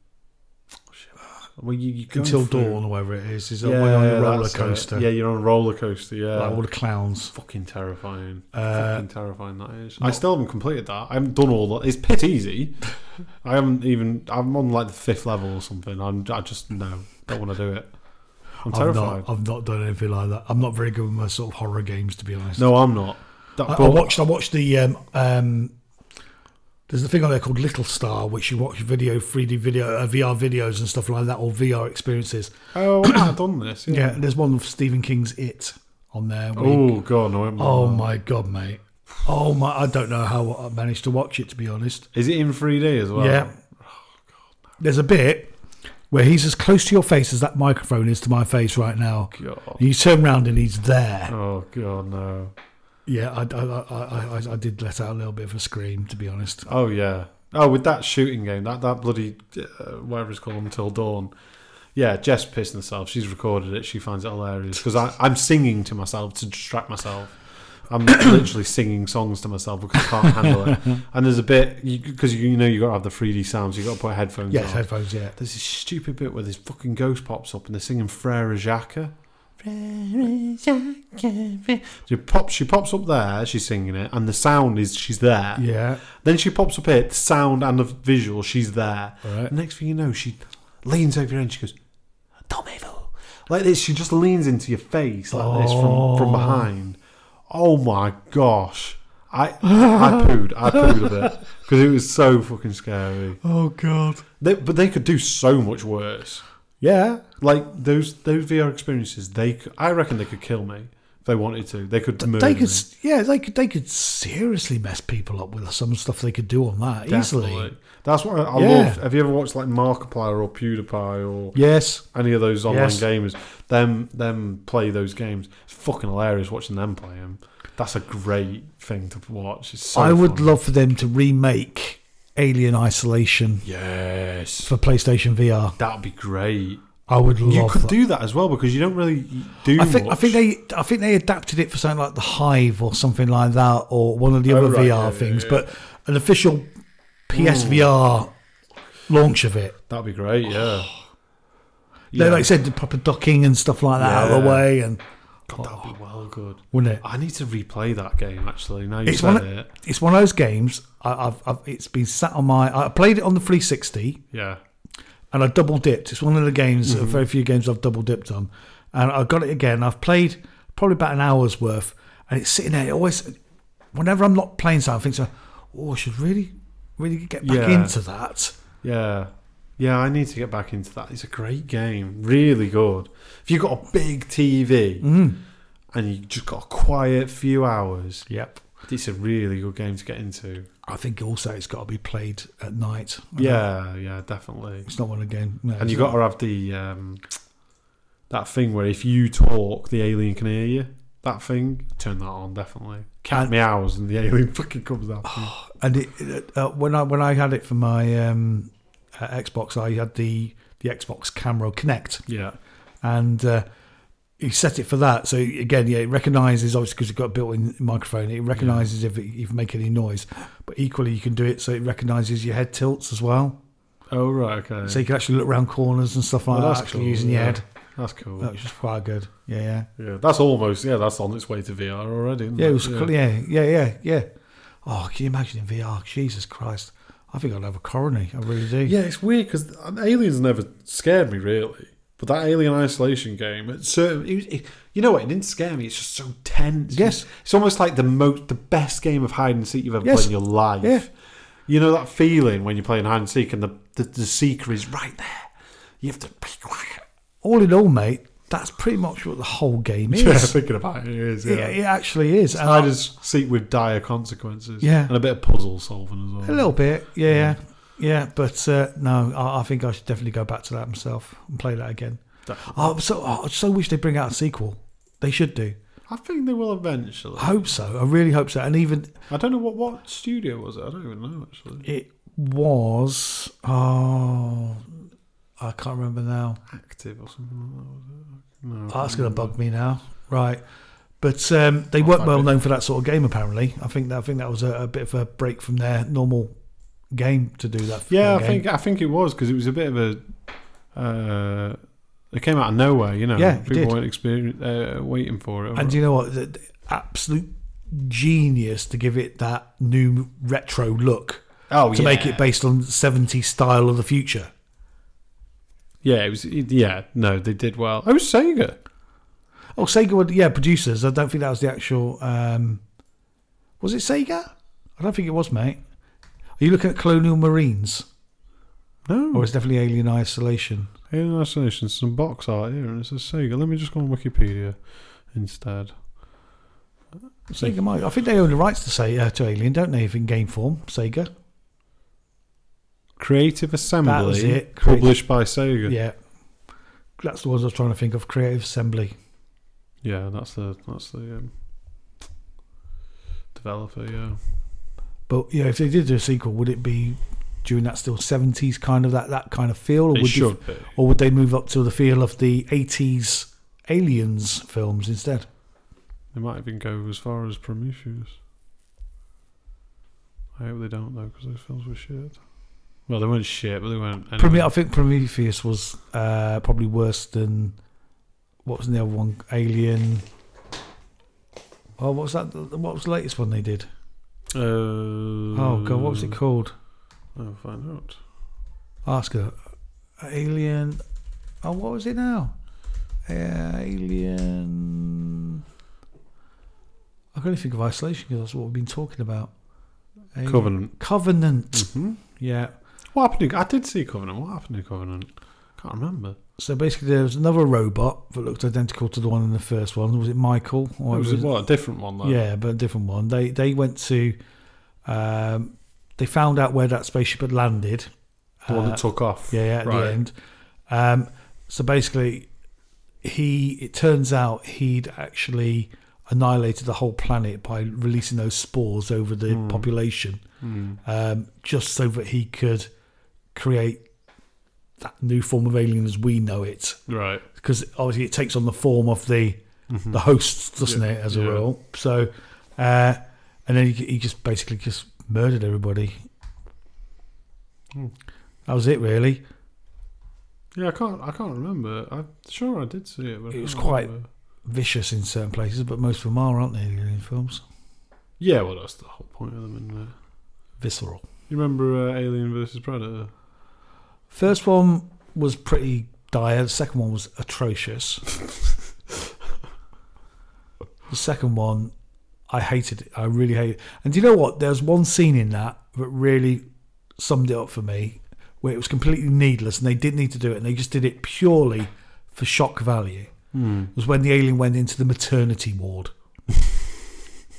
shit. well, you, you go Until through- Dawn, or whatever it is, is yeah, on a roller that's it. coaster. Yeah, you're on a roller coaster. Yeah, like all the clowns. Fucking terrifying. Uh, Fucking terrifying that is. I not- still haven't completed that. I haven't done all that. It's pit easy. I haven't even. I'm on like the fifth level or something. I'm. I just no. Don't want to do it. I'm I've terrified. not, I've not done anything like that. I'm not very good with my sort of horror games, to be honest. no, I'm not. That, I, I but- watched. I watched the. Um, um, there's a thing on there called Little Star, which you watch video, 3D video, uh, VR videos and stuff like that, or VR experiences. Oh, I have done this. Yeah, Yeah. there's one of Stephen King's It on there. where you- Oh god, no. I'm not. oh my god, mate! Oh my, I don't know how I managed to watch it. To be honest, Is it in 3D as well? yeah. There's a bit where he's as close to your face as that microphone is to my face right now. God. And you turn round and he's there. Oh god, no. Yeah, I, I, I, I, I did let out a little bit of a scream, to be honest. Oh yeah. Oh, with that shooting game, that that bloody uh, whatever it's called, Until Dawn. Yeah, Jess pissed herself. She's recorded it. She finds it hilarious because I'm singing to myself to distract myself. I'm literally singing songs to myself because I can't handle it. And there's a bit because you, you know you got to have the 3D sounds. You got to put headphones Yes, on. headphones. Yeah. There's this stupid bit where this fucking ghost pops up and they're singing Frere Jacques. She pops, she pops up there, she's singing it, and the sound is she's there. Yeah. Then she pops up here, the sound and the visual, she's there. All right. Next thing you know, she leans over your end, she goes, Don't move, like this. She just leans into your face like this from, from behind. Oh my gosh. I I pooed. I pooed a bit because it was so fucking scary. Oh god. They, but they could do so much worse. Yeah, like those those VR experiences. They could, I reckon they could kill me if they wanted to. They could murder They could, me. s- yeah, they could, they could seriously mess people up with some stuff they could do on that easily. Definitely. That's what I, I Yeah. love. Have you ever watched like Markiplier or PewDiePie or Yes, any of those online Yes. gamers? Them them play those games. It's fucking hilarious watching them play them. That's a great thing to watch. It's so I would fun. love for them to remake Alien Isolation Yes, for PlayStation VR. that'd be great. I would love. You could that. do that as well because you don't really do. I think I much. think they I think they adapted it for something like the Hive or something like that, or one of the Oh, other right, VR yeah, yeah, things. yeah. But an official PSVR launch of it. that'd be great. Yeah. They like I said the proper docking and stuff like that out of the Yeah. way, and God, that'd Oh. be well good. wouldn't it? I need to replay that game actually. Now you It's said one. Of, it. it's one of those games. I, I've, I've it's been sat on my. I played it on the 360, Yeah. and I double dipped. It's one of the games, Mm-hmm. a very few games I've double dipped on, and I got it again. I've played probably about an hour's worth, and it's sitting there. It always, whenever I'm not playing something, I think, oh, I should really, really get back Yeah. into that. Yeah. Yeah, I need to get back into that. It's a great game. Really good. If you've got a big TV Mm-hmm. and you just got a quiet few hours, Yep. it's a really good game to get into. I think also it's got to be played at night. I know Yeah, yeah, definitely. It's not one again. No, And you got to have the um, that thing where if you talk, the alien can hear you. That thing, turn that on definitely. Cat And- meows and the alien fucking comes after Oh. you. and it, it, uh, when I when I had it for my um, uh, Xbox, I had the the Xbox Camera Connect. Yeah, and uh, he set it for that. So again, yeah, it recognises obviously because you've got a built-in microphone. It recognises if, it, if you make any noise, but equally you can do it so it recognises your head tilts as well. Oh right, okay. So you can actually look around corners and stuff like Well, that. Actually using your yeah. head. That's cool. That was just quite good. Yeah, yeah, yeah, that's almost yeah. That's on its way to VR already. Isn't yeah. it? It was cool. Yeah, yeah, yeah, yeah. Oh, can you imagine in VR? Jesus Christ! I think I'd have a coronary. I really do. Yeah, it's weird because aliens never scared me really, but that Alien Isolation game, it certain, it, was- it, you know what, it didn't scare me. It's just so tense. Yes. it's, it's almost like the most, the best game of hide and seek you've ever Yes. played in your life. Yeah. You know that feeling when you're playing hide and seek and the, the, the seeker is right there. You have to be quiet. All in all, mate, that's pretty much what the whole game is. Yeah, thinking about it, it is. It, Yeah. it actually is. And I- Hide and seek with dire consequences. Yeah. and a bit of puzzle solving as well. A little bit, yeah, yeah, yeah. But uh, no, I, I think I should definitely go back to that myself and play that again. I so oh, I so wish they bring out a sequel. They should do. I think they will eventually. I hope so. I really hope so. And even I don't know what what studio was it. I don't even know actually. it was oh, I can't remember now. active or something like that. was it? No. Oh, that's going to bug me now, right? But um, they weren't might well be. known for that sort of game. Apparently, I think that I think that was a, a bit of a break from their normal game to do that. yeah, I game. think I think it was because it was a bit of a. Uh, it came out of nowhere, you know. Yeah, it people did. weren't experience, uh, waiting for it. And you know what? The- the Absolute genius to give it that new retro look oh, to make it based on 70s style of the future. Yeah, it was. it- yeah, no, they did well. Oh, Sega. Oh, Sega would, yeah, producers. I don't think that was the actual. Um, was it Sega? I don't think it was, mate. Are you looking at Colonial Marines? Or No, it's definitely Alien Isolation? Alien Isolation. Some box art here, and it says Sega. Let me just go on Wikipedia instead. Sega might. I think they own the rights to say uh, to Alien, don't they? If in game form, Sega. Creative Assembly, That was it. Creative- published by Sega. Yeah. That's the ones I was trying to think of. Creative Assembly. Yeah, that's the that's the um, developer. Yeah. But you know, if they did do a sequel, would it be during that still seventies kind of that that kind of feel, or It would should They, be. or would they move up to the feel of the eighties aliens films instead? They might even go as far as Prometheus. I hope they don't though, because those films were shit. Well, they weren't shit, but they weren't. Anyway. Prome- I think Prometheus was uh, probably worse than what was the other one? Alien. Oh, what was that? What was the latest one they did? Uh, Oh God, what was it called? I'll find out. Ask her. Alien. Oh, what was it now? Alien. I can only think of Isolation because that's what we've been talking about. Alien- Covenant. Covenant. Mm-hmm. Yeah. What happened? To, I did see Covenant. What happened to Covenant? Can't remember. So basically, there was another robot that looked identical to the one in the first one. Was it Michael? Or it was, what a different one though. Yeah, but a different one. They they went to, um, they found out where that spaceship had landed. the one Uh, that took off. Yeah, yeah, at Right. the end. Um, so basically, he it turns out he'd actually annihilated the whole planet by releasing those spores over the Hmm. population, Mm. um, just so that he could create that new form of alien as we know it. Right. Because obviously, it takes on the form of the Mhm. the hosts, doesn't Yeah, it? As a yeah. rule. So, uh, and then he, he just basically just murdered everybody. Hmm. That was it, really. Yeah, I can't. I can't remember. I'm sure I did see it, but I It was can't quite- remember. vicious in certain places, but most of them are, aren't they? The alien films Yeah, well, that's the whole point of them. In there. visceral. You remember uh, Alien versus Predator? First one was pretty dire. The second one was atrocious. the second one, I hated it. I really hated. It. And do you know what? There's one scene in that that really summed it up for me, where it was completely needless, and they didn't need to do it, and they just did it purely for shock value. Mm. Was when the alien went into the maternity ward. It's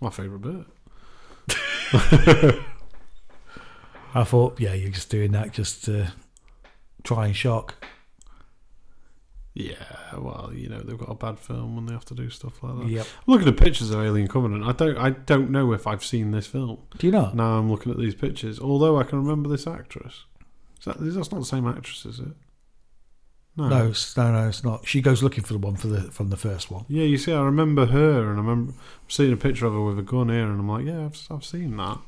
my favourite bit. I thought, yeah, you're just doing that just to try and shock. Yeah, well, you know they've got a bad film when they have to do stuff like that. Yep. Look at the pictures of Alien Covenant. I don't. I don't know if I've seen this film. Do you not? Now I'm looking at these pictures. Although I can remember this actress. Is that, that's not the same actress, is it? No. No, it's- no, no, it's not. She goes looking for the one for the from the first one. Yeah, you see, I remember her, and I remember seeing a picture of her with a gun here, and I'm like, yeah, I've, I've seen that,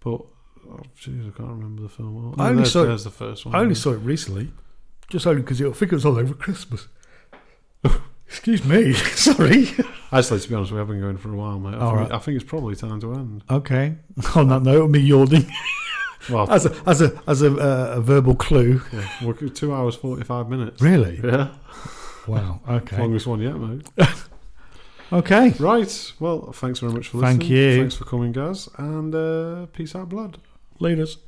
but oh, jeez, I can't remember the film. Oh, I only there's, saw it- there's the first one. I only saw it recently, just only because I think it was all over Christmas. Excuse me, sorry. Actually, to be honest, we haven't been going for a while, mate. I, All think, right. Oh. I think it's probably time to end. Okay. On that note, me yawning Well, as a as a as a, uh, a verbal clue. yeah, we're good- two hours forty five minutes. Really? Yeah, Wow. Okay. longest one yet, mate. Okay. Right. Well, thanks very much for listening. Thank you. Thanks for coming, guys, and uh, peace out, blood. Leaders.